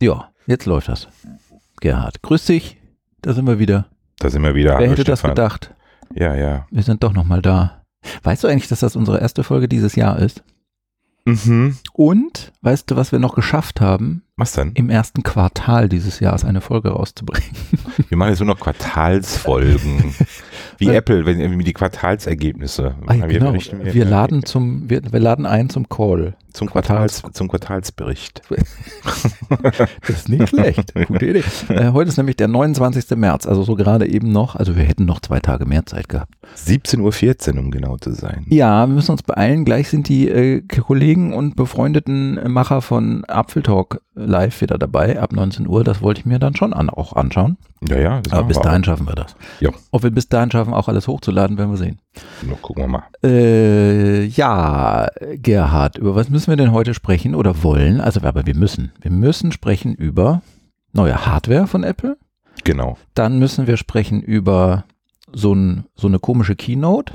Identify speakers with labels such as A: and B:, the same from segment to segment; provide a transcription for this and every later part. A: Ja, jetzt läuft das. Gerhard, grüß dich. Da sind wir wieder.
B: Da sind wir wieder.
A: Wer
B: Hallo,
A: hätte das
B: Stefan.
A: gedacht?
B: Ja, ja.
A: Wir sind doch nochmal da. Weißt du eigentlich, dass das unsere erste Folge dieses Jahr ist?
B: Mhm.
A: Und weißt du, was wir noch geschafft haben,
B: Was denn?
A: im ersten Quartal dieses Jahres eine Folge rauszubringen?
B: Wir machen jetzt nur noch Quartalsfolgen. Wie
A: Äh,
B: Apple, wenn irgendwie die Quartalsergebnisse.
A: Ah, ja,
B: Haben
A: genau.
B: berichten
A: Wir laden zum, wir, wir laden ein zum Call.
B: zum,
A: Quartals-
B: Quartals, zum Quartalsbericht.
A: Das ist nicht schlecht. Gute Idee. Äh, heute ist nämlich der 29. März, also so gerade eben noch. Also wir hätten noch zwei Tage mehr Zeit gehabt.
B: 17.14 Uhr, um genau zu sein.
A: Ja, wir müssen uns beeilen. Gleich sind die äh, Kollegen und befreundeten Macher von Apfeltalk live wieder dabei ab 19 Uhr. Das wollte ich mir dann schon an, auch anschauen.
B: Ja, ja. das
A: Aber
B: machen
A: bis
B: wir
A: dahin schaffen wir das.
B: Ja.
A: Ob wir bis dahin schaffen, auch alles hochzuladen, werden wir sehen.
B: auch. Nur gucken wir mal.
A: Äh, ja, Gerhard, über was müssen wir denn heute sprechen oder wollen? Also, aber wir müssen. Wir müssen sprechen über neue Hardware von Apple.
B: Genau.
A: Dann müssen wir sprechen über so, ein, so eine komische Keynote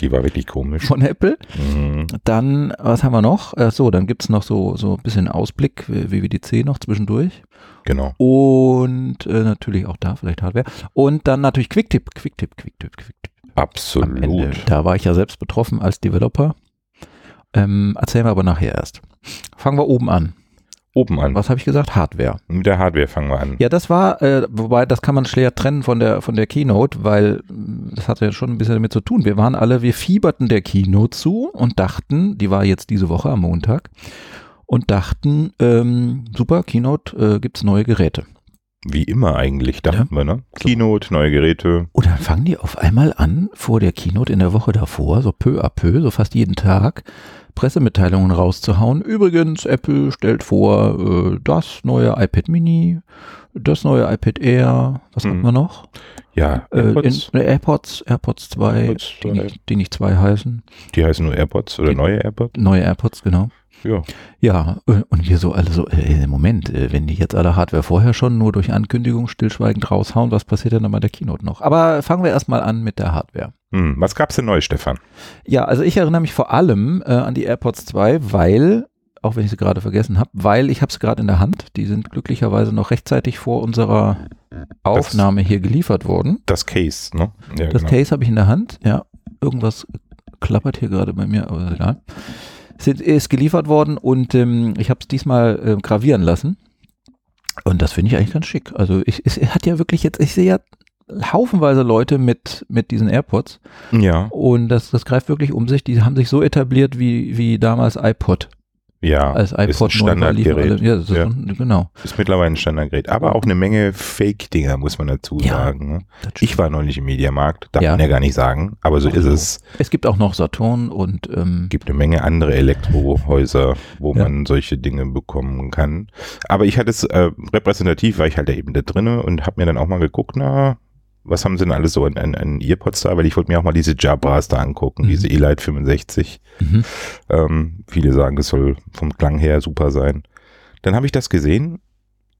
B: Die war wirklich komisch.
A: von Apple.
B: Mhm.
A: Dann, was haben wir noch? Äh, so, dann gibt es noch so, so ein bisschen Ausblick, äh, WWDC noch zwischendurch.
B: Genau.
A: Und äh, natürlich auch da vielleicht Hardware. Und dann natürlich Quicktip, Quicktip, Quicktip, Quicktip. Am Ende.
B: Absolut.
A: Da war ich ja selbst betroffen als Developer. Ähm, erzählen wir aber nachher erst. Fangen wir oben an.
B: Oben an.
A: Was habe ich gesagt? Hardware.
B: Mit der Hardware fangen wir an.
A: Ja, das war, äh, wobei das kann man schwer trennen von der, von der Keynote, weil mh, das hatte ja schon ein bisschen damit zu tun. Wir waren alle, wir fieberten der Keynote zu und dachten, die war jetzt diese Woche am Montag, und dachten, ähm, super, Keynote, äh, gibt's neue Geräte.
B: Wie immer eigentlich, dachten wir, ne? Keynote, neue Geräte.
A: Und dann fangen die auf einmal an, vor der Keynote in der Woche davor, so peu à peu, so fast jeden Tag, Pressemitteilungen rauszuhauen. Übrigens, Apple stellt vor, äh, das neue iPad Mini, das neue iPad Air, was hatten
B: Mhm.
A: wir noch?
B: Ja,
A: Äh,
B: AirPods.
A: In, ne, AirPods, AirPods 2,
B: AirPods
A: die,
B: 2.
A: Nicht, die nicht 2 heißen.
B: die heißen nur AirPods oder
A: die-
B: neue AirPods.
A: Neue AirPods, genau.
B: Ja.
A: Ja, äh, und wir so alle so, äh, Moment, äh, wenn die jetzt alle Hardware vorher schon nur durch Ankündigung stillschweigend raushauen, was passiert denn dann bei der Keynote noch? Aber fangen wir erstmal an mit der Hardware.
B: Hm, was gab's denn neu, Stefan?
A: Ja, also ich erinnere mich vor allem äh, an die AirPods 2, weil, auch wenn ich sie gerade vergessen habe, weil ich habe sie gerade in der Hand. Die sind glücklicherweise noch rechtzeitig vor unserer Aufnahme hier geliefert worden.
B: Das Case, ne? Ja,
A: Das Case habe ich in der Hand, ja. Irgendwas klappert hier gerade bei mir, aber ist egal. Sind, ist geliefert worden und ähm, ich habe es diesmal äh, gravieren lassen. Und das finde ich eigentlich ganz schick. Also ich, es hat ja wirklich jetzt, ich sehe ja haufenweise Leute mit, mit diesen AirPods
B: Ja,
A: und das, das greift wirklich um sich. Die haben sich so etabliert wie, wie damals iPod.
B: ja.
A: Als
B: ist ein
A: iPod neu war, liefen alle.
B: Standardgerät.
A: Ja, das ist
B: Ja.
A: Un, genau.
B: Ist mittlerweile ein Standardgerät. Aber auch eine Menge Fake-Dinger, muss man dazu
A: Ja.
B: sagen. Ne?
A: Das
B: Ich war neulich im Mediamarkt, darf
A: Ja.
B: man ja gar nicht sagen, aber so
A: Ach
B: ist
A: so.
B: es.
A: Es gibt auch noch Saturn und ähm,
B: gibt eine Menge andere Elektrohäuser, wo
A: Ja.
B: man solche Dinge bekommen kann. Aber ich hatte es äh, repräsentativ, war ich halt eben da drinne und habe mir dann auch mal geguckt, na, was haben sie denn alles so an, an, an Earpods da? Weil ich wollte mir auch mal diese Jabras da angucken,
A: Mhm.
B: diese Elite 65.
A: mhm.
B: Ähm, viele sagen, das soll vom Klang her super sein. Dann habe ich das gesehen.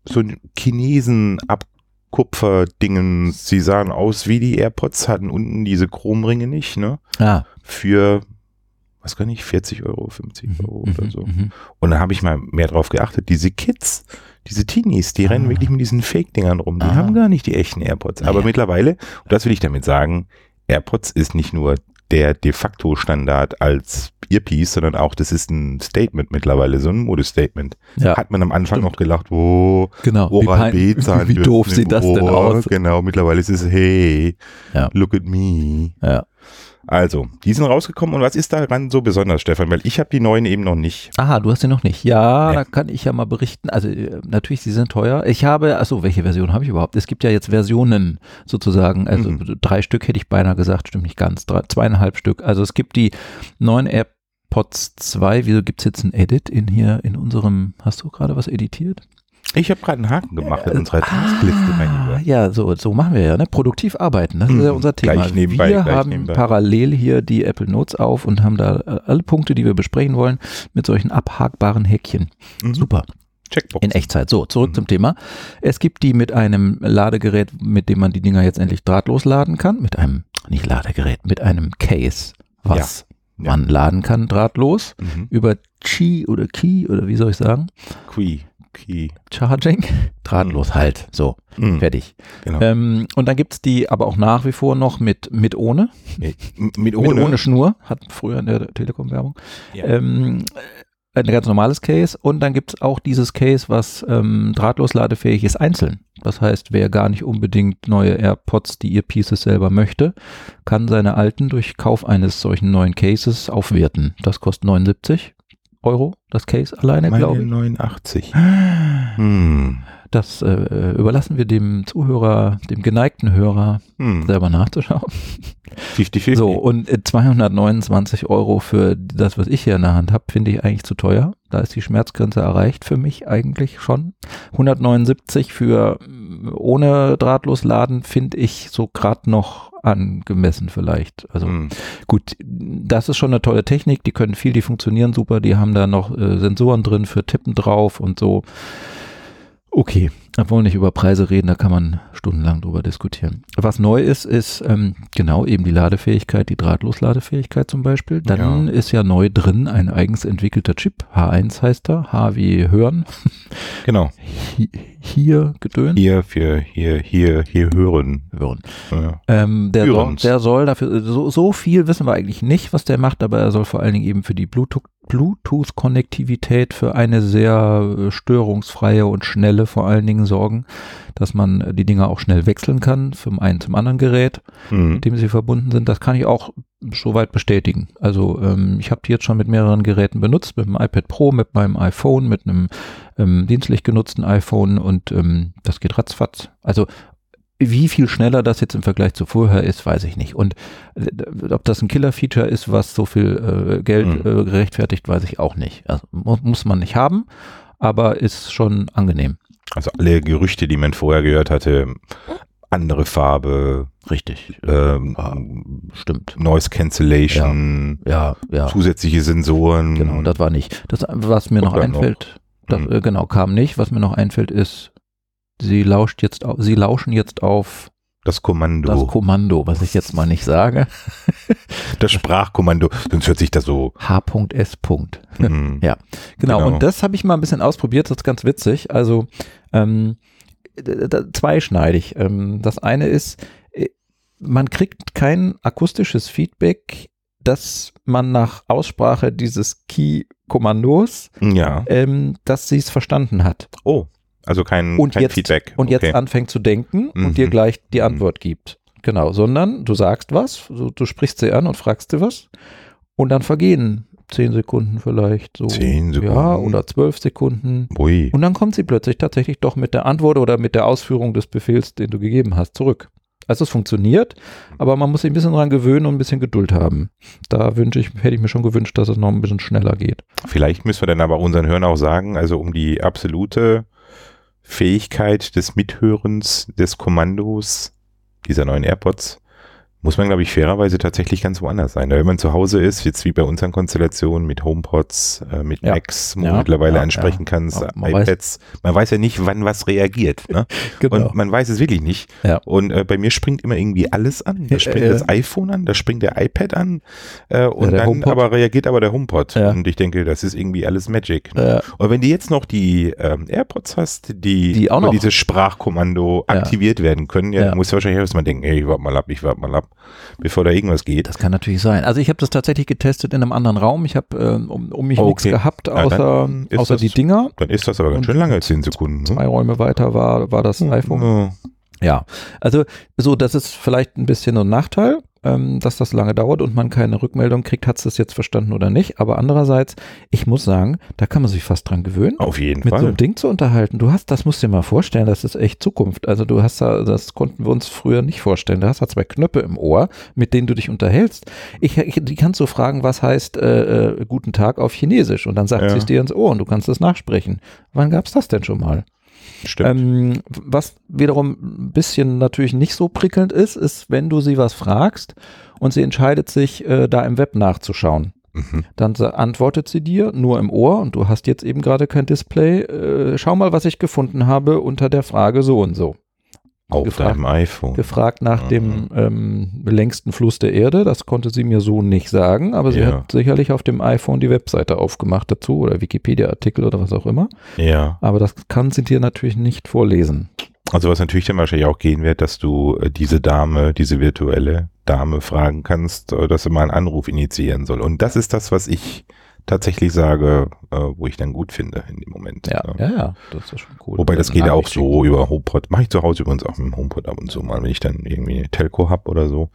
B: So ein Chinesen-Abkupfer-Dingen. Sie sahen aus wie die AirPods, hatten unten diese Chromringe nicht, ne?
A: ah,
B: Für, was kann ich, 40 Euro, 50
A: mhm,
B: Euro
A: mhm,
B: oder so.
A: mhm.
B: Und da habe ich mal mehr drauf geachtet. Diese Kids, diese Teenies, die rennen
A: Ah.
B: wirklich mit diesen Fake-Dingern rum. Die
A: Ah.
B: haben gar nicht die echten AirPods. Aber
A: Naja.
B: mittlerweile, und das will ich damit sagen, AirPods ist nicht nur der de facto Standard als Earpiece, sondern auch, das ist ein Statement mittlerweile, so ein Modestatement.
A: Ja,
B: Hat man am Anfang
A: Stimmt.
B: noch gelacht, oh,
A: genau.
B: Oral
A: pein-
B: B
A: wie, wie doof sieht das denn aus?
B: Genau, mittlerweile ist es, hey,
A: Ja.
B: look at me.
A: Ja.
B: Also, die sind rausgekommen und was ist daran so besonders, Stefan? Weil ich habe die neuen eben noch nicht.
A: Aha, du hast den noch nicht. Ja,
B: Nee.
A: da kann ich ja mal berichten. Also äh, natürlich, sie sind teuer. Ich habe, achso, welche Version habe ich überhaupt? Es gibt ja jetzt Versionen sozusagen. Also
B: Mhm.
A: drei Stück hätte ich beinahe gesagt, stimmt nicht ganz. Drei, zweieinhalb Stück. Also es gibt die neuen AirPods 2. Wieso gibt es jetzt ein Edit in hier in unserem, hast du gerade was editiert?
B: Ich habe gerade einen Haken gemacht in unserer Taskliste, mein
A: Äh, Ah,
B: Lieber.
A: ja, so, so machen wir ja, ne? Produktiv arbeiten, das ist
B: Mhm.
A: ja unser Thema.
B: Gleich nebenbei,
A: wir
B: gleich
A: haben
B: nebenbei.
A: parallel hier die Apple Notes auf und haben da äh, alle Punkte, die wir besprechen wollen, mit solchen abhakbaren Häkchen.
B: Mhm.
A: Super,
B: Checkbox.
A: in Echtzeit. So, zurück
B: Mhm.
A: zum Thema. Es gibt die mit einem Ladegerät, mit dem man die Dinger jetzt endlich drahtlos laden kann, mit einem, nicht Ladegerät, mit einem Case, was
B: Ja.
A: man laden kann drahtlos,
B: Mhm.
A: über Qi oder Qi oder wie soll ich sagen?
B: Qui. Key.
A: Charging. Drahtlos halt. So,
B: Mhm,
A: fertig.
B: genau.
A: Ähm, und dann gibt es die aber auch nach wie vor noch mit, mit ohne.
B: M- mit
A: Mit
B: ohne.
A: ohne Schnur. Hatten früher in der Telekom-Werbung.
B: Ja.
A: Ähm, äh, ein ganz normales Case. Und dann gibt es auch dieses Case, was ähm, drahtlos ladefähig ist, einzeln. Das heißt, wer gar nicht unbedingt neue AirPods, die Earpieces selber möchte, kann seine alten durch Kauf eines solchen neuen Cases aufwerten. Das kostet 79 Euro, das Case alleine, glaube
B: Meine
A: ich. Ah.
B: 89. Hm.
A: Das äh, überlassen wir dem Zuhörer, dem geneigten Hörer
B: Hm.
A: selber nachzuschauen.
B: 50-50.
A: So, und äh, 229 Euro für das, was ich hier in der Hand habe, finde ich eigentlich zu teuer. Da ist die Schmerzgrenze erreicht für mich eigentlich schon. 179 für mm, ohne drahtlos laden finde ich so gerade noch angemessen vielleicht. Also
B: Hm.
A: Gut, das ist schon eine tolle Technik. Die können viel, die funktionieren super. Die haben da noch äh, Sensoren drin für Tippen drauf und so. Okay, wir wollen nicht über Preise reden, da kann man stundenlang drüber diskutieren. Was neu ist, ist ähm, genau eben die Ladefähigkeit, die Drahtlos-Ladefähigkeit zum Beispiel. Dann
B: Ja.
A: ist ja neu drin ein eigens entwickelter Chip. H1 heißt er, H wie hören,
B: Genau.
A: hi- hier gedöns.
B: Hier, für, hier, hier, hier hören.
A: Hören.
B: Ja.
A: Ähm, der, soll,
B: Führend.
A: der soll dafür, so, so viel wissen wir eigentlich nicht, was der macht, aber er soll vor allen Dingen eben für die Bluetooth- Bluetooth-Konnektivität für eine sehr äh, störungsfreie und schnelle vor allen Dingen sorgen, dass man äh, die Dinger auch schnell wechseln kann vom einen zum anderen Gerät,
B: Hm.
A: mit dem sie verbunden sind. Das kann ich auch soweit bestätigen. Also ähm, ich habe die jetzt schon mit mehreren Geräten benutzt, mit dem iPad Pro, mit meinem iPhone, mit einem ähm, dienstlich genutzten iPhone und ähm, das geht ratzfatz. Also wie viel schneller das jetzt im Vergleich zu vorher ist, weiß ich nicht. Und äh, ob das ein Killer-Feature ist, was so viel äh, Geld
B: Mhm.
A: äh, gerechtfertigt, weiß ich auch nicht. Also, mu muss man nicht haben, aber ist schon angenehm.
B: Also alle Gerüchte, die man vorher gehört hatte, andere Farbe,
A: Richtig.
B: ähm,
A: Ah. Stimmt.
B: Noise Cancellation,
A: Ja, ja.
B: zusätzliche Sensoren.
A: Genau, das war nicht. Das, was mir
B: Mhm. Kommt
A: noch
B: dann noch.
A: einfällt, das,
B: Mhm.
A: äh, genau, kam nicht. Was mir noch einfällt, ist, sie lauscht jetzt, au- sie lauschen jetzt auf
B: das Kommando,
A: das
B: das,
A: Kommando, was ich jetzt mal nicht sage.
B: Sprachkommando, sonst hört sich das so.
A: H.S. Punkt.
B: Mhm.
A: ne? Ja. Genau,
B: Genau.
A: und das habe ich mal ein bisschen ausprobiert, das ist ganz witzig. Also ähm, d- d- zweischneidig. Ähm, das eine ist, äh, man kriegt kein akustisches Feedback, dass man nach Aussprache dieses Key-Kommandos,
B: ja.
A: ähm, dass sie es verstanden hat.
B: Oh, also kein,
A: Und
B: kein
A: jetzt-
B: Feedback.
A: und
B: okay.
A: jetzt anfängt zu denken
B: Mhm.
A: und dir gleich die
B: Mhm.
A: Antwort gibt. Genau, sondern du sagst was, so, du sprichst sie an und fragst sie was und dann vergehen zehn Sekunden vielleicht so.
B: Zehn Sekunden.
A: Ja, oder zwölf Sekunden.
B: Ui.
A: Und dann kommt sie plötzlich tatsächlich doch mit der Antwort oder mit der Ausführung des Befehls, den du gegeben hast, zurück. Also es funktioniert, aber man muss sich ein bisschen dran gewöhnen und ein bisschen Geduld haben. Da wünsche ich, hätte ich mir schon gewünscht, dass es noch ein bisschen schneller geht.
B: Vielleicht müssen wir dann aber unseren Hörern auch sagen, also um die absolute Fähigkeit des Mithörens, des Kommandos dieser neuen AirPods, muss man, glaube ich, fairerweise tatsächlich ganz woanders sein. Da wenn man zu Hause ist, jetzt wie bei unseren Konstellationen mit HomePods, äh, mit
A: Ja.
B: Macs, wo
A: Ja,
B: du mittlerweile
A: ja,
B: ansprechen kannst,
A: Aber man weiß-
B: iPads, man weiß ja nicht, wann was reagiert. Ne?
A: Genau.
B: Und man weiß es wirklich nicht.
A: Ja.
B: Und äh, bei mir springt immer irgendwie alles an.
A: Ja,
B: Da springt
A: äh,
B: das iPhone an, da springt der iPad an äh, und
A: der
B: dann
A: HomePod.
B: aber reagiert aber der HomePod.
A: Ja.
B: Und ich denke, das ist irgendwie alles Magic. Ne?
A: äh,
B: Und wenn du jetzt noch die ähm, AirPods hast, die,
A: Die auch
B: über
A: noch.
B: dieses Sprachkommando
A: Ja.
B: aktiviert werden können, ja,
A: Ja.
B: dann musst du wahrscheinlich erstmal denken, hey, ich warte mal ab, ich warte mal ab, bevor da irgendwas geht.
A: Das kann natürlich sein. Also ich habe das tatsächlich getestet in einem anderen Raum. Ich habe ähm, um, um mich
B: Oh,
A: nichts
B: okay.
A: gehabt,
B: Ja,
A: außer,
B: dann ist
A: außer
B: das-
A: die Dinger.
B: Dann ist das aber ganz
A: Und-
B: schön lange, zehn Sekunden. Ne?
A: Zwei Räume weiter war, war
B: Mhm.
A: das iPhone.
B: Ja.
A: Ja, also so, das ist vielleicht ein bisschen ein Nachteil, ähm, dass das lange dauert und man keine Rückmeldung kriegt, hat es das jetzt verstanden oder nicht. Aber andererseits, ich muss sagen, da kann man sich fast dran gewöhnen.
B: Auf jeden
A: mit so
B: Fall.
A: einem Ding zu unterhalten. Du hast, das musst du dir mal vorstellen, das ist echt Zukunft. Also du hast da, das konnten wir uns früher nicht vorstellen. Da hast du zwei Knöpfe im Ohr, mit denen du dich unterhältst. Ich, ich die kannst du fragen, was heißt äh, äh, guten Tag auf Chinesisch und dann sagt
B: Ja.
A: sie es dir ins Ohr und du kannst es nachsprechen. Wann gab es das denn schon mal?
B: Stimmt.
A: Ähm, was wiederum ein bisschen natürlich nicht so prickelnd ist, ist, wenn du sie was fragst und sie entscheidet sich, äh, da im Web nachzuschauen.
B: mhm.
A: Dann sa- antwortet sie dir nur im Ohr und du hast jetzt eben gerade kein Display. Äh, schau mal, was ich gefunden habe unter der Frage so und so.
B: Auf
A: gefragt-
B: deinem iPhone.
A: gefragt
B: Ah.
A: nach dem ähm, längsten Fluss der Erde. Das konnte sie mir so nicht sagen, aber sie
B: Ja.
A: hat sicherlich auf dem iPhone die Webseite aufgemacht dazu oder Wikipedia-Artikel oder was auch immer.
B: Ja.
A: Aber das kann sie dir natürlich nicht vorlesen.
B: Also was natürlich dann wahrscheinlich auch gehen wird, dass du äh, diese Dame, diese virtuelle Dame fragen kannst, äh, dass sie mal einen Anruf initiieren soll. Und das ist das, was ich tatsächlich sage, äh, wo ich dann gut finde in dem Moment.
A: Ja,
B: ne?
A: ja, ja das ist schon cool.
B: Wobei das geht ja auch
A: Nachrichten.
B: so über HomePod. Mache ich zu Hause übrigens auch mit dem HomePod ab und zu mal, wenn ich dann irgendwie eine Telco hab oder so.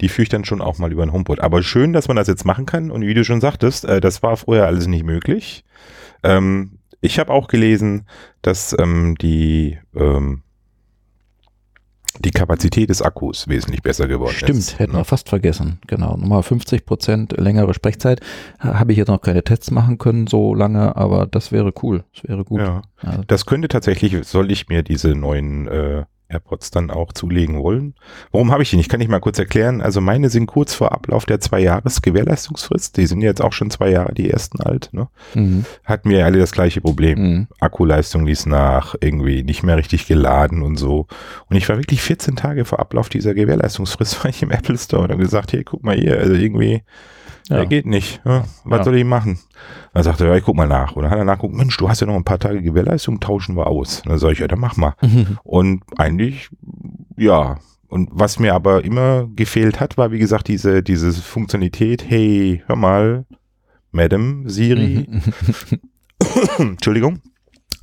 B: Die führe ich dann schon auch mal über den HomePod. Aber schön, dass man das jetzt machen kann. Und wie du schon sagtest, äh, das war früher alles nicht möglich. Ähm, ich habe auch gelesen, dass ähm, die, ähm, die Kapazität des Akkus wesentlich besser geworden ist.
A: Stimmt, hätten
B: ne?
A: wir fast vergessen. Genau, nochmal 50 Prozent längere Sprechzeit. Ha- Habe ich jetzt noch keine Tests machen können so lange, aber das wäre cool. Das wäre gut.
B: Ja.
A: Also,
B: Das könnte tatsächlich, soll ich mir diese neuen äh, AirPods dann auch zulegen wollen? Warum habe ich die nicht? Kann ich mal kurz erklären. Also meine sind kurz vor Ablauf der zwei Jahres Gewährleistungsfrist. Die sind jetzt auch schon zwei Jahre, die ersten alt. Ne?
A: mhm.
B: Hatten wir alle das gleiche Problem.
A: Mhm.
B: Akkuleistung ließ nach, irgendwie nicht mehr richtig geladen und so. Und ich war wirklich 14 Tage vor Ablauf dieser Gewährleistungsfrist war ich im Apple Store und habe gesagt, hier, guck mal hier, also irgendwie,
A: Ja.
B: ja. geht nicht. Ja, was
A: Ja.
B: soll ich machen? Dann sagte er, ja, ich guck mal nach. Und dann hat er nachgeguckt, Mensch, du hast ja noch ein paar Tage Gewährleistung, tauschen wir aus. Und dann sage ich, ja, dann mach mal.
A: Mhm.
B: Und eigentlich, ja. Und was mir aber immer gefehlt hat, war, wie gesagt, diese, diese Funktionalität, hey, hör mal, Madam Siri,
A: Mhm.
B: Entschuldigung,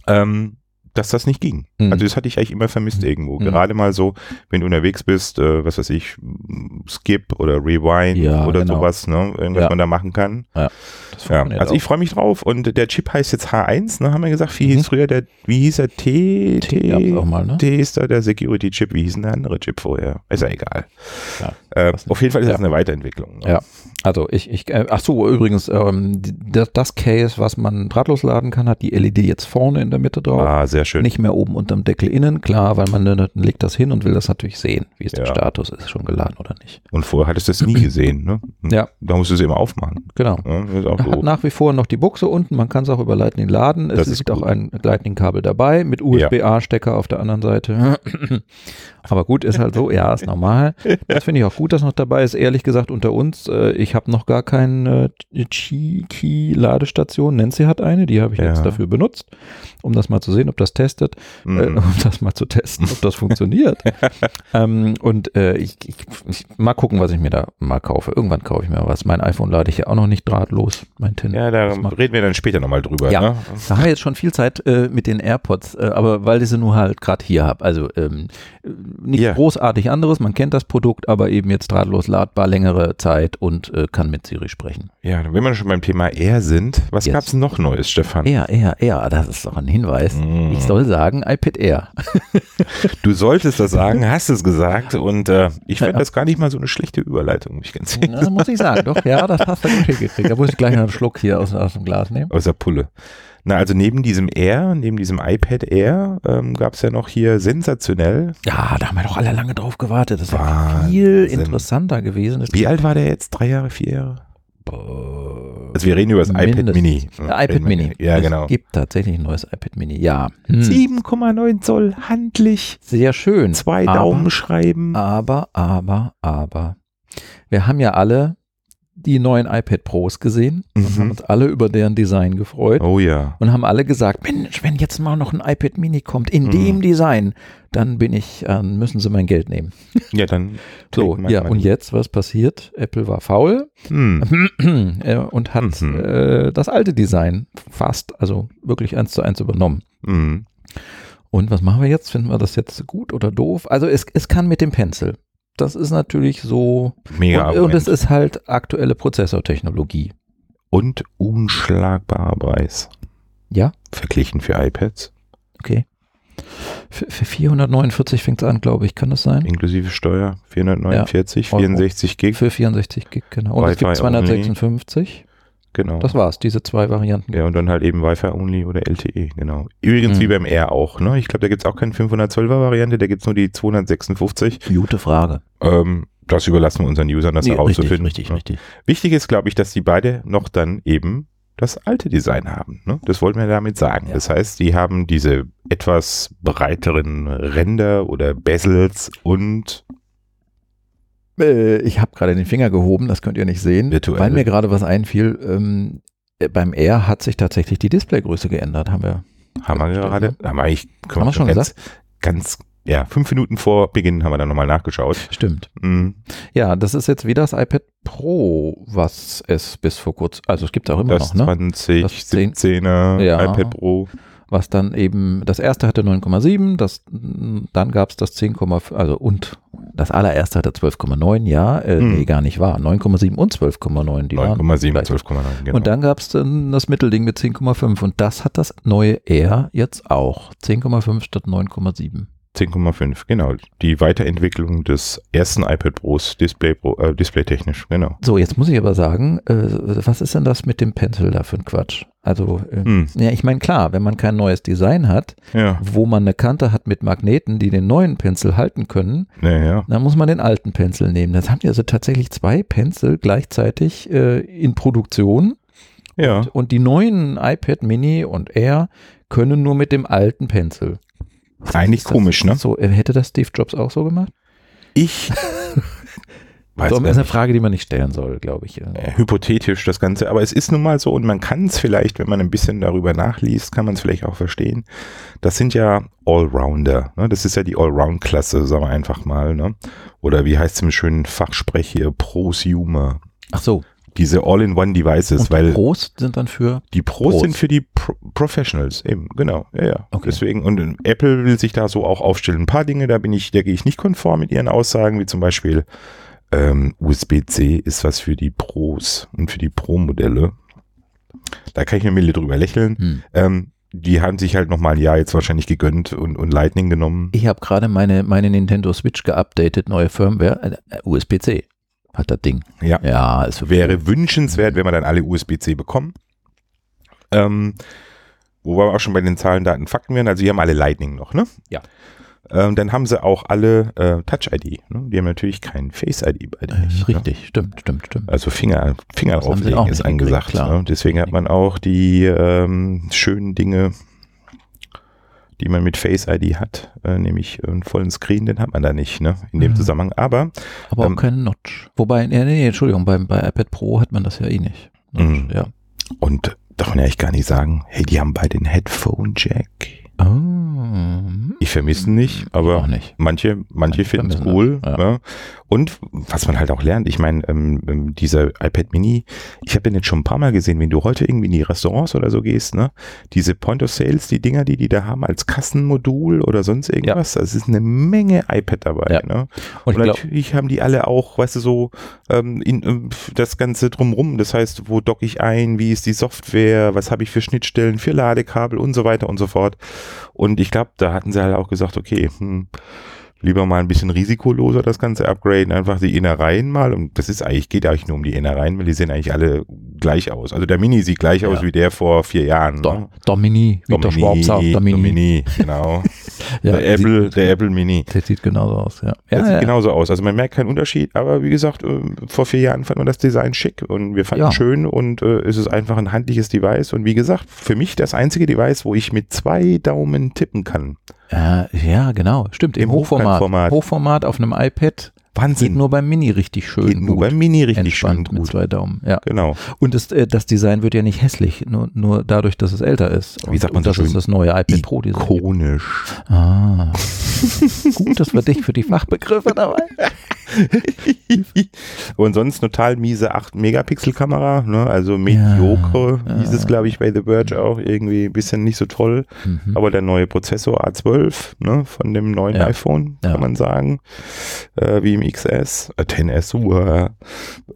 B: ähm, dass das nicht ging.
A: Mhm.
B: Also das hatte ich eigentlich immer vermisst irgendwo.
A: Mhm.
B: Gerade mal so, wenn du unterwegs bist, äh, was weiß ich, m, Skip oder Rewind
A: Ja,
B: oder
A: genau.
B: sowas, ne? Irgendwas
A: Ja.
B: man da machen kann.
A: Das
B: Ja.
A: funktioniert
B: Also ich freue mich drauf und der Chip heißt jetzt H1, ne? Haben wir gesagt, wie
A: Mhm.
B: hieß früher der, wie hieß der T,
A: auch. Tee gab's auch mal, ne?
B: T ist da der Security Chip, wie hieß denn der andere Chip vorher? Ist ja egal.
A: Ja,
B: äh,
A: weiß nicht.
B: auf jeden Fall ist
A: Ja.
B: das eine Weiterentwicklung. Ne?
A: Ja. Also ich, ich äh, ach so, übrigens, ähm, die- das, das Case, was man drahtlos laden kann, hat die LED jetzt vorne in der Mitte drauf.
B: Ah, sehr schön.
A: Nicht mehr oben unterm Deckel innen, klar, weil man dann legt das hin und will das natürlich sehen, wie ist der
B: Ja.
A: Status, ist es schon geladen oder nicht.
B: Und vorher hattest du das nie gesehen, ne?
A: Ja.
B: Da musstest du es immer aufmachen.
A: Genau.
B: Ne? Das ist auch
A: Er hat
B: doof.
A: nach wie vor noch die Buchse unten, man kann es auch über Lightning laden. Es
B: Das
A: ist
B: ist
A: auch
B: gut.
A: ein Lightning-Kabel dabei mit USB-A-Stecker auf der anderen Seite. Aber gut, ist halt so, ja, ist normal. Das finde ich auch gut, dass noch dabei ist. Ehrlich gesagt, unter uns, äh, ich habe noch gar keine äh, Qi-Ladestation. Nancy hat eine, die habe ich
B: Ja.
A: jetzt dafür benutzt, um das mal zu sehen, ob das testet, äh,
B: Mhm.
A: um das mal zu testen, ob das funktioniert. ähm, und äh, ich, ich, ich mal gucken, was ich mir da mal kaufe. Irgendwann kaufe ich mir was. Mein iPhone lade ich ja auch noch nicht drahtlos, mein Ten.
B: Ja, da
A: Das mag-
B: reden wir dann später nochmal drüber.
A: Ja.
B: Ne?
A: Da haben wir jetzt schon viel Zeit äh, mit den AirPods, äh, aber weil ich sie nur halt gerade hier habe. Also ähm, äh, nicht
B: Ja.
A: großartig anderes, man kennt das Produkt, aber eben jetzt drahtlos ladbar, längere Zeit und äh, kann mit Siri sprechen.
B: Ja, wenn wir schon beim Thema Air sind, was
A: Yes.
B: gab's noch Neues, Stefan?
A: Air, Air, Air, das ist doch ein Hinweis.
B: Mm.
A: Ich soll sagen, iPad Air.
B: Du solltest das sagen, hast es gesagt und äh, ich finde
A: Ja.
B: das gar nicht mal so eine schlechte Überleitung, muss ich ganz ehrlich
A: Das muss ich sagen, doch, ja, das hast du gut hingekriegt. Da muss ich gleich noch einen Schluck hier aus, aus dem Glas nehmen.
B: Außer Pulle. Na, also neben diesem Air, neben diesem iPad Air ähm, gab's ja noch hier sensationell.
A: Ja, da haben wir doch alle lange drauf gewartet. Das wäre
B: Wahnsinn.
A: viel interessanter gewesen. Das
B: Wie alt war der jetzt? Drei Jahre, vier Jahre? Also wir reden über das iPad Mini.
A: Mindestens. Äh, iPad Mini.
B: Ja, genau.
A: Es gibt tatsächlich ein neues iPad Mini, ja. Hm.
B: 7,9 Zoll, handlich,
A: Sehr schön.
B: zwei
A: Aber- Ah.
B: Daumen schreiben.
A: Aber, aber, aber. Wir haben ja alle die neuen iPad Pros gesehen und
B: Mhm.
A: haben uns alle über deren Design gefreut.
B: Oh ja.
A: Und haben alle gesagt, Mensch, wenn jetzt mal noch ein iPad Mini kommt, in
B: Mhm.
A: dem Design, dann bin ich, äh, müssen sie mein Geld nehmen.
B: Ja, dann.
A: So,
B: Take my
A: ja, und
B: money.
A: jetzt, was passiert? Apple war faul
B: Hm.
A: äh, und hat
B: Mhm.
A: äh, das alte Design fast, also wirklich eins zu eins übernommen.
B: Hm.
A: Und was machen wir jetzt? Finden wir das jetzt gut oder doof? Also es, es kann mit dem Pencil. Das ist natürlich so. und,
B: Mega
A: und es
B: Argument.
A: ist halt aktuelle Prozessortechnologie.
B: und unschlagbarer Preis.
A: Ja,
B: Verglichen für iPads,
A: okay. Für, für 449 fängt es an, glaube ich. Kann das sein?
B: inklusive Steuer, 449,
A: Ja.
B: 64 Gig,
A: Für 64 Gig, genau. Und es gibt
B: Wi-Fi
A: 256.
B: genau.
A: Das war's, diese zwei Varianten.
B: ja, und dann halt eben Wi-Fi-Only oder LTE, genau. Übrigens
A: Mhm.
B: wie beim R auch, ne? Ich glaube, da gibt's auch keine 512er-Variante, da gibt's nur die 256.
A: Gute Frage.
B: Ähm, das überlassen wir unseren Usern, das
A: Nee, richtig,
B: herauszufinden.
A: richtig,
B: ne?
A: richtig.
B: Wichtig ist, glaube ich, dass die beide noch dann eben das alte Design haben. Ne? Das wollten wir damit sagen.
A: Ja.
B: Das heißt, die haben diese etwas breiteren Ränder oder Bezels und
A: Äh, ich habe gerade den Finger gehoben, das könnt ihr nicht sehen,
B: Virtuell.
A: weil mir gerade was einfiel. Ähm, äh, beim Air hat sich tatsächlich die Displaygröße geändert, haben wir.
B: haben wir
A: Stimmt,
B: gerade, haben wir eigentlich
A: Haben wir schon
B: ganz, ganz, ja, fünf Minuten vor Beginn haben wir dann nochmal nachgeschaut.
A: Stimmt.
B: Mhm.
A: Ja, das ist jetzt wie das iPad Pro, was es bis vor kurzem, also es gibt es auch immer
B: Das
A: noch, ne?
B: 2017er
A: Ja.
B: iPad Pro.
A: Was dann eben, das erste hatte 9,7, das, mm, dann gab es das 10,5, also und das allererste hatte 12,9, ja, äh,
B: Hm.
A: nee, gar nicht wahr. 9,7 und 12,9, die waren
B: 9,7,
A: gleich.
B: 12,9. Genau.
A: Und dann gab es das Mittelding mit 10,5 und das hat das neue Air jetzt auch. 10,5 statt 9,7.
B: 10,5, genau. Die Weiterentwicklung des ersten iPad Pros Display, Pro, äh, Display-technisch, genau.
A: So, jetzt muss ich aber sagen, äh, was ist denn das mit dem Pencil da für ein Quatsch? Also, äh,
B: Hm,
A: ja, ich meine, klar, wenn man kein neues Design hat,
B: ja,
A: wo man eine Kante hat mit Magneten, die den neuen Pencil halten können,
B: ja, ja.
A: dann muss man den alten Pencil nehmen. Jetzt haben die also tatsächlich zwei Pencil gleichzeitig äh, in Produktion
B: ja.
A: und die neuen iPad Mini und Air können nur mit dem alten Pencil.
B: Eigentlich
A: Ist das
B: komisch, ne?
A: So, äh, hätte das Steve Jobs auch so gemacht?
B: Ich weiß
A: so,
B: gar
A: das ist eine
B: nicht,
A: Frage, die man nicht stellen soll, glaube ich.
B: äh, hypothetisch das Ganze, aber es ist nun mal so und man kann es vielleicht, wenn man ein bisschen darüber nachliest, kann man es vielleicht auch verstehen. Das sind ja Allrounder, ne? das ist ja die Allround-Klasse, sagen wir einfach mal. Ne? Oder wie heißt es im schönen Fachsprech hier, Prosumer.
A: Ach so,
B: Diese All-in-One-Devices,
A: und
B: weil
A: Pros sind dann für,
B: Die Pros
A: Pros.
B: sind für die Pro Professionals, eben, genau. Ja, ja.
A: Okay.
B: Deswegen, und äh, Apple will sich da so auch aufstellen. Ein paar Dinge, da bin ich, da gehe ich nicht konform mit ihren Aussagen, wie zum Beispiel ähm, USB-C ist was für die Pros und für die Pro-Modelle. Da kann ich eine Mille drüber lächeln.
A: hm.
B: Ähm, die haben sich halt nochmal ein Jahr jetzt wahrscheinlich gegönnt und, und Lightning genommen.
A: ich habe gerade meine, meine Nintendo Switch geupdatet, neue Firmware, äh, USB-C hat das Ding.
B: Ja.
A: Ja, es
B: Wäre wünschenswert, wenn wir dann alle USB-C bekommen. Ähm, wo wir auch schon bei den Zahlen, Daten, Fakten wären. Also, die haben alle Lightning noch, ne?
A: Ja.
B: Ähm, dann haben sie auch alle äh, Touch-ID. Ne? Die haben natürlich kein Face-ID bei denen.
A: Äh,
B: nicht, Ne?
A: Richtig, stimmt, stimmt, stimmt.
B: Also Finger, Finger
A: Das haben sie
B: drauflegen
A: auch
B: ist
A: nicht
B: angesagt.
A: hingekriegt, klar.
B: Ne? Deswegen hat man auch die ähm, schönen Dinge, die man mit Face ID hat, äh, nämlich einen vollen Screen, den hat man da nicht, ne? In dem
A: Mhm.
B: Zusammenhang. Aber
A: Aber auch
B: ähm,
A: keinen Notch. Wobei, nee, nee, Entschuldigung, beim, bei iPad Pro hat man das ja eh nicht. Notch,
B: Mhm.
A: Ja.
B: Und darf man ja echt gar nicht sagen, hey, die haben beide den Headphone Jack.
A: Oh,
B: Ich vermisse ihn nicht,
A: auch
B: aber
A: nicht.
B: manche, manche
A: Manche
B: finden es
A: vermissen
B: cool.
A: das, ja.
B: Ne? Und was man halt auch lernt, ich meine, ähm, ähm, dieser iPad Mini, ich habe den jetzt schon ein paar Mal gesehen, wenn du heute irgendwie in die Restaurants oder so gehst, ne? diese Point of Sales, die Dinger, die die da haben als Kassenmodul oder sonst irgendwas, das ist eine Menge iPad dabei.
A: Ja.
B: Ne?
A: Und ich
B: Und,
A: glaube,
B: natürlich haben die alle auch, weißt du, so ähm, in, ähm, f- das Ganze drumrum. Das heißt, wo docke ich ein, wie ist die Software, was habe ich für Schnittstellen, für Ladekabel und so weiter und so fort. Und ich glaube, da hatten sie halt auch gesagt, okay, hm, lieber mal ein bisschen risikoloser das Ganze upgraden, einfach die Innereien mal. Und das ist eigentlich, geht eigentlich nur um die Innereien, weil die sehen eigentlich alle gleich aus. Also der Mini sieht gleich aus wie der vor vier Jahren. ne?
A: Dom, Domini, wie der Schwab sagt,
B: Domini,
A: Domini.
B: Domini, genau.
A: Ja,
B: der, Apple, der Apple Mini.
A: Sieht, das sieht genauso aus, ja.
B: Das
A: ja,
B: sieht
A: ja.
B: genauso aus. Also man merkt keinen Unterschied, aber wie gesagt, äh, vor vier Jahren fand man das Design schick und wir fanden
A: Ja.
B: es schön und äh, es ist einfach ein handliches Device. Und wie gesagt, für mich das einzige Device, wo ich mit zwei Daumen tippen kann.
A: Ja, ja, genau. Stimmt, im,
B: Im
A: Hochformat.
B: Hochkantformat.
A: Hochformat. auf einem iPad geht
B: Wahnsinn.
A: nur beim Mini richtig schön
B: Geht nur
A: gut.
B: beim Mini richtig schön
A: entspannt mit
B: gut.
A: zwei Daumen. Ja.
B: Genau.
A: Und das, äh, das Design wird ja nicht hässlich, nur, nur dadurch, dass es älter ist. Und,
B: Wie sagt man
A: und
B: so
A: das
B: schön?
A: ist das neue iPad Pro Design.
B: Ikonisch.
A: Ah. Gut, dass wir dich für die Fachbegriffe dabei.
B: und sonst total miese 8-Megapixel-Kamera, ne? also mediocre,
A: Ja,
B: hieß es
A: ja.
B: glaube ich bei The Verge auch, irgendwie ein bisschen nicht so toll.
A: Mhm.
B: Aber der neue Prozessor A12 ne, von dem neuen
A: Ja.
B: iPhone, kann
A: Ja.
B: man sagen, äh, wie im XS, äh, 10S, uh,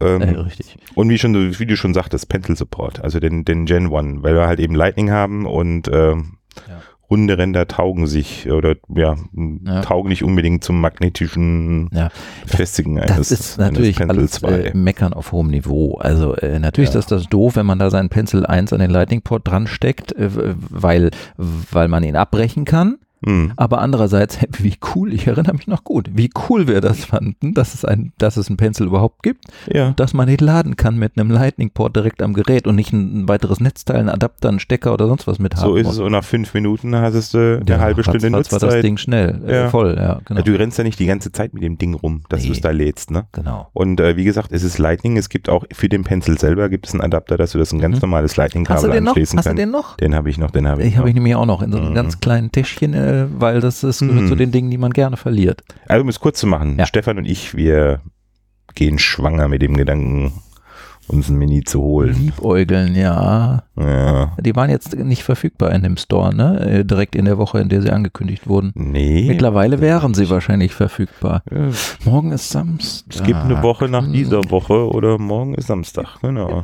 B: ähm,
A: äh, richtig.
B: und wie, schon, wie du schon sagtest, Pencil Support, also den, den Gen 1, weil wir halt eben Lightning haben und ähm,
A: Ja.
B: runde Ränder taugen sich oder ja, m,
A: Ja.
B: taugen nicht unbedingt zum magnetischen
A: Ja.
B: Festigen eines,
A: Das ist natürlich
B: eines
A: alles
B: Pencil 2.
A: äh, Meckern auf hohem Niveau. Also äh, natürlich
B: Ja.
A: ist das doof, wenn man da seinen Pencil 1 an den Lightning Port dran steckt, äh, weil, weil man ihn abbrechen kann.
B: Hm.
A: Aber andererseits, hey, wie cool, ich erinnere mich noch gut, wie cool wir das fanden, dass es ein, dass es ein Pencil überhaupt gibt,
B: Ja.
A: dass man den laden kann mit einem Lightning Port direkt am Gerät und nicht ein, ein weiteres Netzteil, einen Adapter, einen Stecker oder sonst was mit haben.
B: So ist es.
A: muss.
B: Und nach fünf Minuten hattest du eine
A: Ja,
B: halbe Stunde
A: ratzfatz war das
B: Nutzzeit.
A: Ding schnell, äh,
B: Ja.
A: voll, ja, genau.
B: Also Du rennst ja nicht die ganze Zeit mit dem Ding rum, dass du es
A: Nee.
B: da lädst, ne?
A: genau.
B: Und äh, wie gesagt, es ist Lightning. Es gibt auch für den Pencil selber gibt es einen Adapter, dass du das ein ganz
A: Mhm.
B: normales
A: Hast du
B: Lightning-Kabel
A: den noch?
B: anschließen
A: Hast du
B: kannst.
A: den noch?
B: Den habe ich noch, den habe ich
A: Ich
B: noch.
A: habe ihn nämlich auch noch in so einem
B: Mhm.
A: ganz kleinen Täschchen, äh, weil das ist gehört
B: Mhm.
A: zu den Dingen, die man gerne verliert.
B: Also um es kurz zu machen,
A: Ja.
B: Stefan und ich, wir gehen schwanger mit dem Gedanken, uns ein Mini zu holen.
A: Liebäugeln, ja.
B: Ja.
A: Die waren jetzt nicht verfügbar in dem Store, ne? Äh, Direkt in der Woche, in der sie angekündigt wurden.
B: Nee.
A: Mittlerweile wären sie wahrscheinlich verfügbar.
B: Ja,
A: Morgen ist Samstag.
B: Es gibt eine Woche nach dieser Woche oder morgen ist Samstag, genau.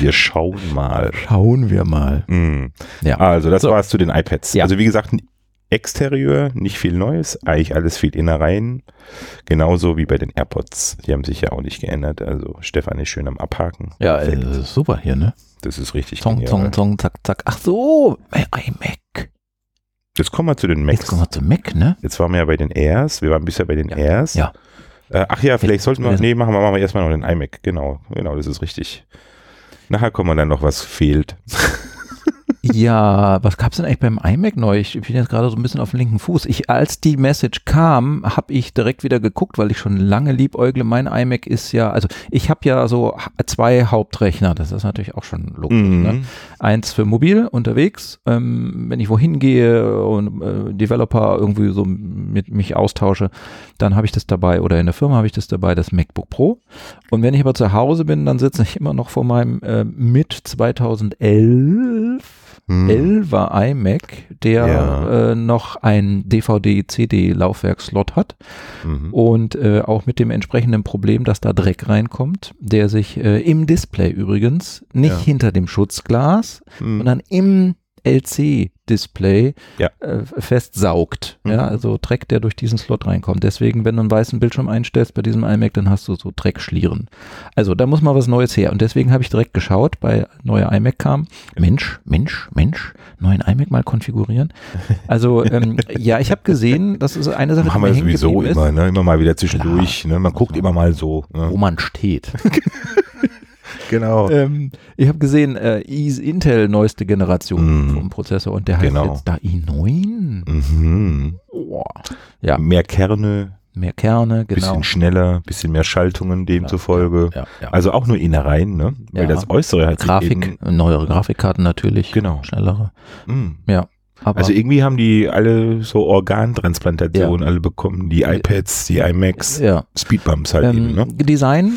B: Wir schauen mal.
A: Schauen wir mal. Ah,
B: Hm.
A: Ja.
B: Also, das
A: So.
B: war es zu den iPads.
A: Ja.
B: Also, wie gesagt, n- Exterieur, nicht viel Neues, eigentlich alles viel Innereien. Genauso wie bei den AirPods. Die haben sich ja auch nicht geändert. Also, Stefan ist schön am Abhaken.
A: Ja, äh, super hier, ne?
B: Das ist richtig.
A: Zong,
B: genial.
A: zong, zong, zack, zack. Ach so, äh, iMac.
B: Jetzt kommen wir zu den Macs.
A: Jetzt kommen wir zum Mac, ne?
B: Jetzt waren wir ja bei den Airs. Wir waren bisher bei den Airs.
A: Ja.
B: Äh, ach ja, vielleicht sollten wir.
A: müssen
B: Nee, machen wir, machen wir erstmal noch den iMac. Genau, genau, das ist richtig. Nachher kommen wir dann noch, was fehlt.
A: Ja, was gab's denn eigentlich beim iMac neu? Ich bin jetzt gerade so ein bisschen auf dem linken Fuß. Ich, als die Message kam, habe ich direkt wieder geguckt, weil ich schon lange liebäugle. Mein iMac ist ja, also ich habe ja so ha- zwei Hauptrechner. Das ist natürlich auch schon logisch. Ne?
B: Mhm.
A: Eins für mobil unterwegs, ähm, wenn ich wohin gehe und äh, Developer irgendwie so mit mich austausche, dann habe ich das dabei oder in der Firma habe ich das dabei, das MacBook Pro. Und wenn ich aber zu Hause bin, dann sitze ich immer noch vor meinem äh, mit
B: Hm.
A: 2011
B: Mhm.
A: 11er iMac, der
B: Ja.
A: äh, noch ein DVD-CD-Laufwerkslot hat
B: Mhm.
A: und äh, auch mit dem entsprechenden Problem, dass da Dreck reinkommt, der sich äh, im Display übrigens nicht
B: Ja.
A: hinter dem Schutzglas,
B: Mhm.
A: sondern im LC-Display
B: Ja.
A: äh, festsaugt.
B: Mhm.
A: Ja, also Dreck, der durch diesen Slot reinkommt. Deswegen, wenn du einen weißen Bildschirm einstellst bei diesem iMac, dann hast du so Dreckschlieren. Also da muss mal was Neues her. Und deswegen habe ich direkt geschaut, bei neuer iMac kam, Mensch, Mensch, Mensch, neuen iMac mal konfigurieren. Also ähm, ja, ich habe gesehen, das ist eine Sache,
B: Machen wir
A: hängen
B: sowieso
A: geblieben ist.
B: immer, ne? immer mal wieder zwischendurch. Ne? Man
A: Muss
B: guckt
A: man
B: immer mal so. Ne?
A: wo man steht.
B: Genau.
A: ähm, ich habe gesehen, äh, Is- Intel neueste Generation
B: Mm.
A: vom Prozessor und der heißt
B: Genau.
A: jetzt da i9.
B: Mhm.
A: Oh. Ja,
B: Mehr Kerne,
A: mehr Kerne, genau.
B: bisschen schneller, bisschen mehr Schaltungen demzufolge.
A: Ja, ja.
B: Also auch nur Innereien, ne? Weil
A: Ja.
B: das Äußere hat sich eben-
A: Grafik, neuere Grafikkarten natürlich,
B: Genau.
A: schnellere.
B: Mhm.
A: Aber
B: Also irgendwie haben die alle so Organtransplantationen alle bekommen, die iPads, die iMacs,
A: ja.
B: Speedbumps halt
A: Äh,
B: eben,
A: Ähm,
B: ne?
A: Design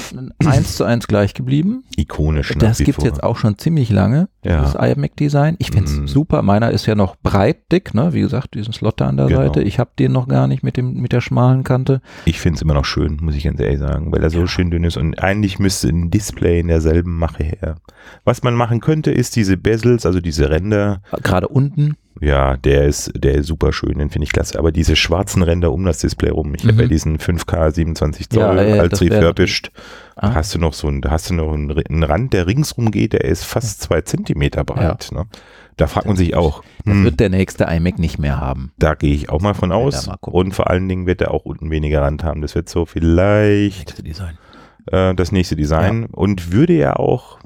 A: eins zu eins gleich geblieben.
B: Ikonisch.
A: Das
B: nach Genau, wie
A: gibt es
B: vor.
A: jetzt auch schon ziemlich lange, das
B: Ja.
A: iMac-Design. Ich finde es
B: Mm.
A: super. Meiner ist ja noch breit dick, ne? wie gesagt, diesen Slot da an der
B: Genau.
A: Seite. Ich habe den noch gar nicht mit, dem, mit der schmalen Kante.
B: Ich finde es immer noch schön, muss ich ganz ehrlich sagen, weil er so schön dünn ist und eigentlich müsste ein Display in derselben Mache her. Was man machen könnte, ist diese Bezels, also diese Ränder.
A: Gerade unten.
B: Ja, der ist, der ist super schön, den finde ich klasse. Aber diese schwarzen Ränder um das Display rum. Ich habe
A: Mhm.
B: ja diesen 5K 27 Zoll
A: Ja, ja,
B: als
A: das wär-
B: refurbished.
A: Ah.
B: Hast du noch so einen, da hast du noch einen, R- einen Rand, der ringsrum geht, der ist fast zwei Zentimeter breit. Ne? Da fragt man sich auch,
A: Das
B: hm,
A: wird der nächste iMac nicht mehr haben.
B: da gehe ich auch mal von aus.
A: mal gucken.
B: Und vor allen Dingen wird er auch unten weniger Rand haben. Das wird so vielleicht
A: Nächste Design.
B: äh, das nächste Design und würde ja auch,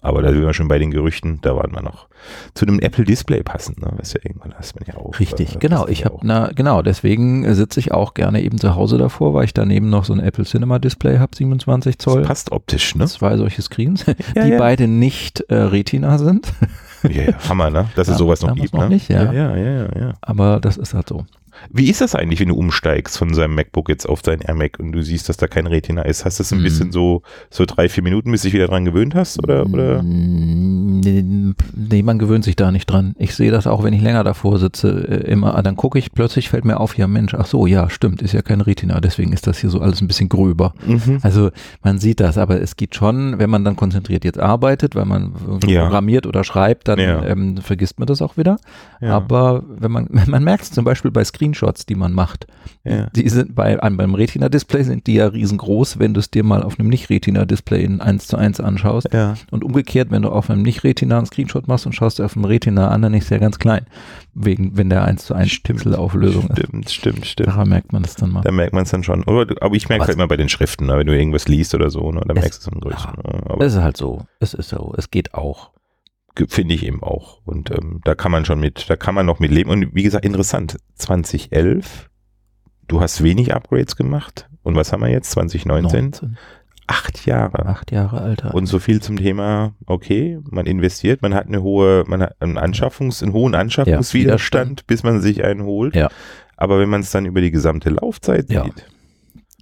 B: aber da sind wir schon bei den Gerüchten, da waren wir noch, zu einem Apple Display passen, ne? was ja irgendwann hast man ja auch.
A: Richtig,
B: äh,
A: genau.
B: passt
A: Ich
B: ja
A: habe
B: auch.
A: na genau, deswegen äh, sitze ich auch gerne eben zu Hause davor, weil ich daneben noch so ein Apple Cinema Display habe, 27
B: Das
A: Zoll.
B: passt optisch, ne?
A: Zwei solche Screens,
B: Ja,
A: die
B: ja.
A: beide nicht äh, Retina sind,
B: Ja, ja, Hammer, ne? Dass
A: Ja,
B: es sowas noch
A: damals
B: gibt,
A: noch
B: ne?
A: nicht, ja.
B: Ja, ja, ja, ja.
A: aber das ist halt so.
B: Wie ist das eigentlich, wenn du umsteigst von seinem MacBook jetzt auf dein iMac und du siehst, dass da kein Retina ist? Hast du es ein
A: Hm.
B: bisschen so, so drei, vier Minuten, bis du dich wieder dran gewöhnt hast? Oder,
A: Hm.
B: oder?
A: Mm, Nee, man gewöhnt sich da nicht dran. Ich sehe das auch, wenn ich länger davor sitze, äh, immer, Ah, dann gucke ich, plötzlich fällt mir auf, ja Mensch, ach so, ja, stimmt, ist ja kein Retina, deswegen ist das hier so alles ein bisschen gröber.
B: Mhm.
A: Also man sieht das, aber es geht schon, wenn man dann konzentriert jetzt arbeitet, weil man irgendwie
B: Ja.
A: programmiert oder schreibt, dann
B: Ja.
A: ähm, vergisst man das auch wieder.
B: Ja.
A: Aber wenn man, man merkt es zum Beispiel bei Screenshots, die man macht.
B: Ja.
A: Die sind bei, an, beim Retina-Display sind die ja riesengroß, wenn du es dir mal auf einem Nicht-Retina-Display in 1 zu 1 anschaust.
B: Ja.
A: Und umgekehrt, wenn du auf einem nicht Retina einen Screenshot machst und schaust dir auf dem Retina an, dann ist der ganz klein. Wegen, wenn der 1 zu 1 Stimmelauflösung ist.
B: Stimmt, stimmt, stimmt.
A: Daran merkt man das dann mal.
B: Da merkt man es dann schon. Oder, aber ich merke
A: Aber
B: es halt immer bei den Schriften, ne? wenn du irgendwas liest oder so, ne? dann
A: Es-
B: merkst du es am größten. ne? Aber
A: Es ist halt so. Es ist so. Es geht auch.
B: ge- finde ich eben auch. Und ähm, da kann man schon mit, da kann man noch mit leben. Und wie gesagt, interessant, 2011, du hast wenig Upgrades gemacht. Und was haben wir jetzt? 2019?
A: 19,
B: Acht Jahre.
A: acht Jahre Alter.
B: Und so viel zum Thema, okay, man investiert, man hat eine hohe, man hat einen, Anschaffungs-, einen hohen Anschaffungswiderstand, bis man sich einen holt.
A: Ja.
B: Aber wenn man es dann über die gesamte Laufzeit
A: Ja.
B: sieht,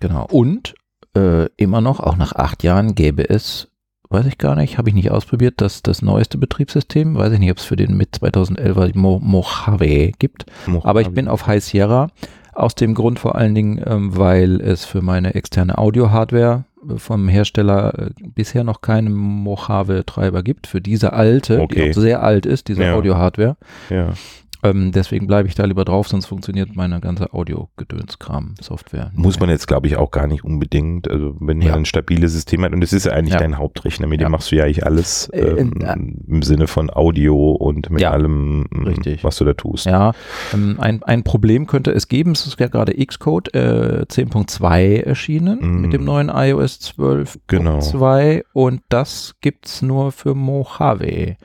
A: Genau. Und äh, immer noch, auch nach acht Jahren, gäbe es, weiß ich gar nicht, habe ich nicht ausprobiert, dass das neueste Betriebssystem, weiß ich nicht, ob es für den mit 2011er Mo Mojave gibt,
B: mo-
A: aber ich bin auf High Sierra. Aus dem Grund vor allen Dingen, ähm, weil es für meine externe Audio-Hardware äh, vom Hersteller äh, bisher noch keinen Mojave-Treiber gibt. Für diese alte,
B: Okay.
A: die auch sehr alt ist, diese
B: Ja.
A: Audio-Hardware.
B: ja.
A: Ähm, deswegen bleibe ich da lieber drauf, sonst funktioniert meine ganze Audio-Gedönskram-Software.
B: muss man jetzt, glaube ich, auch gar nicht unbedingt. Also wenn
A: Ja.
B: man ein stabiles System hat und das ist ja eigentlich
A: Ja.
B: dein Hauptrechner, mit
A: Ja.
B: dem machst du ja eigentlich alles
A: Äh,
B: ähm,
A: äh,
B: im Sinne von Audio und mit
A: Ja.
B: allem, ähm,
A: Richtig.
B: was du da tust.
A: Ja, ähm, ein, ein Problem könnte es geben. Es ist ja gerade Xcode äh, 10.2 erschienen
B: Mm.
A: mit dem neuen iOS 12.2
B: Genau.
A: und das gibt's nur für Mojave.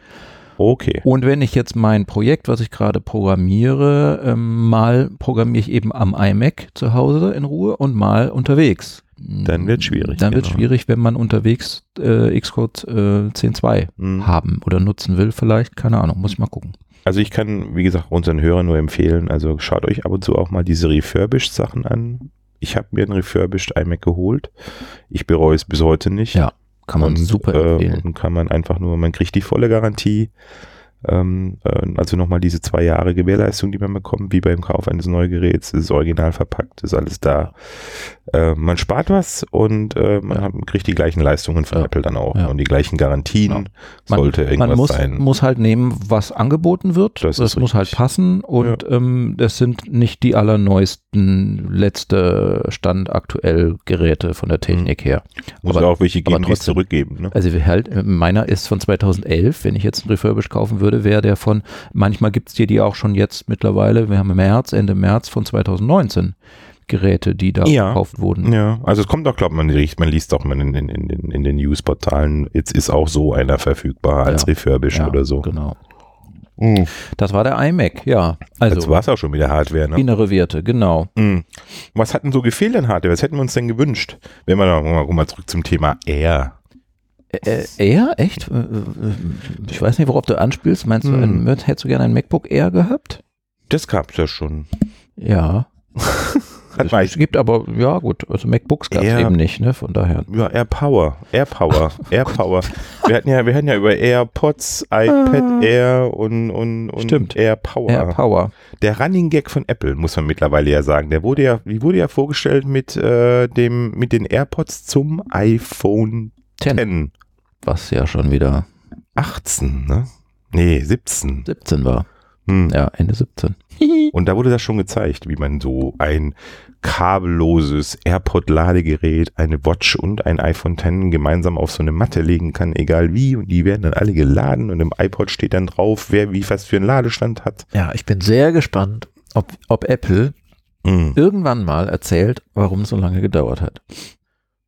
B: Okay.
A: Und wenn ich jetzt mein Projekt, was ich gerade programmiere, ähm, mal programmiere ich eben am iMac zu Hause in Ruhe und mal unterwegs.
B: Dann wird's schwierig,
A: Dann wird
B: genau.
A: schwierig, wenn man unterwegs äh, Xcode äh, 10.2
B: Hm.
A: haben oder nutzen will vielleicht. Keine Ahnung, muss ich mal gucken.
B: Also ich kann, wie gesagt, unseren Hörern nur empfehlen, also schaut euch ab und zu auch mal diese Refurbished-Sachen an. Ich habe mir einen Refurbished iMac geholt. Ich bereue es bis heute nicht.
A: Ja, Kann man super empfehlen.
B: Äh, und kann man einfach nur, man kriegt die volle Garantie. Ähm, äh, also nochmal diese zwei Jahre Gewährleistung, die man bekommt, wie beim Kauf eines neuen Geräts. Es ist original verpackt, ist alles da. Äh, man spart was und äh, man
A: Ja.
B: hat, kriegt die gleichen Leistungen von
A: Ja.
B: Apple dann auch
A: Ja.
B: und die gleichen Garantien.
A: Ja. Man-
B: Sollte irgendwas
A: man muss,
B: sein.
A: muss halt nehmen, was angeboten wird.
B: Das
A: Das,
B: ist
A: muss halt
B: richtig.
A: passen und ähm, das sind nicht die allerneuesten, letzte Stand aktuell Geräte von der Technik
B: Mhm.
A: her.
B: Muss
A: aber-
B: ja auch welche
A: aber
B: geben, die es
A: trotzdem.
B: zurückgeben. Ne?
A: Also wir halt, meiner ist von 2011. Wenn ich jetzt einen Refurbish kaufen würde, wäre der von, manchmal gibt es dir die auch schon jetzt mittlerweile, wir haben im März, Ende März von 2019 Geräte, die da
B: Ja.
A: gekauft wurden.
B: Ja, also es kommt auch, glaube man, riecht- man liest auch mal in, in, in, den- in den Newsportalen, jetzt ist auch so einer verfügbar als
A: Ja.
B: refurbished
A: Ja,
B: oder so.
A: Genau.
B: Mhm.
A: Das war der iMac, ja.
B: Jetzt
A: Also
B: war es auch schon wieder Hardware, ne?
A: innere Werte, genau.
B: Mhm. Was hat denn so gefehlt an Hardware? Was hätten wir uns denn gewünscht? Wenn wir noch mal, guck mal zurück zum Thema Air.
A: Äh, Air? Echt? Äh, äh, Ich weiß nicht, worauf du anspielst. Meinst du,
B: Hm.
A: ein, hättest du gerne ein MacBook Air gehabt?
B: Das gab es ja schon.
A: Ja.
B: Hat
A: es,
B: man
A: es gibt aber, ja gut, also MacBooks gab es
B: Air-
A: eben nicht, ne? Von daher.
B: Ja, Air Power, Air Power, Air Power. Wir hatten ja, wir hatten ja über AirPods, iPad Air und, und, und
A: Ah. Stimmt.
B: Air Power.
A: Air Power.
B: Der Running Gag von Apple, muss man mittlerweile ja sagen. Der wurde ja, die wurde ja vorgestellt mit, äh, dem, mit den AirPods zum iPhone
A: 10,
B: 10.
A: was ja schon wieder
B: 18, ne? Nee, 17.
A: 17 war.
B: Hm.
A: Ja, Ende 17.
B: Und da wurde das schon gezeigt, wie man so ein kabelloses AirPod-Ladegerät, eine Watch und ein iPhone 10 gemeinsam auf so eine Matte legen kann, egal wie. Und die werden dann alle geladen und im iPod steht dann drauf, wer wie fast für einen Ladestand hat.
C: Ja, ich bin sehr gespannt, ob, ob Apple
B: Hm.
A: Irgendwann mal erzählt, warum es so lange gedauert hat.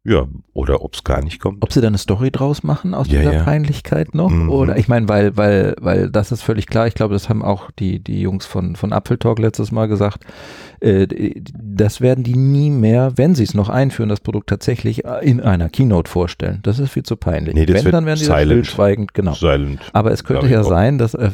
B: Ja, oder ob es gar nicht kommt.
A: Ob sie da eine Story draus machen aus
B: Ja,
A: dieser
B: ja.
A: Peinlichkeit noch?
B: Mhm.
A: Oder ich meine, weil, weil, weil das ist völlig klar. Ich glaube, das haben auch die, die Jungs von, von Apple Talk letztes Mal gesagt. Äh, d- das werden die nie mehr, wenn sie es noch einführen, das Produkt tatsächlich äh, in einer Keynote vorstellen. Das ist viel zu peinlich.
B: Nee, das
A: wenn,
B: wird
A: dann werden die das
B: silent.
A: stillschweigend, genau.
B: Silent.
A: Aber es könnte
B: Glaub ich
A: ja
B: auch.
A: sein, dass äh,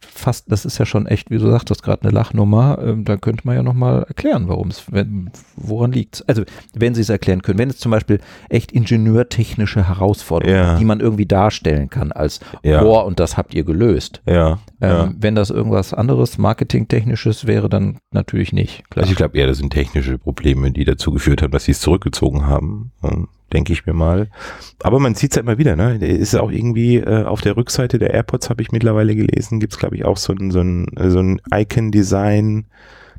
A: fast, das ist ja schon echt, wie du sagtest, gerade eine Lachnummer. Ähm, da könnte man ja nochmal erklären, warum es, wenn- woran liegt Also, wenn sie es erklären können, wenn es zum Beispiel echt ingenieurtechnische Herausforderungen,
B: Ja.
A: sind, die man irgendwie darstellen kann als,
B: Ja.
A: boah, und das habt ihr gelöst.
B: Ja.
A: Ähm,
B: ja.
A: Wenn das irgendwas anderes, marketingtechnisches wäre, dann natürlich nicht. Klar.
B: Also ich glaube eher, das sind technische Probleme, die dazu geführt haben, dass sie es zurückgezogen haben, ähm, denke ich mir mal. Aber man sieht es ja immer wieder, ne? Ist auch irgendwie äh, auf der Rückseite der AirPods, habe ich mittlerweile gelesen, gibt es, glaube ich, auch so ein, so ein, so ein Icon-Design,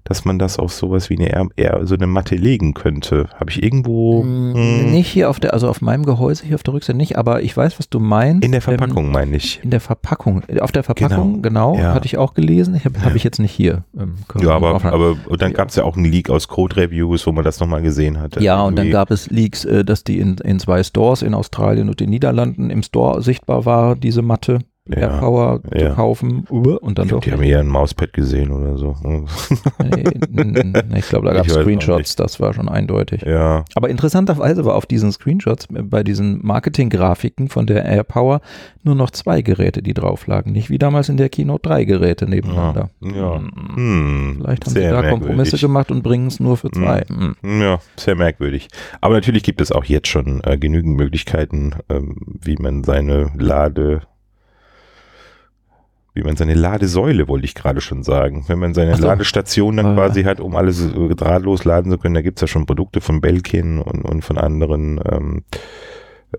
B: dass man das auf sowas wie eine, R- R- so eine Matte legen könnte. Habe ich irgendwo
A: Mm,
B: hm,
A: Nicht hier auf der, also auf meinem Gehäuse, hier auf der Rückseite nicht, aber ich weiß, was du meinst.
B: in der
A: Ähm,
B: Verpackung, meine ich.
A: In der Verpackung. Äh, Auf der Verpackung, genau,
B: Ja.
A: hatte ich auch gelesen. Ich habe hab ich jetzt nicht hier. Ähm, können wir
B: Ja, aber,
A: aufladen.
B: aber und dann gab es ja auch einen Leak aus Code-Reviews, wo man das nochmal gesehen hatte.
A: ja, und dann
B: Irgendwie.
A: gab es Leaks, äh, dass die in, in zwei Stores in Australien und den Niederlanden im Store sichtbar war, diese Matte
B: Ja.
A: Air Power
B: Ja.
A: zu kaufen. Und dann
B: Ich glaub,
A: doch.
B: die haben eher ein Mauspad gesehen oder so. Hm.
A: Nee, n- n- n- ich glaube, da
B: Ich
A: gab es
B: weiß auch
A: Screenshots, das war schon eindeutig.
B: Ja,
A: Aber interessanterweise war auf diesen Screenshots äh, bei diesen Marketinggrafiken von der AirPower nur noch zwei Geräte, die drauf lagen. Nicht wie damals in der Keynote drei Geräte nebeneinander.
B: Ja. Ah, Ja.
A: Hm.
B: Hm.
A: Vielleicht haben
B: Sehr
A: sie da
B: merkwürdig. Mhm.
A: Kompromisse gemacht und bringen es nur für zwei. Hm.
B: Ja, sehr merkwürdig. Aber natürlich gibt es auch jetzt schon äh, genügend Möglichkeiten, ähm, wie man seine Lade, wie man seine Ladesäule, wollte ich gerade schon sagen. Wenn man seine
A: Ach so.
B: Ladestation
A: Äh.
B: dann quasi hat, um alles äh, drahtlos laden zu können, da gibt es ja schon Produkte von Belkin und, und von anderen, ähm,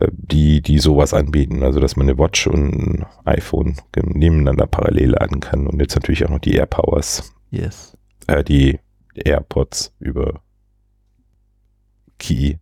B: äh, die, die sowas anbieten. Also, dass man eine Watch und ein iPhone gen- nebeneinander parallel laden kann und jetzt natürlich auch noch die AirPowers
A: Yes.
B: äh, die AirPods über Key.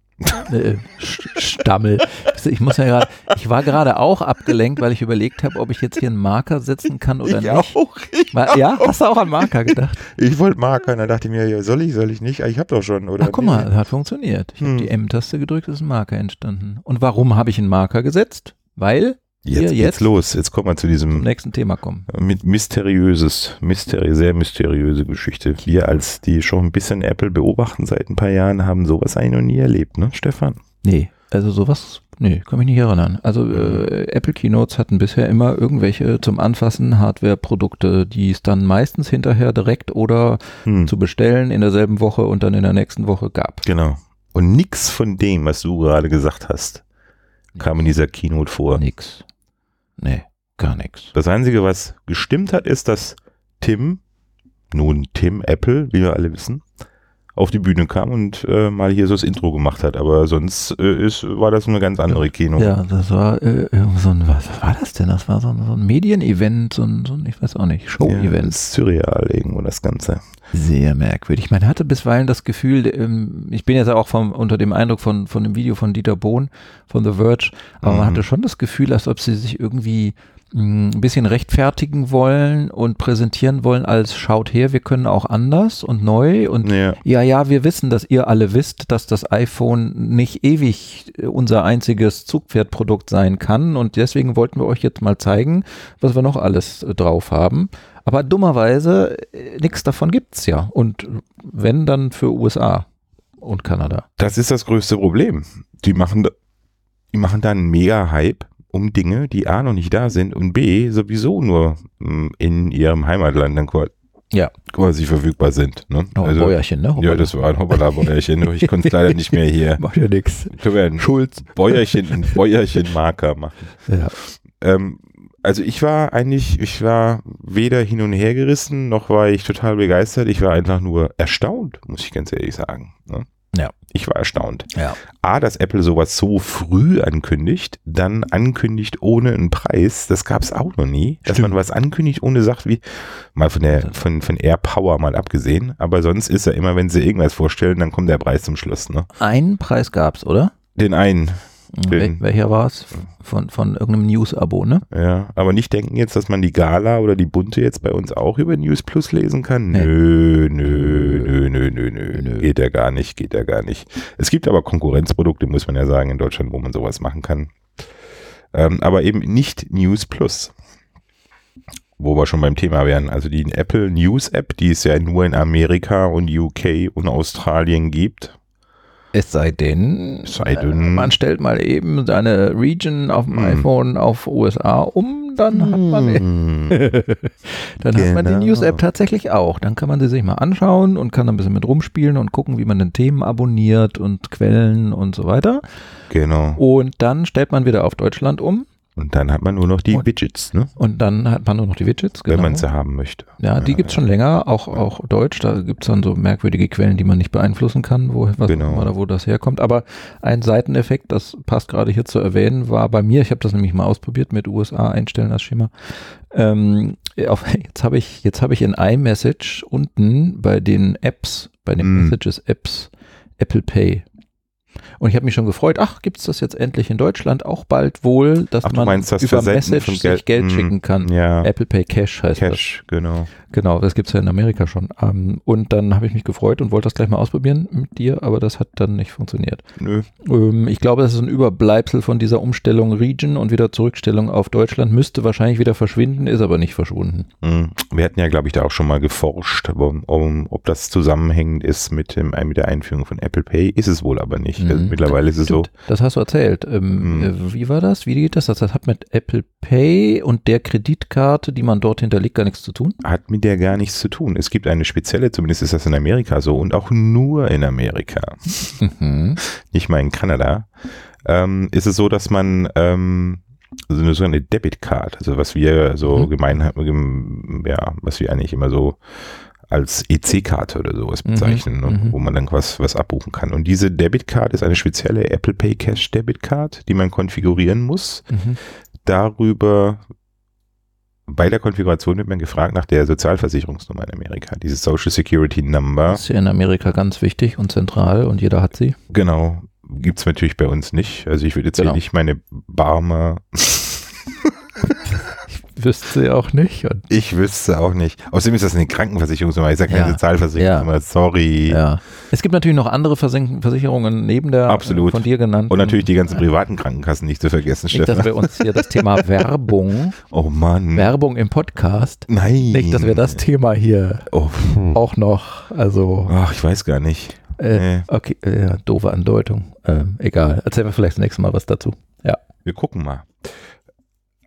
A: Äh, Sch- Stammel. Ich muss ja gerade, ich war gerade auch abgelenkt, weil ich überlegt habe, ob ich jetzt hier einen Marker setzen kann oder nicht.
B: auch. Ich,
A: Mal- Ja, hast du auch an Marker gedacht?
B: ich wollte Marker, dann dachte ich mir, ja, soll ich, soll ich nicht? Ah, Ich habe doch schon, oder?
A: Ach, guck
B: Nee.
A: mal, hat funktioniert. Ich
B: Hm.
A: habe die M-Taste gedrückt, ist ein Marker entstanden. Und warum habe ich einen Marker gesetzt? Weil
B: Jetzt,
A: Hier,
B: geht's
A: jetzt?
B: los. Jetzt kommen wir zu
A: zum
B: diesem
A: nächsten Thema kommen.
B: mit mysteriöses, mysteri sehr mysteriöse Geschichte. Wir als die schon ein bisschen Apple beobachten seit ein paar Jahren haben sowas eigentlich noch nie erlebt, ne, Stefan?
A: Nee, also sowas, nee, kann mich nicht erinnern. Also äh, Apple Keynotes hatten bisher immer irgendwelche zum Anfassen Hardware-Produkte, die es dann meistens hinterher direkt oder
B: Hm.
A: zu bestellen in derselben Woche und dann in der nächsten Woche gab.
B: Genau. Und nichts von dem, was du gerade gesagt hast, kam in dieser Keynote vor.
A: Nix. Nee, gar nix.
B: Das Einzige, was gestimmt hat, ist, dass Tim, nun Tim Apple, wie wir alle wissen, auf die Bühne kam und äh, mal hier so das Intro gemacht hat. Aber sonst äh, ist, war das eine ganz andere Kino.
A: Ja, das war äh, irgend so ein, was war das denn? Das war so ein, so ein Medien-Event, so ein, so ein, ich weiß auch nicht, Show-Event.
B: ist surreal irgendwo das Ganze.
A: Sehr merkwürdig. Man hatte bisweilen das Gefühl, ähm, ich bin jetzt auch vom, unter dem Eindruck von, von dem Video von Dieter Bohn von The Verge, aber
B: Mhm.
A: man hatte schon das Gefühl, als ob sie sich irgendwie mh, ein bisschen rechtfertigen wollen und präsentieren wollen als schaut her, wir können auch anders und neu und
B: Ja,
A: ja, ja, wir wissen, dass ihr alle wisst, dass das iPhone nicht ewig äh, unser einziges Zugpferdprodukt sein kann und deswegen wollten wir euch jetzt mal zeigen, was wir noch alles äh, drauf haben. Aber dummerweise, nichts davon gibt's ja. Und äh, wenn, dann für USA und Kanada.
B: das ist das größte Problem. Die machen, da, die machen da einen Mega-Hype um Dinge, die A noch nicht da sind und B sowieso nur mh, in ihrem Heimatland dann qua-
A: Ja.
B: quasi verfügbar sind. Ne?
A: Noch ein Bäuerchen, ne?
B: Ja, das war ein Hoppala-Bäuerchen. Ich konnte es leider nicht mehr hier.
A: macht ja nichts.
B: Können wir einen Schulz. Bäuerchen, einen Bäuerchen-Marker machen.
A: Ja.
B: Ähm, also ich war eigentlich, ich war weder hin und her gerissen, noch war ich total begeistert. Ich war einfach nur erstaunt, muss ich ganz ehrlich sagen. Ne?
A: Ja.
B: Ich war erstaunt.
A: Ja.
B: A, dass Apple sowas so früh ankündigt, dann ankündigt ohne einen Preis, das gab es auch noch nie. Dass
A: Stimmt.
B: man was ankündigt, ohne sagt, wie, mal von der von, von Air Power mal abgesehen, aber sonst ist ja immer, wenn sie irgendwas vorstellen, dann kommt der Preis zum Schluss. Ne?
A: Einen Preis gab's, oder?
B: Den einen,
A: Wel
B: Den-
A: welcher war's? Von, von irgendeinem News-Abo, ne?
B: Ja, aber nicht denken jetzt, dass man die Gala oder die Bunte jetzt bei uns auch über News Plus lesen kann.
A: Nee.
B: Nö, nö, nö, nö, nö, nö,
A: Nö.
B: Geht ja gar nicht, geht ja gar nicht. Es gibt aber Konkurrenzprodukte, muss man ja sagen, in Deutschland, wo man sowas machen kann. Ähm, aber eben nicht News Plus. Wo wir schon beim Thema wären. Also die Apple News App, die es ja nur in Amerika und UK und Australien gibt.
A: Es sei denn,
B: Es sei denn-
A: äh, man stellt mal eben seine Region auf dem
B: Hm.
A: iPhone auf USA um, dann hat man,
B: Hm.
A: dann hat man
B: Genau.
A: die News-App tatsächlich auch. Dann kann man sie sich mal anschauen und kann ein bisschen mit rumspielen und gucken, wie man den Themen abonniert und Quellen und so weiter.
B: Genau.
A: Und dann stellt man wieder auf Deutschland um
B: Und dann hat man nur noch die
A: Und-
B: Widgets, ne?
A: und dann hat man nur noch die Widgets.
B: wenn
A: genau.
B: man sie haben möchte.
A: Ja, die gibt's schon länger, auch, auch Deutsch. Da gibt's dann so merkwürdige Quellen, die man nicht beeinflussen kann, wo, was
B: Genau.
A: oder wo das herkommt. Aber ein Seiteneffekt, das passt gerade hier zu erwähnen, war bei mir, ich habe das nämlich mal ausprobiert mit USA einstellen als Schema, ähm, auf, jetzt habe ich, jetzt habe ich in iMessage unten bei den Apps, bei den
B: Mm.
A: Messages Apps, Apple Pay. Und ich habe mich schon gefreut, ach, gibt's das jetzt endlich in Deutschland auch bald wohl, dass
B: Ach, du
A: man
B: meinst das
A: über
B: Versenden
A: Message
B: von
A: sich Geld
B: Mm,
A: schicken kann.
B: Ja,
A: Apple Pay Cash heißt das.
B: Cash, genau.
A: Genau, das gibt's ja in Amerika schon. Ähm, und dann habe ich mich gefreut und wollte das gleich mal ausprobieren mit dir, aber das hat dann nicht funktioniert.
B: Nö.
A: Ähm, ich glaube, das ist ein Überbleibsel von dieser Umstellung Region und wieder Zurückstellung auf Deutschland. Müsste wahrscheinlich wieder verschwinden, ist aber nicht verschwunden.
B: Hm. Wir hatten ja, glaube ich, da auch schon mal geforscht, um, um, ob das zusammenhängend ist mit, dem, äh, mit der Einführung von Apple Pay. Ist es wohl aber nicht.
A: Mhm.
B: Also mittlerweile ist es so.
A: Stimmt, das hast du erzählt. Ähm,
B: Mhm.
A: äh, wie war das? Wie geht das? Das hat mit Apple Pay und der Kreditkarte, die man dort hinterlegt, gar nichts zu tun.
B: hat mit der gar nichts zu tun. Es gibt eine spezielle, zumindest ist das in Amerika so und auch nur in Amerika, Mhm. nicht mal in Kanada, ähm, ist es so, dass man ähm, so eine sogenannte Debitcard, also was wir so
A: Mhm.
B: gemein haben, ja, was wir eigentlich immer so als EC-Karte oder sowas
A: Mhm,
B: bezeichnen, ne,
A: mhm.
B: wo man dann was, was abbuchen kann. Und diese Debitcard ist eine spezielle Apple Pay Cash Debitcard, die man konfigurieren muss
A: Mhm.
B: darüber, bei der Konfiguration wird man gefragt nach der Sozialversicherungsnummer in Amerika, diese Social Security Number.
A: Das ist ja in Amerika ganz wichtig und zentral und jeder hat sie.
B: Genau, gibt es natürlich bei uns nicht. Also ich würde jetzt
A: Genau.
B: hier nicht meine Barmer,
A: Wüsste sie auch nicht. Und
B: ich wüsste auch nicht. Außerdem ist das eine Krankenversicherungsnummer, ist ja keine
A: Ja.
B: Sozialversicherungsnummer, sorry.
A: Ja. Es gibt natürlich noch andere Versen- Versicherungen neben der äh,
B: Absolut.
A: von dir genannten.
B: Und natürlich die ganzen privaten Krankenkassen nicht zu vergessen,
A: Nicht, dass
B: Stefan.
A: wir uns hier das Thema Werbung,
B: Oh Mann.
A: Werbung im Podcast,
B: Nein.
A: nicht, dass wir das Thema hier
B: Oh, pff.
A: auch noch, also,
B: Ach, ich weiß gar nicht.
A: äh,
B: Nee.
A: okay, äh, ja, doofe Andeutung, ähm, egal. Erzählen wir vielleicht das nächste Mal was dazu.
B: Wir gucken mal.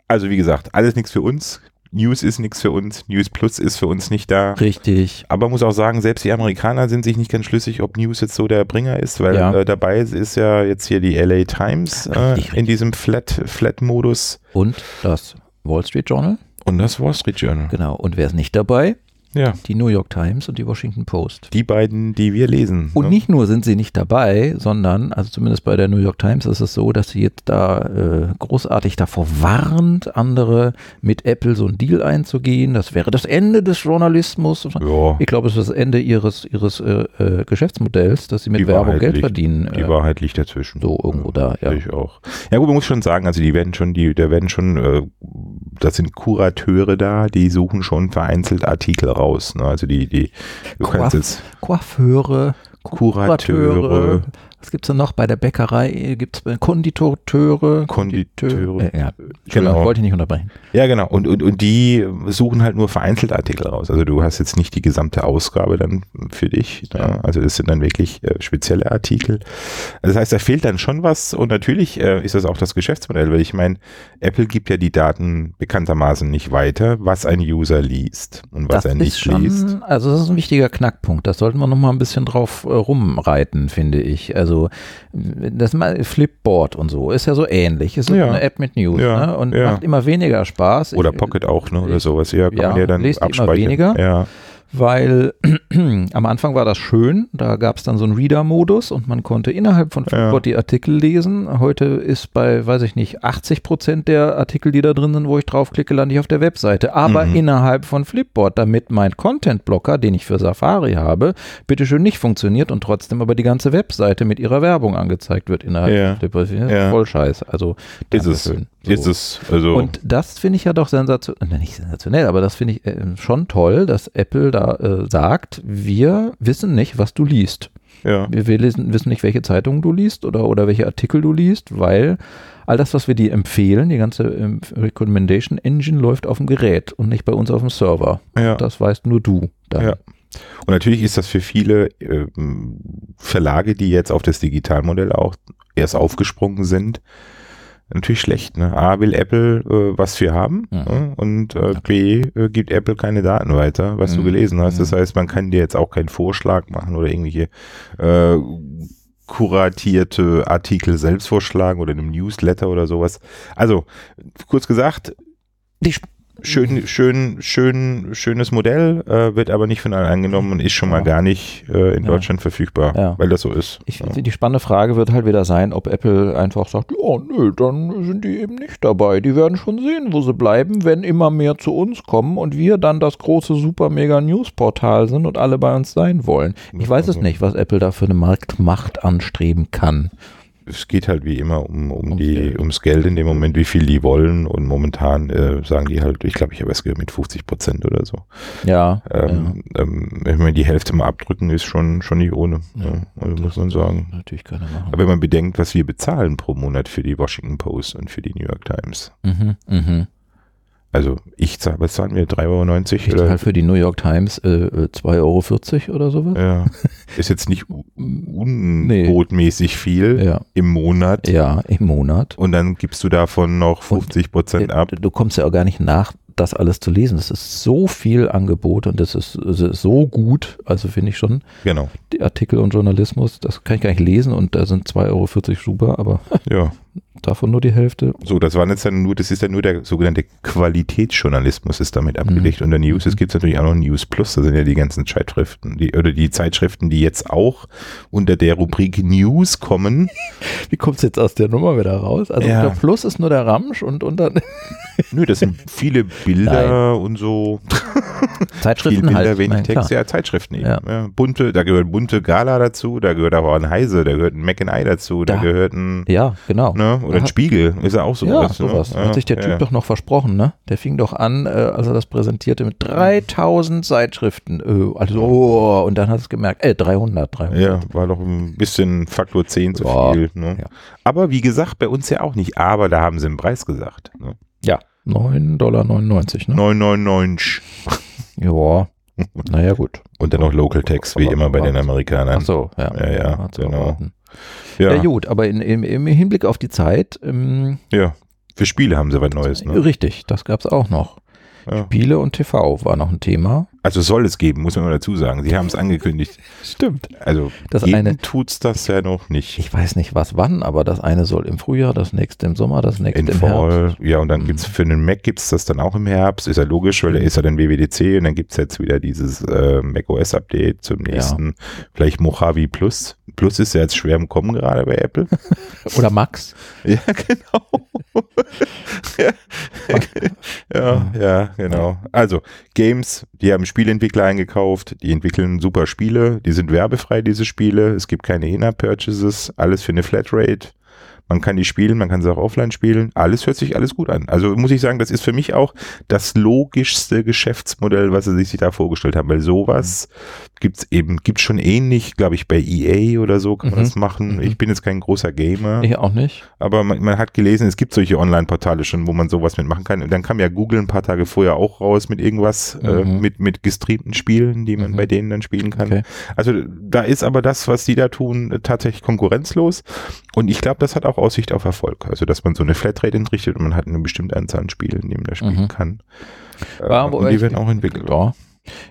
B: Also wie gesagt, alles nichts für uns. News ist nichts für uns. News Plus ist für uns nicht da.
A: Richtig.
B: Aber muss auch sagen, selbst die Amerikaner sind sich nicht ganz schlüssig, ob News jetzt so der Bringer ist, weil
A: Ja.
B: äh, dabei ist ja jetzt hier die LA Times äh,
A: Richtig,
B: in diesem Flat- Flat-Modus
A: Und das Wall Street Journal,
B: und das Wall Street Journal.
A: genau. Und wer ist nicht dabei?
B: Ja,
A: Die New York Times und die Washington Post.
B: die beiden, die wir lesen.
A: Und
B: ne?
A: nicht nur sind sie nicht dabei, sondern, also zumindest bei der New York Times ist es so, dass sie jetzt da äh, großartig davor warnt, andere mit Apple so einen Deal einzugehen. Das wäre das Ende des Journalismus.
B: Ja,
A: Ich glaube, es ist das Ende ihres, ihres äh, äh, Geschäftsmodells, dass sie mit
B: Die
A: Werbung
B: Wahrheit
A: Geld
B: liegt-
A: verdienen.
B: die
A: Äh,
B: Wahrheit liegt dazwischen.
A: so irgendwo da, ja.
B: Sehe Ich auch. Ja gut, man muss schon sagen, also die werden schon, die, da werden schon, äh, das sind Kurateure da, die suchen schon vereinzelt Artikel raus. Ne? Also die, die, du kannst
A: Kuraf-
B: jetzt
A: Coiffeure,
B: Kurateure.
A: Kurateure. Was gibt es denn noch? Bei der Bäckerei gibt es Konditoteure.
B: Konditeure.
A: Äh, ja, genau.
B: Genau.
A: Ich wollte ich nicht unterbrechen.
B: Ja, genau. Und, und, und die suchen halt nur vereinzelt Artikel raus. Also du hast jetzt nicht die gesamte Ausgabe dann für dich. Ne? Also das sind dann wirklich äh, spezielle Artikel. Also das heißt, da fehlt dann schon was. Und natürlich äh, ist das auch das Geschäftsmodell, weil ich meine, Apple gibt ja die Daten bekanntermaßen nicht weiter, was ein User liest und was er nicht liest.
A: also das ist ein wichtiger Knackpunkt. Das sollten wir noch mal ein bisschen drauf äh, rumreiten, finde ich. Also das mal Flipboard und so ist ja so ähnlich. Es ist
B: Ja.
A: eine App mit News
B: Ja,
A: ne? und
B: ja.
A: macht immer weniger Spaß.
B: Oder
A: Ich-
B: Pocket auch, ne? Oder
A: ich-
B: sowas. Ja, kann
A: ja,
B: man ja dann
A: lest die immer
B: abspeichern.
A: weniger.
B: Ja.
A: weil am Anfang war das schön, da gab es dann so einen Reader-Modus und man konnte innerhalb von Flipboard die Artikel lesen. Heute ist bei, weiß ich nicht, 80 Prozent der Artikel, die da drin sind, wo ich draufklicke, lande ich auf der Webseite. Aber
B: Mhm.
A: innerhalb von Flipboard, damit mein Content-Blocker, den ich für Safari habe, bitteschön nicht funktioniert und trotzdem aber die ganze Webseite mit ihrer Werbung angezeigt wird innerhalb
B: Ja.
A: von Flipboard.
B: Ja.
A: Voll scheiß. Also,
B: Ist es.
A: Dankeschön. So.
B: Ist es. Also
A: Und das finde ich ja doch sensationell, nicht sensationell, aber das finde ich äh, schon toll, dass Apple da äh, sagt, wir wissen nicht, was du liest.
B: ja.
A: Wir, wir lesen, wissen nicht, welche Zeitungen du liest oder, oder welche Artikel du liest, weil all das, was wir dir empfehlen, die ganze ähm, Recommendation Engine läuft auf dem Gerät und nicht bei uns auf dem Server.
B: ja.
A: Das weißt nur du. Dann.
B: Ja. Und natürlich ist das für viele ähm, Verlage, die jetzt auf das Digitalmodell auch erst aufgesprungen sind, natürlich schlecht. Ne? A, will Apple äh, was für haben
A: Mhm.
B: ne? und äh, B, äh, gibt Apple keine Daten weiter, was du
A: Mhm.
B: gelesen hast. Das
A: Mhm.
B: heißt, man kann dir jetzt auch keinen Vorschlag machen oder irgendwelche äh, kuratierte Artikel selbst vorschlagen oder einem Newsletter oder sowas. Also, kurz gesagt,
A: Die, Sp-
B: schön, schön, schön, schönes Modell, äh, wird aber nicht von allen angenommen und ist schon mal
A: Ja.
B: gar nicht äh, in
A: Ja.
B: Deutschland verfügbar,
A: Ja.
B: weil das so ist.
A: Ich,
B: ja.
A: Die spannende Frage wird halt wieder sein, ob Apple einfach sagt, ja, nö, dann sind die eben nicht dabei. Die werden schon sehen, wo sie bleiben, wenn immer mehr zu uns kommen und wir dann das große Super-Mega-News-Portal sind und alle bei uns sein wollen. Ich weiß es
B: Also,
A: nicht, was Apple da für eine Marktmacht anstreben kann.
B: Es geht halt wie immer um, um
A: Ums
B: die,
A: Geld.
B: ums Geld in dem Moment, wie viel die wollen und momentan äh, sagen die halt, ich glaube, ich habe es gehört mit 50 Prozent oder so.
A: Ja, ja
B: Ähm, ähm, wenn man die Hälfte mal abdrücken, ist schon, schon nicht ohne,
A: Ja.
B: ja. also muss man sagen.
A: natürlich keine machen.
B: Aber wenn man bedenkt, was wir bezahlen pro Monat für die Washington Post und für die New York Times.
A: Mhm, mhm.
B: Also ich zahle, was zahlen wir? 3,90
A: Ich
B: Euro?
A: zahle
B: Oder?
A: halt für die New York Times äh, äh, 2,40 Euro oder sowas.
B: Ja. Ist jetzt nicht u- unbotmäßig viel
A: Ja,
B: im Monat.
A: ja, im Monat.
B: Und dann gibst du davon noch 50 Prozent
A: Äh,
B: ab.
A: Du kommst ja auch gar nicht nach, das alles zu lesen. Das ist so viel Angebot und das ist, es ist so gut. Also finde ich schon,
B: Genau.
A: die Artikel und Journalismus, das kann ich gar nicht lesen und da sind 2,40 Euro super, aber
B: Ja.
A: davon nur die Hälfte.
B: So, das waren jetzt dann nur, das ist dann nur der sogenannte Qualitätsjournalismus ist
A: Mhm.
B: damit abgedeckt. Unter News, es gibt natürlich auch noch News Plus, da sind ja die ganzen Zeitschriften, die, oder die Zeitschriften, die jetzt auch unter der Rubrik News kommen.
A: Wie kommst du jetzt aus der Nummer wieder raus? Also
B: Ja.
A: unter Plus ist nur der Ramsch und unter
B: Nö, das sind viele Bilder und so. Viel
A: Zeitschriften
B: Bilder,
A: halt.
B: wenig
A: Nein,
B: Text,
A: klar.
B: ja, Zeitschriften eben.
A: Ja.
B: Ja. bunte, da gehört bunte Gala dazu, da gehört aber auch ein Heise, da gehört ein McEneye dazu, da,
A: Da.
B: gehört ein,
A: Ja, genau.
B: ne, oder
A: Aha.
B: ein Spiegel, ist ja auch
A: ja,
B: sowas.
A: sowas.
B: Ne?
A: Hat sich der Typ
B: ja.
A: doch noch versprochen, ne? Der fing doch an, äh, als er das präsentierte, mit 3000 Zeitschriften. Äh, also, oh, und dann hat es gemerkt, äh, 300, 300.
B: Ja, war doch ein bisschen Faktor 10 zu
A: Ja,
B: viel. Ne?
A: ja.
B: Aber wie gesagt, bei uns ja auch nicht. Aber da haben sie den Preis gesagt. Ne?
A: 9,99 Dollar, ne?
B: 999.
A: Ja. Naja, gut.
B: Und dann noch Local Tax, wie
A: Aber-
B: immer bei
A: aber-
B: den Amerikanern.
A: Ach so, ja.
B: Ja, ja,
A: Hat's
B: genau.
A: erwarten. Ja.
B: ja,
A: gut, aber in, im, im Hinblick auf die Zeit, ähm,
B: ja. Für Spiele haben sie was Neues. Ne?
A: richtig, das gab es auch noch.
B: Ja.
A: Spiele und TV war noch ein Thema.
B: Also soll es geben, muss man mal dazu sagen. Sie haben es angekündigt.
A: Stimmt.
B: Also
A: Das
B: jedem
A: eine-
B: tut's das ja noch nicht.
A: Ich weiß nicht, was wann, aber das eine soll im Frühjahr, das nächste im Sommer, das nächste
B: In
A: im Herbst.
B: Fall, ja, und dann
A: Mhm.
B: gibt's für den Mac gibt's das dann auch im Herbst, ist ja logisch, weil da ist ja dann WWDC und dann gibt's jetzt wieder dieses äh, macOS-Update zum
A: Ja.
B: nächsten, vielleicht Mojave Plus. Plus ist ja jetzt schwer im Kommen gerade bei Apple.
A: Oder Max.
B: ja, genau. ja, ja, genau. Also, Games, die haben Spieleentwickler eingekauft, die entwickeln super Spiele, die sind werbefrei, diese Spiele. Es gibt keine In-App-Purchases, alles für eine Flatrate. Man kann die spielen, man kann sie auch offline spielen. Alles hört sich alles gut an. Also muss ich sagen, das ist für mich auch das logischste Geschäftsmodell, was sie sich da vorgestellt haben. Weil
A: Mhm.
B: sowas gibt's eben, gibt's schon ähnlich, glaube ich, bei EA oder so kann man
A: Mhm.
B: das machen.
A: Mhm.
B: Ich bin jetzt kein großer Gamer.
A: Ich auch nicht.
B: Aber man, man hat gelesen, es gibt solche Online-Portale schon, wo man sowas mitmachen kann. Und dann kam ja Google ein paar Tage vorher auch raus mit irgendwas, äh,
A: Mhm.
B: mit, mit gestreamten Spielen, die man
A: Mhm.
B: bei denen dann spielen kann.
A: Okay.
B: Also da ist aber das, was die da tun, äh, tatsächlich konkurrenzlos. Und ich glaube, das hat auch Aussicht auf Erfolg. Also, dass man so eine Flatrate entrichtet und man hat eine bestimmte Anzahl an Spielen, die man da spielen
A: Mhm.
B: kann. Äh,
A: Ja,
B: und
A: wobei
B: die
A: ich-
B: werden auch entwickelt.
A: Ja.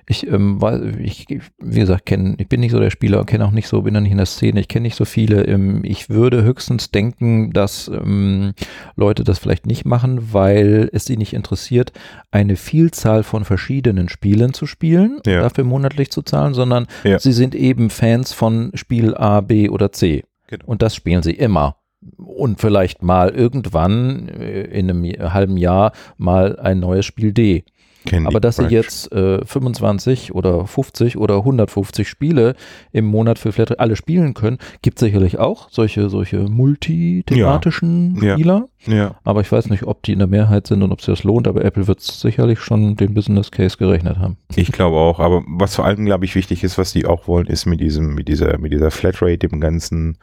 A: Ich, ähm, weiß, ich, ich- wie gesagt, kenn, ich bin nicht so der Spieler, kenne auch nicht so, bin da nicht in der Szene, ich kenne nicht so viele. Ähm, ich würde höchstens denken, dass ähm, Leute das vielleicht nicht machen, weil es sie nicht interessiert, eine Vielzahl von verschiedenen Spielen zu spielen,
B: Ja.
A: dafür monatlich zu zahlen, sondern
B: Ja.
A: sie sind eben Fans von Spiel A, B oder C.
B: Genau.
A: Und das spielen sie immer. Und vielleicht mal irgendwann äh, in einem J- halben Jahr mal ein neues Spiel D.
B: Candy
A: Aber dass sie
B: Crush.
A: jetzt äh, 25 oder 50 oder 150 Spiele im Monat für Flatrate alle spielen können, gibt sicherlich auch solche, solche multithematischen
B: Ja. Ja.
A: Spieler.
B: Ja,
A: Aber ich weiß nicht, ob die in der Mehrheit sind und ob sich das lohnt, aber Apple wird sicherlich schon den Business Case gerechnet haben.
B: ich glaube auch. Aber was vor allem, glaube ich, wichtig ist, was die auch wollen, ist mit diesem, mit dieser, mit dieser Flatrate, dem ganzen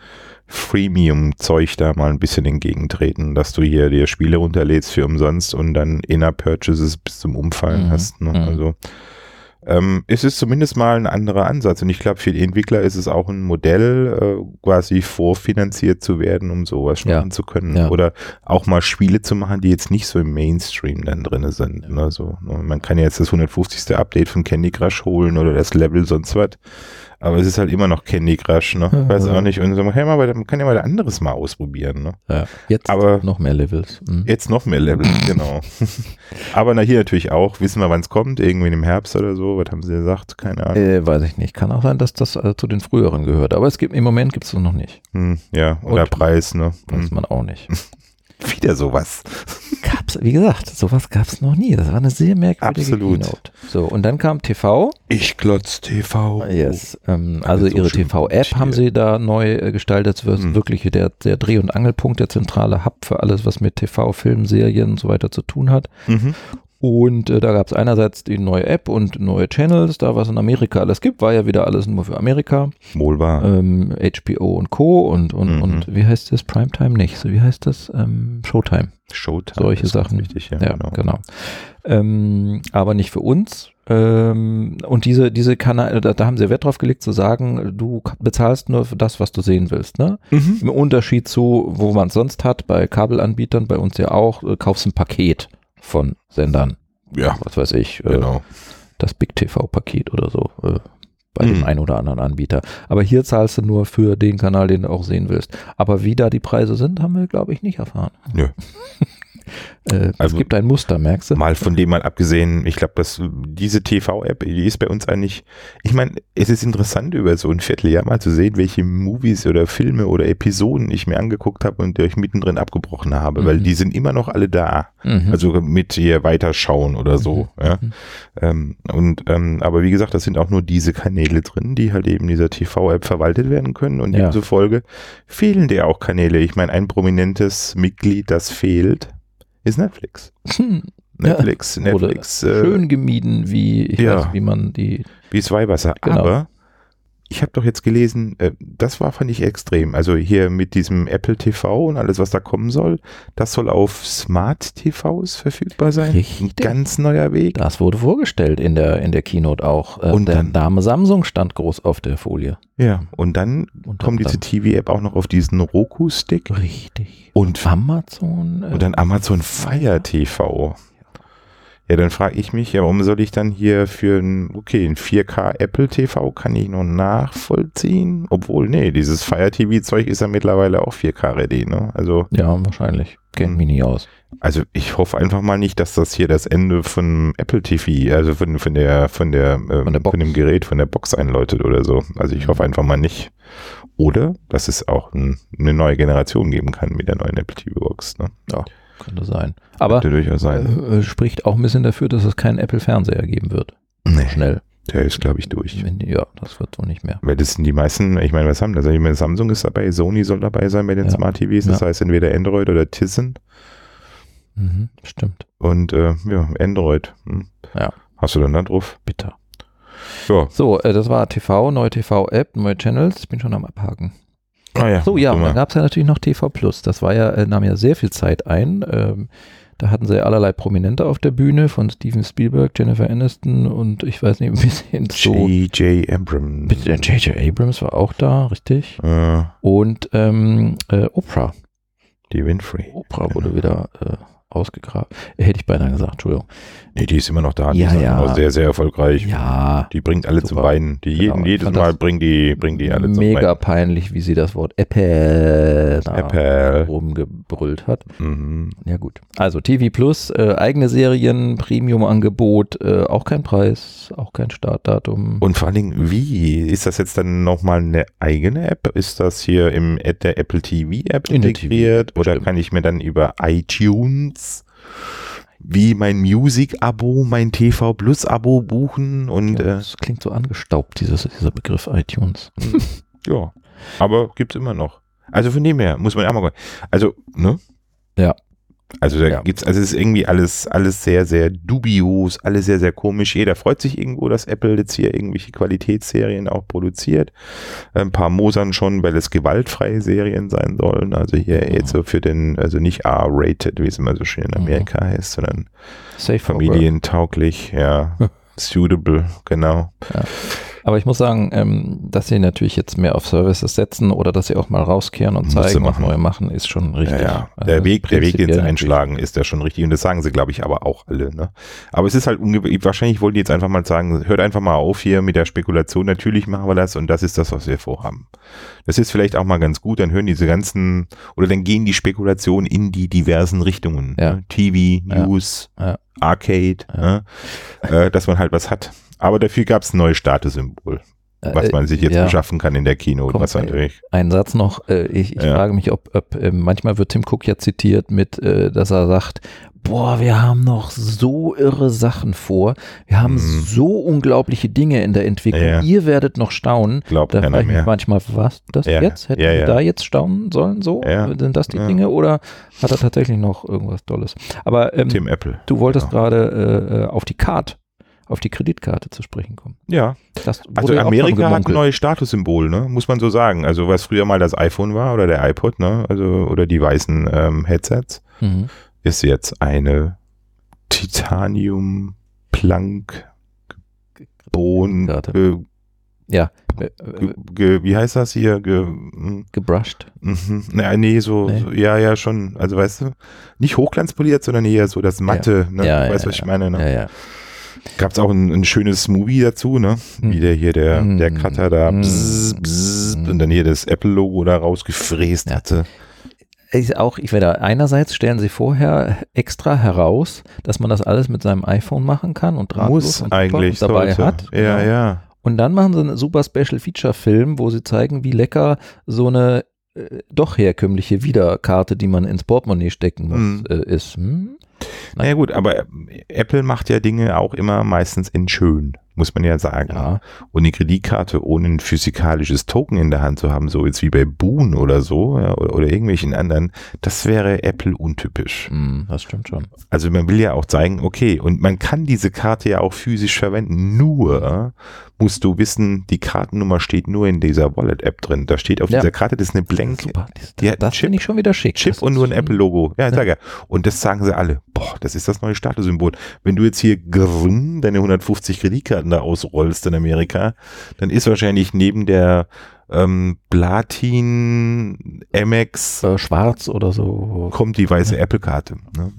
B: Freemium-Zeug da mal ein bisschen entgegentreten, dass du hier dir Spiele runterlädst für umsonst und dann Inner-Purchases bis zum Umfallen
A: Mhm.
B: hast. Ne?
A: Mhm.
B: Also ähm, es ist zumindest mal ein anderer Ansatz und ich glaube, für die Entwickler ist es auch ein Modell, äh, quasi vorfinanziert zu werden, um sowas
A: Ja.
B: machen zu können.
A: Ja.
B: Oder auch mal Spiele zu machen, die jetzt nicht so im Mainstream dann drin sind. Ne? So, ne? man kann ja jetzt das 150. Update von Candy Crush holen oder das Level sonst was. Aber es ist halt immer noch Candy Crush, ne?
A: Ja.
B: Weiß auch nicht. Und so, hey, mal, man kann ja mal was anderes mal ausprobieren, ne?
A: Ja. Jetzt
B: Aber-
A: noch mehr Levels. Mhm.
B: Jetzt noch mehr Level, genau. Aber na, hier natürlich auch. Wissen wir, wann es kommt? Irgendwie im Herbst oder so. Was haben sie gesagt? Keine Ahnung.
A: Äh, weiß ich nicht. Kann auch sein, dass das äh, zu den früheren gehört. Aber es gibt, im Moment gibt es noch nicht.
B: Hm, ja, oder
A: und-
B: Preis, ne?
A: Weiß
B: Hm.
A: man auch nicht.
B: Wieder sowas.
A: Gab's, wie gesagt, sowas gab es noch nie. Das war eine sehr merkwürdige
B: Absolut.
A: Keynote. So, und dann kam TV.
B: Ich glotz TV.
A: Yes. Ähm,
B: Alles
A: also
B: Oh. so
A: ihre
B: schön
A: TV-App haben
B: kommentiert.
A: sie da neu äh, gestaltet. Das wird
B: Hm.
A: wirklich der, der Dreh- und Angelpunkt, der zentrale Hub für alles, was mit TV, Film, Serien und so weiter zu tun hat.
B: Mhm.
A: Und äh, da gab es einerseits die neue App und neue Channels, da was in Amerika alles gibt, war ja wieder alles nur für Amerika.
B: Wohl wahr.
A: Ähm, HBO und Co. und, und,
B: Mhm.
A: und wie heißt das? Primetime nicht. So, wie heißt das? Ähm, Showtime.
B: Showtime.
A: solche
B: ist ganz
A: Sachen.
B: Richtig, ja,
A: Ja,
B: genau.
A: genau. Ähm, aber nicht für uns. Ähm, und diese, diese Kanal, da, da haben sie Wert drauf gelegt zu sagen, du k- bezahlst nur für das, was du sehen willst. Ne?
B: Mhm.
A: Im Unterschied zu, wo man es sonst hat, bei Kabelanbietern, bei uns ja auch, äh, kaufst ein Paket von Sendern.
B: Ja,
A: Was weiß ich, äh,
B: genau.
A: das Big TV-Paket oder so. Äh, bei dem
B: Mhm.
A: einen oder anderen Anbieter. Aber hier zahlst du nur für den Kanal, den du auch sehen willst. Aber wie da die Preise sind, haben wir, glaube ich, nicht erfahren.
B: Nö.
A: äh, es
B: Also-
A: gibt ein Muster, merkst du?
B: Mal von dem mal abgesehen, ich glaube, dass diese TV-App, die ist bei uns eigentlich, ich meine, es ist interessant, über so ein Vierteljahr mal zu sehen, welche Movies oder Filme oder Episoden ich mir angeguckt habe und die ich mittendrin abgebrochen habe, weil
A: Mhm.
B: die sind immer noch alle da.
A: Mhm.
B: Also mit hier weiterschauen oder so. Ja.
A: Mhm.
B: Ähm, und ähm, aber wie gesagt, das sind auch nur diese Kanäle drin, die halt eben dieser TV-App verwaltet werden können und
A: Ja.
B: demzufolge fehlen dir auch Kanäle. Ich meine, ein prominentes Mitglied, das fehlt, ist Netflix.
A: Hm,
B: Netflix,
A: Wurde
B: Netflix, äh,
A: schön gemieden, wie ich
B: ja.
A: weiß, wie man die.
B: wie es Weihwasser.
A: Genau.
B: Aber ich habe doch jetzt gelesen, äh, das war, fand ich extrem. Also hier mit diesem Apple TV und alles, was da kommen soll, das soll auf Smart TVs verfügbar sein. Ein
A: Richtig.
B: ganz neuer Weg.
A: Das wurde vorgestellt in der, in der Keynote auch. Äh,
B: Und
A: der
B: dann-
A: Name Samsung stand groß auf der Folie.
B: Ja, und dann
A: Und
B: kommt diese
A: dann-
B: TV-App auch noch auf diesen Roku-Stick
A: Richtig.
B: und,
A: Amazon. äh,
B: und dann Amazon Fire TV. Ja, dann frage ich mich, ja, warum soll ich dann hier für ein, okay, ein 4K Apple TV kann ich noch nachvollziehen? Obwohl, nee, dieses Fire TV-Zeug ist ja mittlerweile auch 4K Ready, ne? Also,
A: ja, wahrscheinlich. Kennt
B: Hm.
A: mich nicht aus.
B: also ich hoffe einfach mal nicht, dass das hier das Ende von Apple TV, also von, von der, von der, ähm,
A: Von der Box.
B: von dem Gerät, von der Box einläutet oder so. Also ich hoffe einfach mal nicht. Oder, dass es auch ein, eine neue Generation geben kann mit der neuen Apple TV Box, ne?
A: Könnte sein. Aber
B: Könnte durchaus sein.
A: äh, äh, spricht auch ein bisschen dafür, dass es keinen Apple-Fernseher geben wird.
B: Nee,
A: Schnell.
B: der ist, glaube ich, durch.
A: Wenn die- Ja, das wird wohl nicht mehr.
B: Weil das sind die meisten, ich meine, was haben das? Ich meine, Samsung ist dabei, Sony soll dabei sein bei den
A: Ja.
B: Smart TVs, das
A: Ja.
B: heißt entweder Android oder Tizen
A: Mhm, stimmt.
B: und äh, ja, Android. Hm.
A: Ja.
B: Hast du dann da drauf?
A: Bitter.
B: Ja.
A: So, äh, das war TV, neue TV-App, neue Channels. Ich bin schon am Abhaken.
B: Ah, ja.
A: So, ja,
B: Guck
A: und
B: mal.
A: dann gab es ja natürlich noch TV Plus. Das war ja, äh, nahm ja sehr viel Zeit ein. Ähm, da hatten sie allerlei Prominente auf der Bühne von Steven Spielberg, Jennifer Aniston und ich weiß nicht, bis hin zu.
B: J.J. Abrams.
A: Bitte, äh, J.J. Abrams war auch da, richtig.
B: Äh,
A: Und ähm, äh, Oprah.
B: die Winfrey.
A: Oprah
B: Genau.
A: wurde wieder äh, ausgegraben. Hätte ich beinahe gesagt, Entschuldigung.
B: Nee, die ist immer noch da. Die
A: Ja,
B: ist
A: ja.
B: auch sehr, sehr erfolgreich.
A: Ja,
B: Die bringt alle zum
A: Super.
B: Weinen. Die jeden,
A: Genau. Ich
B: jedes
A: fand
B: Mal
A: das
B: bringt die, bringt die alle zum
A: mega
B: Weinen.
A: peinlich, wie sie das Wort Apple, da
B: Apple.
A: rumgebrüllt hat.
B: Mhm.
A: Ja gut. Also TV Plus, äh, eigene Serien, Premium-Angebot, äh, auch kein Preis, auch kein Startdatum.
B: Und vor allen Dingen, wie? Ist das jetzt dann nochmal eine eigene App? Ist das hier im Ad der Apple TV App
A: In der
B: integriert? Oder
A: bestimmt.
B: kann ich mir dann über iTunes wie mein Music-Abo, mein TV Plus-Abo buchen? Und
A: ja,
B: ja, äh,
A: das klingt so angestaubt, dieses, dieser Begriff iTunes.
B: ja. aber gibt's immer noch. Also von dem her muss man ja mal gucken. Also, ne?
A: Ja.
B: Also da
A: Ja.
B: gibt's, also es ist irgendwie alles, alles sehr, sehr dubios, alles sehr, sehr komisch. Jeder freut sich irgendwo, dass Apple jetzt hier irgendwelche Qualitätsserien auch produziert. Ein paar mosern schon, weil es gewaltfreie Serien sein sollen. Also hier
A: Mhm.
B: jetzt so für den, also nicht R-rated, wie es immer so schön in
A: Mhm.
B: Amerika heißt, sondern
A: Safe for work.
B: familientauglich, ja. Suitable, genau.
A: Ja. Aber ich muss sagen, ähm, dass sie natürlich jetzt mehr auf Services setzen oder dass sie auch mal rauskehren und
B: Muss sie
A: zeigen und
B: machen.
A: neu machen, ist schon richtig.
B: Ja, ja.
A: Also
B: Der Weg, der Weg, den
A: prinzipiell
B: sie
A: natürlich.
B: einschlagen, ist ja schon richtig. Und das sagen sie, glaube ich, aber auch alle. Ne? Aber es ist halt ungewöhnlich. Wahrscheinlich wollen die jetzt einfach mal sagen, hört einfach mal auf hier mit der Spekulation. Natürlich machen wir das und das ist das, was wir vorhaben. Das ist vielleicht auch mal ganz gut. Dann hören diese ganzen, oder dann gehen die Spekulationen in die diversen Richtungen.
A: Ja.
B: Ne? TV,
A: Ja.
B: News,
A: Ja.
B: Arcade, Ne? Äh, dass man halt was hat. Aber dafür gab es ein neues Statussymbol, was
A: Äh,
B: man sich jetzt
A: ja.
B: beschaffen kann in der Kino.
A: Kommt,
B: was
A: ey.
B: natürlich,
A: Ein Satz noch, äh, ich, ich
B: Ja.
A: frage mich, ob, ob äh, manchmal wird Tim Cook ja zitiert mit, äh, dass er sagt, boah, wir haben noch so irre Sachen vor, wir haben
B: Mhm.
A: so unglaubliche Dinge in der Entwicklung,
B: Ja.
A: ihr werdet noch staunen.
B: glaubt
A: Da frage
B: keiner
A: ich mich
B: mehr.
A: manchmal, was das
B: Ja.
A: jetzt? Hätten
B: Ja,
A: wir
B: ja.
A: da jetzt staunen sollen so?
B: Ja.
A: Sind das die
B: Ja.
A: Dinge oder hat er tatsächlich noch irgendwas Tolles? Aber ähm,
B: Tim Apple.
A: du wolltest
B: genau.
A: gerade äh, äh, auf die Card, auf die Kreditkarte zu sprechen kommen.
B: Ja.
A: Das
B: Also
A: wurde ja auch schon
B: Amerika hat ein
A: gemunkelt.
B: neues Statussymbol, ne? muss man so sagen. Also was früher mal das iPhone war oder der iPod, ne? also oder die weißen ähm, Headsets,
A: Mhm.
B: ist jetzt eine Titanium Plank Bohnen
A: Kreditkarte.
B: ge,
A: Äh, äh,
B: ge, ge, wie heißt das hier ge, mhm,
A: gebrushed.
B: mhm. Na, nee so,
A: Nee.
B: so ja ja schon also weißt du nicht hochglanzpoliert sondern eher so das matte ne?
A: Ja,
B: weißt
A: ja,
B: du was ich meine ne?
A: Ja, ja.
B: Gab es auch ein, ein schönes Movie dazu, ne?
A: Hm.
B: Wie der hier, der,
A: Hm.
B: der Cutter da
A: Hm.
B: bzz, bzz,
A: Hm.
B: und dann hier das Apple-Logo da rausgefräst
A: Ja.
B: hatte.
A: Ich auch, ich werde einerseits stellen sie vorher extra heraus, dass man das alles mit seinem iPhone machen kann und drahtlos
B: Muss
A: und super
B: eigentlich
A: und dabei
B: sollte.
A: hat.
B: Ja,
A: Genau.
B: ja.
A: Und dann machen sie einen super Special Feature Film, wo sie zeigen, wie lecker so eine äh, doch herkömmliche Wiederkarte, die man ins Portemonnaie stecken muss,
B: Mhm.
A: äh, ist. Hm?
B: Na ja, gut, aber Apple macht ja Dinge auch immer meistens in schön, muss man ja sagen.
A: Ja.
B: Und die Kreditkarte ohne ein physikalisches Token in der Hand zu haben, so jetzt wie bei Boon oder so ja, oder, oder irgendwelchen anderen, das wäre Apple untypisch.
A: Hm, das stimmt schon.
B: Also man will ja auch zeigen, okay, und man kann diese Karte ja auch physisch verwenden. Nur musst du wissen, die Kartennummer steht nur in dieser Wallet-App drin. Da steht auf
A: Ja.
B: dieser Karte, das ist eine Blank.
A: Super. Das,
B: die
A: das,
B: hat einen
A: das finde ich schon wieder schick.
B: Chip
A: Das
B: und
A: ist
B: nur ein
A: schon-
B: Apple-Logo. Ja, ich sag ja. Und das sagen sie alle. Boah, das ist das neue Statussymbol. Wenn du jetzt hier grrrm deine 150 Kreditkarten da ausrollst in Amerika, dann ist wahrscheinlich neben der ähm, Platin, Amex,
A: Äh, schwarz oder so.
B: kommt die weiße Apple-Karte. Ne?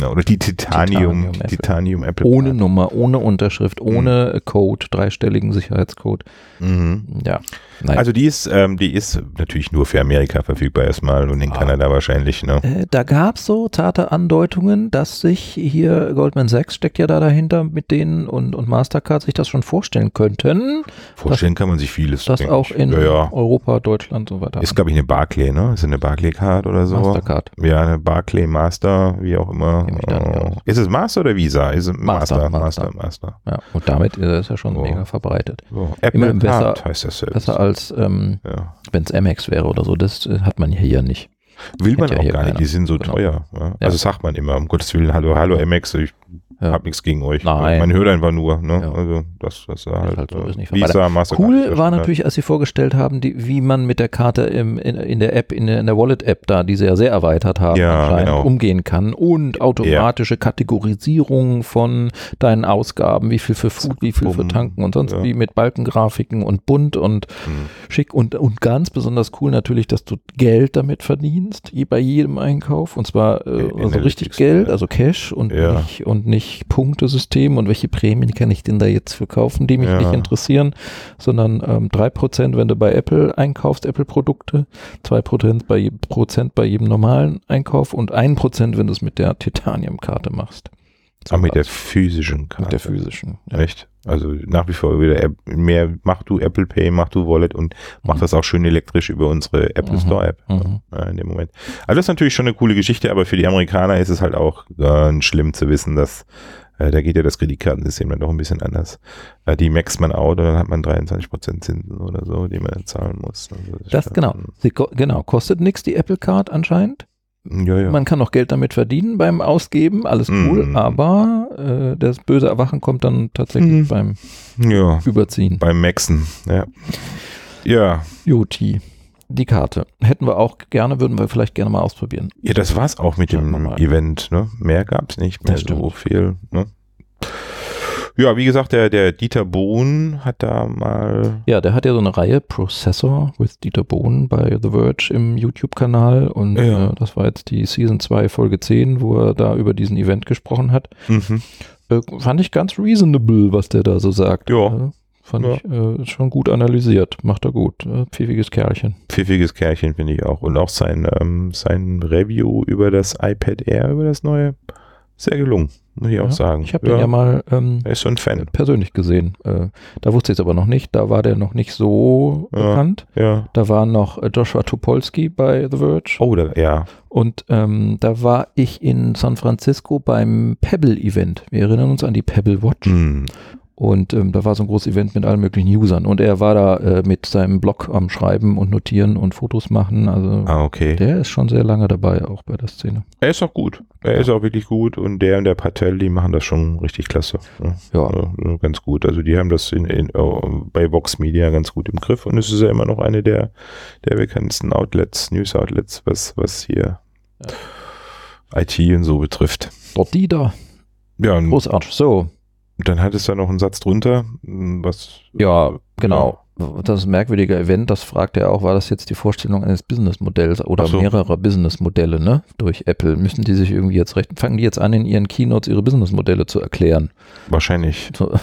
B: Ja, oder die Titanium,
A: Titanium Apple.
B: Titanium Apple.
A: Ohne Nummer, ohne Unterschrift,
B: Hm.
A: ohne äh, Code, dreistelligen Sicherheitscode.
B: Mhm.
A: Ja. Nein.
B: Also die ist, ähm, die ist natürlich nur für Amerika verfügbar erstmal und in
A: Ah.
B: Kanada wahrscheinlich. Ne?
A: Äh, Da gab es so zarte Andeutungen, dass sich hier Goldman Sachs steckt ja da dahinter mit denen und, und Mastercard sich das schon vorstellen könnten,
B: Vorstellen kann man sich vieles.
A: das
B: denk
A: auch
B: ich.
A: in
B: ja, ja.
A: Europa, Deutschland und so weiter.
B: Ist glaube ich eine Barclay, ne? Ist eine Barclay Card oder so?
A: Mastercard.
B: Ja, eine Barclay Master, wie auch immer.
A: Kenn mich da nicht
B: Äh,
A: aus.
B: Ist es Master oder Visa? Ist es
A: Master,
B: Master, Master. Master.
A: Ja, und damit äh, ist er schon
B: Oh.
A: mega verbreitet.
B: So. Apple
A: Immerhin besser-
B: Card heißt das Service.
A: Besser als ähm,
B: Ja.
A: wenn es Amex wäre oder so, das äh, hat man hier ja nicht.
B: Will man
A: Kennt ja
B: auch
A: hier
B: gar nicht,
A: keiner.
B: die sind so
A: Genau.
B: teuer. Ja? Also sagt man immer, um Gottes Willen, hallo, hallo MX, ich
A: Ja.
B: hab nichts gegen euch. ne?
A: Nein.
B: Man hört einfach nur, ne?
A: Ja.
B: Also das, das ist halt,
A: halt so,
B: äh,
A: ist nicht
B: Visa, Mastercard. ist
A: Cool
B: ja
A: war
B: Standard.
A: natürlich, als sie vorgestellt haben, die, wie man mit der Karte im, in, in der App, in der, in der Wallet-App da, die sie ja sehr erweitert haben,
B: Ja,
A: anscheinend
B: genau.
A: umgehen kann und automatische Kategorisierung von deinen Ausgaben, wie viel für Food, wie viel für
B: Bumm.
A: Tanken und sonst
B: Um, Ja.
A: wie mit Balkengrafiken und bunt und
B: Hm.
A: schick und, und ganz besonders cool natürlich, dass du Geld damit verdienst, je- bei jedem Einkauf und zwar äh,
B: Ja,
A: also richtig
B: Analytics,
A: Geld,
B: ja.
A: also Cash und,
B: Ja.
A: nicht, und nicht Punktesystem und welche Prämien kann ich denn da jetzt für kaufen, die mich
B: Ja.
A: nicht interessieren, sondern ähm, 3%, wenn du bei Apple einkaufst, Apple-Produkte, 2% bei, je- Prozent bei jedem normalen Einkauf und 1%, wenn du es mit der Titanium-Karte machst.
B: Aber mit der
A: Sowas.
B: physischen Karte.
A: mit der physischen. Ja.
B: Echt? Also nach wie vor wieder App, mehr mach du Apple Pay, mach du Wallet und mach
A: Mhm.
B: das auch schön elektrisch über unsere Apple
A: Mhm.
B: Store App.
A: Mhm.
B: Ja, in dem Moment. Also das ist natürlich schon eine coole Geschichte, aber für die Amerikaner ist es halt auch ganz schlimm zu wissen, dass äh, da geht ja das Kreditkartensystem dann doch ein bisschen anders. Äh, die maxt man out und dann hat man 23% Zinsen oder so, die man dann zahlen muss. Also ist
A: Das
B: schon-
A: genau. Sie, ko- genau, kostet nichts die Apple Card anscheinend.
B: Ja, ja.
A: Man kann auch Geld damit verdienen beim Ausgeben, alles cool,
B: Mhm.
A: aber äh, das böse Erwachen kommt dann tatsächlich
B: Mhm.
A: beim
B: ja,
A: Überziehen.
B: beim Maxen, ja. Ja,
A: UT. Die Karte. Hätten wir auch gerne, würden wir vielleicht gerne mal ausprobieren.
B: Ja, das war's auch mit
A: Schauen wir
B: dem
A: mal.
B: Event. Ne? Mehr gab's nicht mehr
A: Das
B: so viel. Ne? Ja, wie gesagt, der, der Dieter Bohn hat da mal.
A: Ja, der hat ja so eine Reihe Processor with Dieter Bohn bei The Verge im YouTube-Kanal und
B: Ja.
A: äh, das war jetzt die Season 2 Folge 10, wo er da über diesen Event gesprochen hat.
B: Mhm.
A: Äh, fand ich ganz reasonable, was der da so sagt.
B: Ja.
A: Also, fand
B: Ja.
A: ich äh, schon gut analysiert. Macht er gut. Äh, pfiffiges Kerlchen.
B: Pfiffiges Kerlchen, finde ich auch. Und auch sein, ähm, sein Review über das iPad Air, über das neue, sehr gelungen, muss ich auch
A: Ja,
B: sagen.
A: Ich habe den ja mal ähm,
B: Er ist schon ein Fan.
A: persönlich gesehen. Äh, da wusste ich es aber noch nicht. Da war der noch nicht so
B: Ja.
A: bekannt.
B: Ja.
A: Da war noch äh, Joshua Topolsky bei The Verge.
B: Oh, da, ja.
A: Und ähm, da war ich in San Francisco beim Pebble-Event. Wir erinnern uns an die Pebble Watch.
B: Hm.
A: Und ähm, da war so ein großes Event mit allen möglichen Usern. Und er war da äh, mit seinem Blog am Schreiben und Notieren und Fotos machen. Also
B: Ah, okay.
A: der ist schon sehr lange dabei, auch bei der Szene.
B: Er ist auch gut. Er ist auch wirklich gut. Und der und der Patel, die machen das schon richtig klasse. Ja.
A: Ja.
B: Also, Ganz gut. Also die haben das in, in, oh, bei Vox Media ganz gut im Griff. Und es ist ja immer noch eine der, der bekanntesten Outlets, News-Outlets, was, was hier IT und so betrifft.
A: Dort die da.
B: Ja, und
A: Großartig. So,
B: dann hat es da noch einen Satz drunter, m, was
A: ja, genau. Das ist ein merkwürdiger Event, das fragt er auch, war das jetzt die Vorstellung eines Businessmodells oder
B: Ach so.
A: mehrerer Businessmodelle, ne? Durch Apple. Müssen die sich irgendwie jetzt recht, fangen die jetzt an, in ihren Keynotes ihre Businessmodelle zu erklären?
B: wahrscheinlich.
A: So,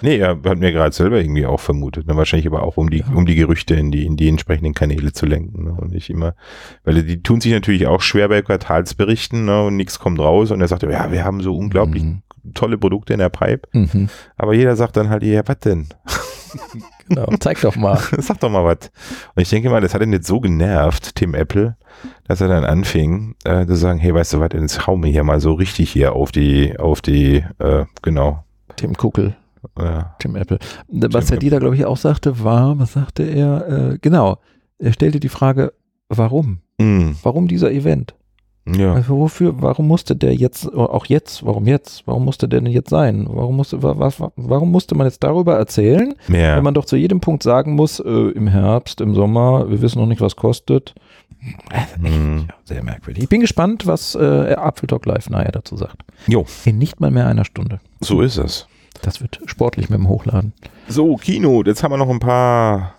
B: Nee, er hat mir gerade selber irgendwie auch vermutet. Ne? Wahrscheinlich aber auch, um die, um die Gerüchte in die, in die entsprechenden Kanäle zu lenken. Ne? Und nicht immer, weil die tun sich natürlich auch schwer bei Quartalsberichten ne? und nichts kommt raus. Und er sagt, ja, wir haben so unglaublich
A: Mhm.
B: tolle Produkte in der Pipe.
A: Mhm.
B: Aber jeder sagt dann halt, ja, was denn?
A: Genau. Zeig doch mal.
B: Sag doch mal was. Und ich denke mal, das hat ihn jetzt so genervt, Tim Apple, dass er dann anfing äh, zu sagen, hey, weißt du was, jetzt hau mir hier mal so richtig hier auf die, auf die, äh, genau,
A: Tim Kuckel,
B: äh,
A: Tim Apple. Was
B: Tim
A: der Dieter, glaube ich, auch sagte, war, was sagte er? Äh, genau. Er stellte die Frage, warum?
B: mh,
A: Warum dieser Event?
B: mm, ja.
A: Also wofür, warum musste der jetzt, auch jetzt, warum jetzt? Warum musste der denn jetzt sein? Warum musste, wa, wa, wa- warum musste man jetzt darüber erzählen?
B: Mehr.
A: Wenn man doch zu jedem Punkt sagen muss, äh, im Herbst, im Sommer, wir wissen noch nicht, was kostet.
B: Mhm.
A: Ja, sehr merkwürdig. Ich bin gespannt, was äh, Apfeltalk Live nachher dazu sagt.
B: Jo.
A: In nicht mal mehr einer Stunde.
B: So ist es.
A: Das wird sportlich mit dem Hochladen.
B: So, Kino, jetzt haben wir noch ein paar.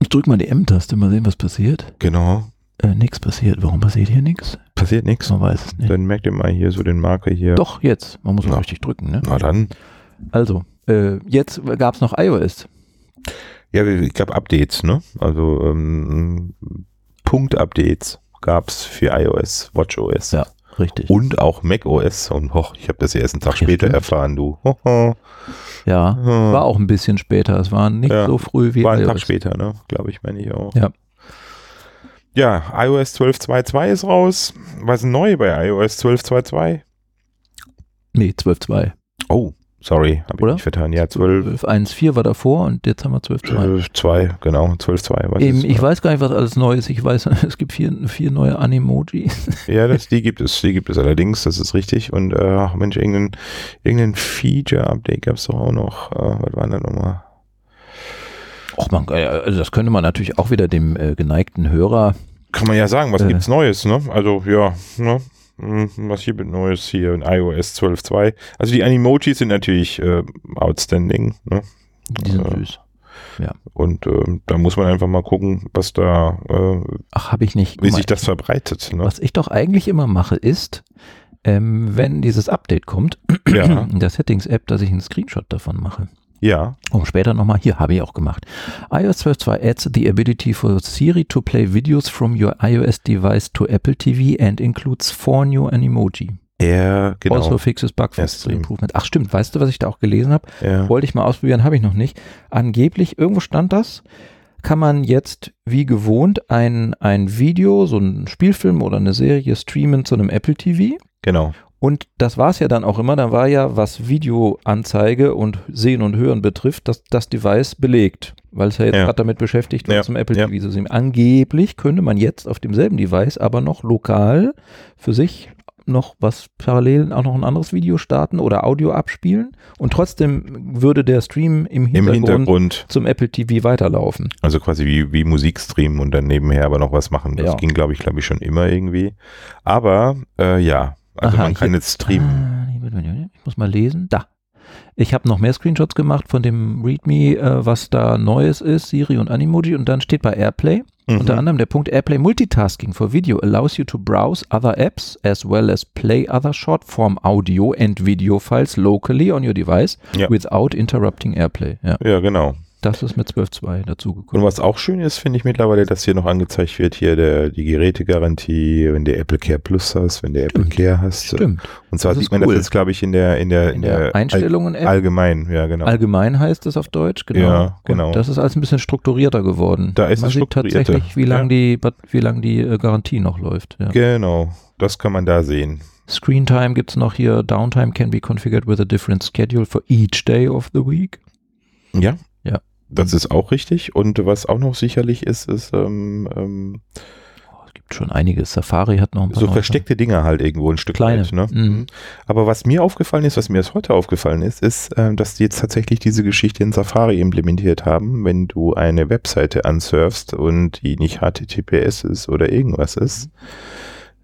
A: Ich drück mal die M-Taste, mal sehen, was passiert.
B: Genau.
A: Äh, nix passiert. Warum passiert hier nichts?
B: Passiert nichts.
A: Man weiß es nicht.
B: Dann merkt ihr mal hier so den Marker hier.
A: Oh, Doch, jetzt. Man muss
B: Na.
A: mal richtig drücken, ne?
B: Na dann.
A: Also, äh, jetzt gab es noch iOS.
B: Ja, ich glaube Updates, ne? Also ähm, Punkt-Updates gab es für iOS, WatchOS.
A: Ja. Richtig.
B: Und auch macOS. Und hoch, ich habe das ja erst einen Tag
A: Ja,
B: später
A: stimmt.
B: erfahren, du. Ho, ho.
A: Ja. War
B: War,
A: auch ein bisschen später. Es war nicht
B: Ja.
A: so früh wie
B: ein
A: iOS.
B: Tag später, ne? Glaube ich, meine ich auch.
A: Ja.
B: Ja, iOS 12.2.2 ist raus. Was ist neu bei iOS 12.2.2?
A: Nee, 12.2.
B: Oh, sorry, habe ich
A: Oder?
B: mich vertan. Ja, 12.
A: 12.1.4 war davor und jetzt haben wir 12.2.
B: 12.2, genau, 12.2. was
A: Ähm,
B: ist-
A: ich weiß gar nicht, Äh, was alles neu ist. Ich weiß, es gibt vier, vier neue Animojis.
B: Ja, das, die gibt es, die gibt es allerdings, das ist richtig. Und äh, ach Mensch, irgendein, irgendein Feature-Update gab es doch auch noch. Äh, was war denn da nochmal?
A: Och man, äh, also das könnte man natürlich auch wieder dem äh, geneigten Hörer.
B: Kann man ja sagen, was
A: Äh.
B: gibt's Neues, ne? Also ja, ne? Hm, Was hier mit Neues hier in iOS 12.2? Also die Animojis sind natürlich äh, outstanding, ne?
A: Die sind
B: Äh.
A: süß.
B: Und ähm, da muss man einfach mal gucken, was da, äh,
A: Ach, habe ich nicht.
B: wie
A: Guck mal,
B: sich das verbreitet, ne?
A: Was ich doch eigentlich immer mache, ist, ähm, wenn dieses Update kommt,
B: Ja,
A: in der Settings-App, dass ich einen Screenshot davon mache.
B: ja.
A: Um später nochmal, hier habe ich auch gemacht. iOS 12.2 adds the ability for Siri to play videos from your iOS device to Apple TV and includes four new Animoji.
B: Ja, genau.
A: Also fixes bug
B: Yes,
A: fixes
B: ähm.
A: improvement. Ach stimmt, weißt du, was ich da auch gelesen habe?
B: ja.
A: Wollte ich mal ausprobieren, habe ich noch nicht. Angeblich, irgendwo stand das, kann man jetzt wie gewohnt ein, ein Video, so einen Spielfilm oder eine Serie streamen zu einem Apple TV.
B: Genau.
A: Und das war es ja dann auch immer. Dann war ja, was Videoanzeige und Sehen und Hören betrifft, das, das Device belegt. Weil es ja jetzt
B: Ja.
A: gerade damit beschäftigt
B: Ja,
A: wird, zum Apple
B: ja.
A: TV zu streamen. Angeblich könnte man jetzt auf demselben Device aber noch lokal für sich noch was parallel auch noch ein anderes Video starten oder Audio abspielen. Und trotzdem würde der Stream im
B: Im
A: Hintergrund,
B: Hintergrund
A: zum Apple TV weiterlaufen.
B: Also quasi wie, wie Musik streamen und dann nebenher aber noch was machen. Das
A: Ja.
B: ging, glaube ich, glaube ich, schon immer irgendwie. Aber äh, ja, also
A: Aha,
B: man kann
A: hier-
B: jetzt streamen.
A: Ah, Ich muss mal lesen. Da. Ich habe noch mehr Screenshots gemacht von dem README, äh, was da Neues ist, Siri und Animoji. Und dann steht bei AirPlay
B: Mhm.
A: unter anderem der Punkt AirPlay Multitasking for Video allows you to browse other apps as well as play other short-form audio and video files locally on your device
B: Ja.
A: without interrupting AirPlay. Ja,
B: Ja, genau.
A: das ist mit 12.2
B: Und
A: dazugekommen.
B: was auch schön ist, finde ich mittlerweile, dass hier noch angezeigt wird, hier der, die Gerätegarantie, wenn du Apple Care Plus hast, wenn du Apple
A: Stimmt.
B: Care hast.
A: Stimmt.
B: Und zwar
A: Das ist
B: sieht man
A: cool.
B: das jetzt, glaube ich, in der, in der, in der,
A: Einstellungen-App.
B: All, allgemein, ja, genau.
A: Allgemein heißt es auf Deutsch, genau.
B: Ja, genau.
A: Und das ist alles ein bisschen strukturierter geworden.
B: Da ist
A: Man
B: es
A: sieht
B: strukturierter.
A: tatsächlich, wie
B: Ja.
A: lange die, Bat- wie lang die äh, Garantie noch läuft. Ja.
B: genau. Das kann man da sehen.
A: Screen Time gibt es noch hier. Downtime can be configured with a different schedule for each day of the week.
B: Ja.
A: Ja.
B: Das
A: Mhm.
B: ist auch richtig. Und was auch noch sicherlich ist, ist ähm, ähm,
A: Oh, es gibt schon einiges. Safari hat noch ein paar
B: so
A: neue
B: versteckte Dinge halt irgendwo ein Stück
A: Kleine.
B: weit. Ne?
A: Mhm.
B: Aber was mir aufgefallen ist, was mir erst heute aufgefallen ist, ist, ähm, dass die jetzt tatsächlich diese Geschichte in Safari implementiert haben, wenn du eine Webseite ansurfst und die nicht HTTPS ist oder irgendwas ist.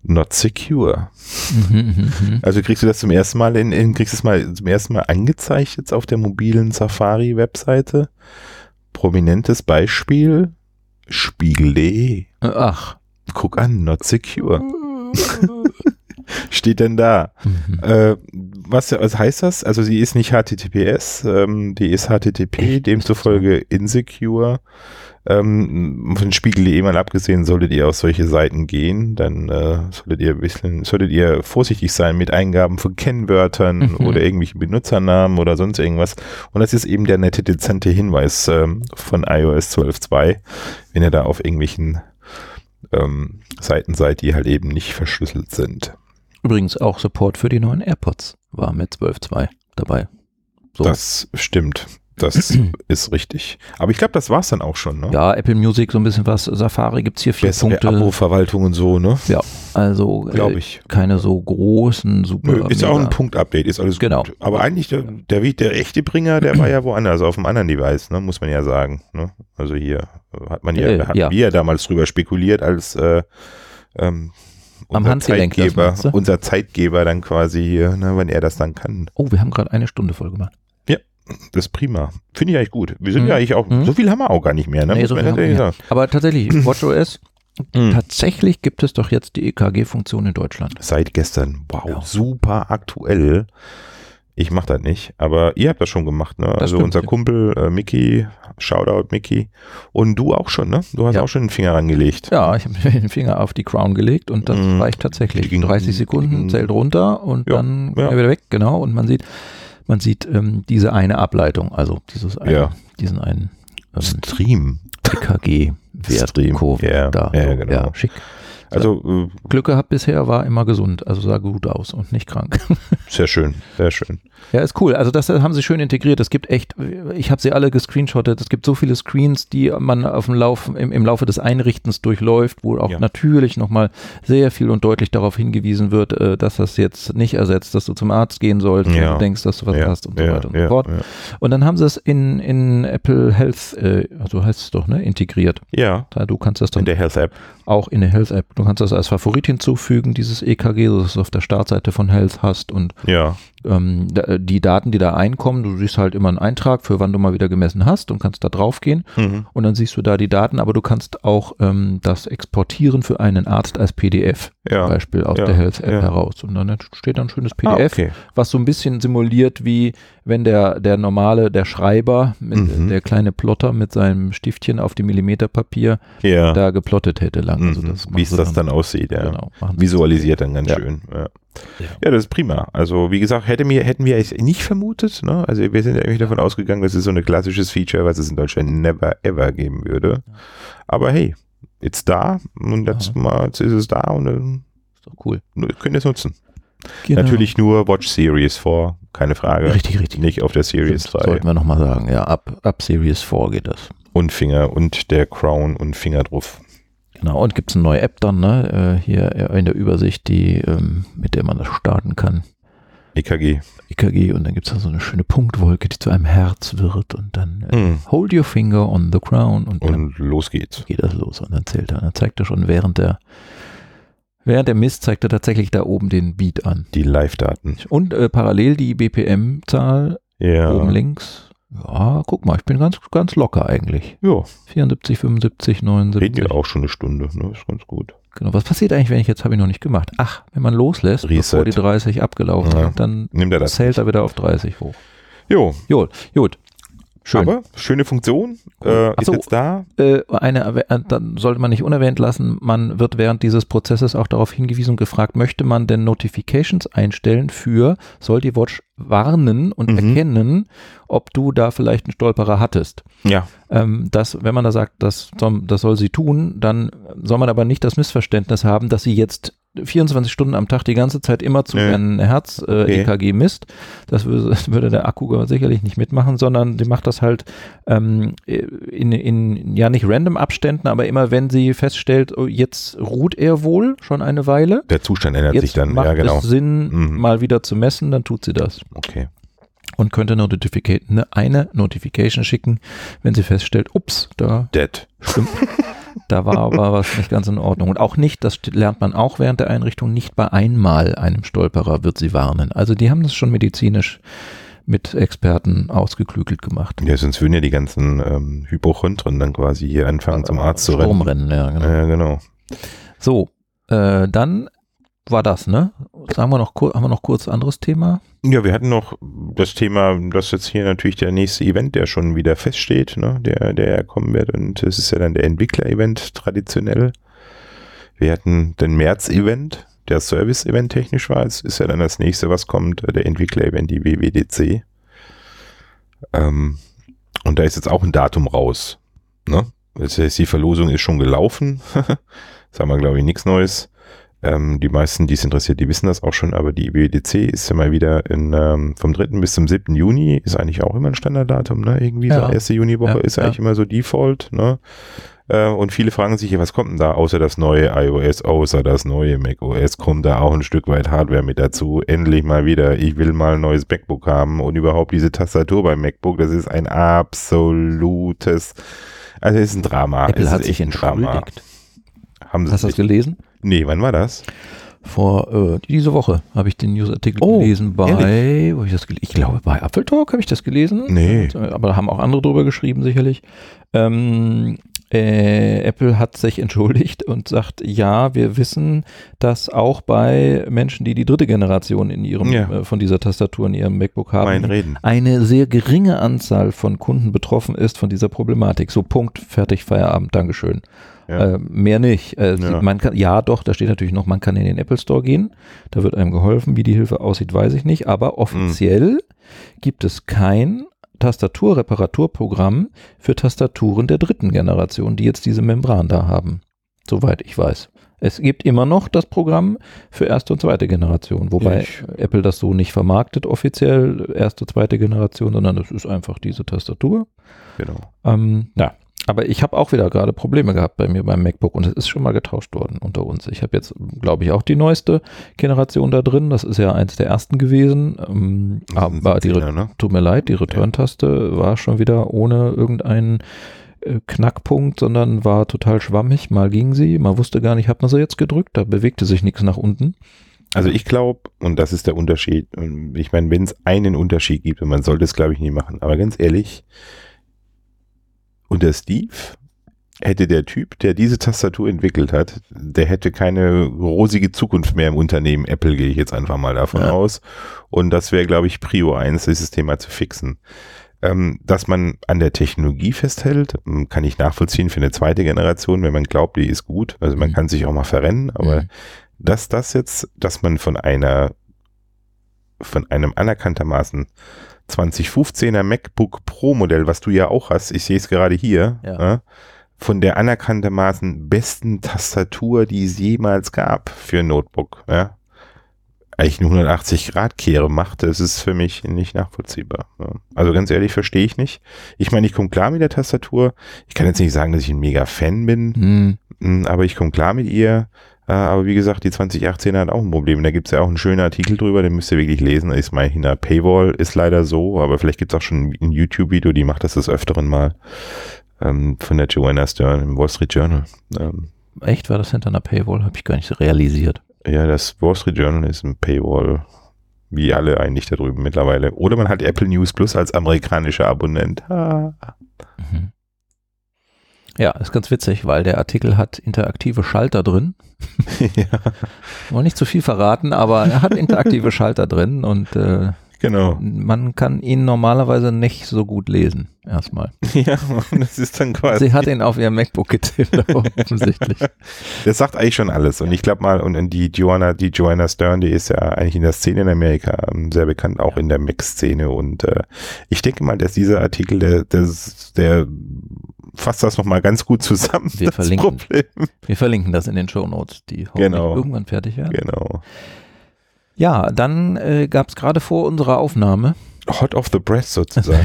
A: Mhm.
B: Not secure.
A: Sachen. Mhm, mhm, mhm.
B: Also kriegst du das zum ersten Mal in, in kriegst es mal zum ersten Mal angezeigt jetzt auf der mobilen Safari-Webseite. Prominentes Beispiel: Spiegel.de.
A: Äh, Ach.
B: Guck an, not secure. Steht denn da?
A: Mhm.
B: Äh, was, was heißt das? Also sie ist nicht HTTPS, ähm, die ist HTTP,
A: Echt?
B: demzufolge insecure. Ähm, von Spiegel.de mal abgesehen, solltet ihr auf solche Seiten gehen, dann äh, solltet ihr ein bisschen, solltet ihr vorsichtig sein mit Eingaben von Kennwörtern
A: Mhm.
B: oder irgendwelchen Benutzernamen oder sonst irgendwas. Und das ist eben der nette, dezente Hinweis ähm, von iOS 12.2, wenn ihr da auf irgendwelchen ähm, Seiten seid, die halt eben nicht verschlüsselt sind.
A: Übrigens auch Support für die neuen AirPods war mit 12.2 dabei. So.
B: Das stimmt. Das ist richtig. Aber ich glaube, das war's dann auch schon, ne?
A: Ja, Apple Music, so ein bisschen was. Safari gibt es hier vier
B: Bessere
A: Punkte.
B: Abo-Verwaltung und so, ne?
A: Also äh,
B: Glaube ich.
A: keine so großen super.
B: Nö, ist auch
A: mega-
B: ein Punkt-Update, ist alles
A: Genau.
B: gut. Aber eigentlich, der, der, Weg- der echte Bringer, der war ja woanders, auf einem anderen Device, ne? muss man ja sagen. Ne? Also hier äh, hat man ja,
A: Äh,
B: hatten
A: ja.
B: wir ja damals drüber spekuliert, als äh, ähm,
A: Am
B: unser,
A: Handgelenk, das
B: Zeitgeber,
A: meinst du?
B: unser Zeitgeber dann quasi hier, ne, wenn er das dann kann.
A: Oh, wir haben gerade eine Stunde voll gemacht.
B: Das ist prima. Finde ich eigentlich gut. Wir sind
A: Mhm.
B: ja eigentlich auch,
A: Mhm.
B: so viel haben wir auch gar nicht mehr, ne?
A: Nee,
B: Muss
A: so
B: man
A: viel haben wir
B: tatsächlich
A: nicht. Aber tatsächlich, WatchOS,
B: sagen. Mhm.
A: tatsächlich gibt es doch jetzt die EKG-Funktion in Deutschland.
B: Seit gestern. Wow,
A: Ja.
B: super aktuell. Ich mache das nicht, aber ihr habt das schon gemacht, ne? also
A: stimmt,
B: unser
A: ja.
B: Kumpel äh, Mickey, Shoutout Mickey. Und du auch schon, ne? Du hast
A: Ja.
B: auch schon den Finger rangelegt.
A: Ja, ich habe mir den Finger auf die Crown gelegt und das
B: Mhm.
A: reicht tatsächlich.
B: Kling,
A: 30 Sekunden
B: kling.
A: zählt runter und
B: Ja,
A: dann
B: ja.
A: ja. wieder weg, genau. Und man sieht, man sieht ähm, diese eine Ableitung, also dieses eine,
B: Ja.
A: diesen einen ähm,
B: Stream. Stream,
A: EKG-Wertkurve
B: ja,
A: da.
B: ja,
A: so,
B: genau.
A: ja, schick.
B: Also äh,
A: Glück gehabt bisher war immer gesund, also sah gut aus und nicht krank.
B: sehr schön, sehr schön.
A: Ja, ist cool. Also das haben sie schön integriert. Es gibt echt, ich habe sie alle gescreenshottet. Es gibt so viele Screens, die man auf dem Lauf, im, im Laufe des Einrichtens durchläuft, wo auch
B: Ja.
A: natürlich nochmal sehr viel und deutlich darauf hingewiesen wird, äh, dass das jetzt nicht ersetzt, dass du zum Arzt gehen sollst, wenn
B: Ja.
A: du denkst, dass du was
B: ja,
A: hast und so
B: ja,
A: weiter und
B: ja,
A: so fort.
B: Ja,
A: Und dann haben sie es in, in Apple Health, äh, also heißt es doch, ne, integriert.
B: ja
A: Da, du kannst das
B: in
A: dann
B: der Health App.
A: auch in der Health App, du kannst das als Favorit hinzufügen, dieses EKG, so dass du es auf der Startseite von Health hast und
B: Ja,
A: ähm, da- die Daten, die da einkommen, du siehst halt immer einen Eintrag, für wann du mal wieder gemessen hast und kannst da drauf gehen
B: mhm.
A: und dann siehst du da die Daten, aber du kannst auch ähm, das exportieren für einen Arzt als PDF,
B: ja.
A: zum Beispiel aus
B: ja,
A: der Health App
B: ja.
A: heraus. Und dann steht da ein schönes
B: Ah,
A: PDF,
B: okay.
A: was so ein bisschen simuliert, wie wenn der, der normale, der Schreiber, mit,
B: Mhm.
A: der kleine Plotter mit seinem Stiftchen auf dem Millimeterpapier
B: Ja.
A: da geplottet hätte lang. Also
B: mhm.
A: das machen
B: Wie es
A: sie
B: das dann aussieht, ja.
A: Genau, machen sie
B: visualisiert dann ganz
A: Ja.
B: schön. Ja.
A: Ja.
B: ja, das ist prima. Also wie gesagt, hätte mir, hätten wir es nicht vermutet. Ne? Also wir sind ja eigentlich davon ausgegangen, das ist so ein klassisches Feature, was es in Deutschland never ever geben würde. Aber hey, it's da und jetzt,
A: Ja.
B: mal, jetzt ist es da und dann
A: Ist doch cool.
B: könnt ihr es nutzen.
A: Genau.
B: Natürlich nur Watch Series 4, keine Frage.
A: Richtig, richtig.
B: Nicht auf der Series
A: Stimmt,
B: 3.
A: Sollten wir nochmal sagen, ja, ab, ab Series 4 geht das.
B: Und Finger und der Crown und Finger drauf.
A: Genau, und gibt es eine neue App dann, ne? äh, hier äh, in der Übersicht, die, ähm, mit der man das starten kann.
B: EKG.
A: EKG und dann gibt es da so eine schöne Punktwolke, die zu einem Herz wird und dann äh,
B: Hm.
A: hold your finger on the crown und, dann
B: Und los geht's.
A: geht das los und dann zählt er. Und dann zeigt er schon während der während der Mist zeigt er tatsächlich da oben den Beat an.
B: Die Live-Daten.
A: Und äh, parallel die BPM-Zahl Oben
B: Ja.
A: links. Ja, guck mal, ich bin ganz, ganz locker eigentlich.
B: Ja,
A: 74, 75,
B: reden
A: 79.
B: wir auch schon eine Stunde, ne? Ist ganz gut.
A: Genau. Was passiert eigentlich, wenn ich jetzt, habe ich noch nicht gemacht. Ach, wenn man loslässt, bevor
B: Reset.
A: die 30 abgelaufen
B: Ja.
A: sind, dann
B: Nimmt er das.
A: zählt er wieder auf 30 hoch.
B: Jo,
A: Jo, gut. Schön.
B: aber schöne Funktion. Äh, ist
A: Ach so.
B: jetzt da.
A: äh, eine, erwäh- äh, dann sollte man nicht unerwähnt lassen, man wird während dieses Prozesses auch darauf hingewiesen und gefragt, möchte man denn Notifications einstellen für, soll die Watch warnen und
B: Mhm.
A: erkennen, ob du da vielleicht einen Stolperer hattest.
B: Ja.
A: Ähm, das, wenn man da sagt, das, soll- das soll sie tun, dann soll man aber nicht das Missverständnis haben, dass sie jetzt 24 Stunden am Tag die ganze Zeit immer zu äh,
B: Nö.
A: ihren
B: Okay.
A: Herz-EKG E misst. Das würde, würde der Akku sicherlich nicht mitmachen, sondern die macht das halt ähm, in, in, ja nicht random Abständen, aber immer wenn sie feststellt, oh, jetzt ruht er wohl schon eine Weile.
B: Der Zustand ändert sich
A: Jetzt
B: dann.
A: macht
B: Ja, genau.
A: es Sinn,
B: Mhm.
A: mal wieder zu messen, dann tut sie das
B: Okay.
A: und könnte Notifica- ne- eine Notification schicken, wenn sie feststellt, ups, da
B: Dead.
A: da war aber was nicht ganz in Ordnung. Und auch nicht, das st- lernt man auch während der Einrichtung, nicht bei einmal einem Stolperer wird sie warnen. Also die haben das schon medizinisch mit Experten ausgeklügelt gemacht.
B: Ja, sonst würden ja die ganzen ähm, Hypochondren dann quasi hier anfangen, zum Arzt zu rennen.
A: Stromrennen, Äh, ja, genau.
B: Ja, genau.
A: So, äh, dann war das, ne? Sagen wir noch, kur- haben wir noch kurz anderes Thema?
B: Ja, wir hatten noch das Thema, dass jetzt hier natürlich der nächste Event, der schon wieder feststeht, ne, der, der ja kommen wird. Und es ist ja dann der Entwickler-Event traditionell. Wir hatten den März-Event, der Service-Event technisch war. Es ist ja dann das nächste, was kommt, äh, der Entwickler-Event, die WWDC. Ähm, und da ist jetzt auch ein Datum raus. Ne? Das heißt, die Verlosung ist schon gelaufen. Sagen wir, glaube ich, nichts Neues. Ähm, die meisten, die es interessiert, die wissen das auch schon, aber die WWDC ist ja mal wieder in, ähm, vom 3. bis zum 7. Juni, ist eigentlich auch immer ein Standarddatum, ne? Irgendwie
A: Ja.
B: so erste
A: Ja,
B: Juniwoche ist
A: ja.
B: eigentlich immer so Default, ne? Äh, Und viele fragen sich, ja, was kommt denn da außer das neue iOS, außer das neue macOS, kommt da auch ein Stück weit Hardware mit dazu. Endlich mal wieder. Ich will mal ein neues MacBook haben und überhaupt diese Tastatur beim MacBook, das ist ein absolutes, also es ist ein Drama. es ist echt Haben sie
A: Hast du das
B: sich,
A: gelesen?
B: nee, wann war das?
A: Vor äh, diese Woche habe ich den Newsartikel
B: Oh,
A: gelesen bei, wo hab ich das gele- ich glaube bei Apple Talk habe ich das gelesen.
B: Nee.
A: Und, äh, Aber da haben auch andere drüber geschrieben sicherlich. Ähm, äh, Apple hat sich entschuldigt und sagt, ja, wir wissen, dass auch bei Menschen, die die dritte Generation in ihrem
B: Ja.
A: äh, von dieser Tastatur in ihrem MacBook haben,
B: Mein Reden.
A: eine sehr geringe Anzahl von Kunden betroffen ist von dieser Problematik. So Punkt, fertig, Feierabend, Dankeschön.
B: Ja.
A: Äh, mehr nicht. Äh, sie-
B: Ja.
A: Man kann, ja, doch, da steht natürlich noch, man kann in den Apple Store gehen. Da wird einem geholfen. Wie die Hilfe aussieht, weiß ich nicht. Aber offiziell gibt es kein Tastaturreparaturprogramm für Tastaturen der dritten Generation, die jetzt diese Membran da haben. Soweit ich weiß. Es gibt immer noch das Programm für erste und zweite Generation, wobei
B: Ich-
A: Apple das so nicht vermarktet offiziell, erste, zweite Generation, sondern es ist einfach diese Tastatur.
B: Genau.
A: Ähm, ja. Aber ich habe auch wieder gerade Probleme gehabt bei mir beim MacBook und es ist schon mal getauscht worden unter uns. Ich habe jetzt, glaube ich, auch die neueste Generation da drin. Das ist ja eins der ersten gewesen. Ähm, aber die, Re-
B: ja, ne?
A: tut mir leid, die Return-Taste war schon wieder ohne irgendeinen äh, Knackpunkt, sondern war total schwammig. Mal ging sie, man wusste gar nicht, hat man sie jetzt gedrückt, da bewegte sich nichts nach unten.
B: Also ich glaube, und das ist der Unterschied, ähm, ich meine, wenn es einen Unterschied gibt, und man sollte es, glaube ich, nie machen, aber ganz ehrlich, unter Steve hätte der Typ, der diese Tastatur entwickelt hat, der hätte keine rosige Zukunft mehr im Unternehmen Apple, gehe ich jetzt einfach mal davon
A: Ja.
B: aus. Und das wäre, glaube ich, Prio 1, dieses Thema zu fixen. Ähm, dass man an der Technologie festhält, m, kann ich nachvollziehen für eine zweite Generation, wenn man glaubt, die ist gut. Also man
A: Mhm.
B: kann sich auch mal verrennen, aber
A: Mhm.
B: dass das jetzt, dass man von einer, von einem anerkanntermaßen 2015er MacBook Pro Modell, was du ja auch hast, ich sehe es gerade hier,
A: Ja.
B: äh, von der anerkanntermaßen besten Tastatur, die es jemals gab für ein Notebook, ja, eigentlich eine 180-Grad-Kehre macht, das ist für mich nicht nachvollziehbar. Ja. Also ganz ehrlich, verstehe ich nicht. Ich meine, ich komme klar mit der Tastatur. Ich kann jetzt nicht sagen, dass ich ein mega Fan bin.
A: Hm.
B: Mm, aber ich komme klar mit ihr. Äh, Aber wie gesagt, die 2018 hat auch ein Problem. Da gibt es ja auch einen schönen Artikel drüber, den müsst ihr wirklich lesen. Ist mal hinter Paywall, ist leider so, aber vielleicht gibt es auch schon ein YouTube-Video, die macht das des Öfteren mal. Ähm, von der Joanna Stern im Wall Street Journal. Ähm,
A: Echt, war das hinter einer Paywall? Habe ich gar nicht realisiert.
B: ja, das Wall Street Journal ist ein Paywall. Wie alle eigentlich da drüben mittlerweile. Oder man hat Apple News Plus als amerikanischer Abonnent. Ha.
A: Mhm. Ja, ist ganz witzig, weil der Artikel hat interaktive Schalter drin.
B: ja,
A: Wollen nicht zu viel verraten, aber er hat interaktive Schalter drin und äh,
B: genau.
A: man kann ihn normalerweise nicht so gut lesen. Erstmal.
B: Ja, und das ist dann quasi.
A: Sie hat ihn auf ihr MacBook getippt, offensichtlich.
B: Das sagt eigentlich schon alles. Und ich glaube mal, und und die Joanna, die Joanna Stern, die ist ja eigentlich in der Szene in Amerika ähm, sehr bekannt, auch in der Mac-Szene. Und äh, ich denke mal, dass dieser Artikel, der, der, der fasst das nochmal ganz gut zusammen.
A: Wir
B: das
A: verlinken.
B: Problem.
A: Wir verlinken das in den Show Notes, die hoffentlich
B: Genau.
A: irgendwann fertig werden.
B: Genau.
A: Ja, dann äh, gab es gerade vor unserer Aufnahme,
B: Hot off the press sozusagen.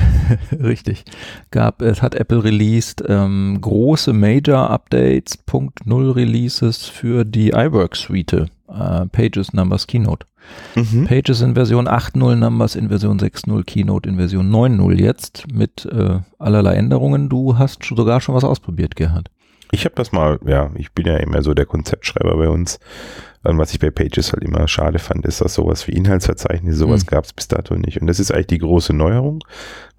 A: richtig, gab es hat Apple released ähm, große Major Updates, Punkt Null Releases für die iWork Suite, äh, Pages, Numbers, Keynote.
B: mhm.
A: Pages in Version 8.0, Numbers in Version 6.0, Keynote in Version 9.0 jetzt mit äh, allerlei Änderungen. Du hast schon- sogar schon was ausprobiert, Gerhard.
B: Ich habe das mal, ja, ich bin ja immer so der Konzeptschreiber bei uns. Und was ich bei Pages halt immer schade fand, ist, dass sowas wie Inhaltsverzeichnisse, sowas
A: Hm.
B: gab es bis dato nicht. Und das ist eigentlich die große Neuerung,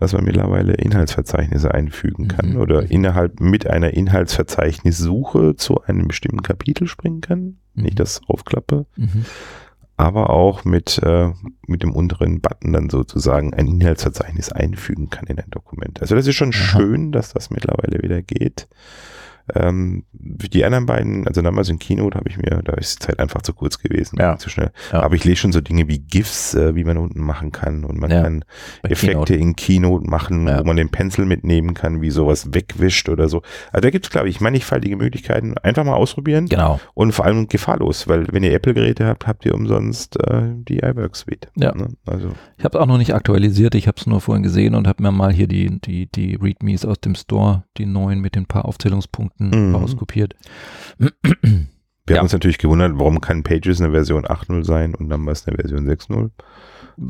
B: dass man mittlerweile Inhaltsverzeichnisse einfügen kann
A: Mhm.
B: oder innerhalb mit einer Inhaltsverzeichnissuche zu einem bestimmten Kapitel springen kann, wenn ich
A: Mhm.
B: das aufklappe.
A: Mhm.
B: aber auch mit, äh, mit dem unteren Button dann sozusagen ein Inhaltsverzeichnis einfügen kann in ein Dokument. Also das ist schon schön, dass das mittlerweile wieder geht. Ähm, wie die anderen beiden, also damals in Keynote habe ich mir, da ist die Zeit einfach zu kurz gewesen,
A: Ja.
B: ging zu schnell.
A: Ja.
B: Aber ich lese schon so Dinge wie GIFs, äh, wie man unten machen kann und man
A: Ja,
B: kann
A: Bei
B: Effekte in Keynote machen,
A: Ja.
B: wo man den Pencil mitnehmen kann, wie sowas wegwischt oder so. Also da gibt es, glaube ich, mannigfaltige Möglichkeiten. Einfach mal ausprobieren.
A: Genau.
B: Und vor allem gefahrlos, weil wenn ihr Apple-Geräte habt, habt ihr umsonst äh, die iWork Suite.
A: Ja.
B: Ne? Also
A: Ich habe es auch noch nicht aktualisiert, ich habe es nur vorhin gesehen und habe mir mal hier die, die, die Readmes aus dem Store, die neuen mit den paar Aufzählungspunkten
B: Mhm.
A: rauskopiert.
B: wir
A: Ja.
B: haben uns natürlich gewundert, warum kann Pages eine Version 8.0 sein und Numbers eine Version 6.0.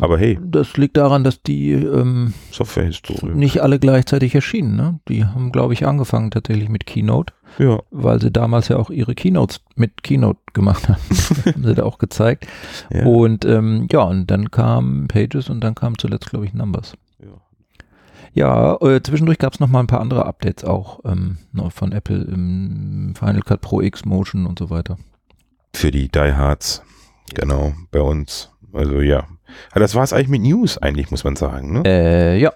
B: Aber hey,
A: Das liegt daran, dass die ähm,
B: Software-Historie.
A: nicht alle gleichzeitig erschienen. Ne? Die haben, glaube ich, angefangen tatsächlich mit Keynote,
B: Ja.
A: weil sie damals ja auch ihre Keynotes mit Keynote gemacht haben. Das haben sie da auch gezeigt.
B: ja.
A: Und ähm, ja, und dann kam Pages und dann kam zuletzt, glaube ich, Numbers.
B: ja.
A: Ja, äh, zwischendurch gab es noch mal ein paar andere Updates auch ähm, noch von Apple im Final Cut Pro X Motion und so weiter.
B: Für die Diehards. Genau, bei uns. Also ja. Aber das war es eigentlich mit News, eigentlich, muss man sagen. Ne?
A: Äh, ja,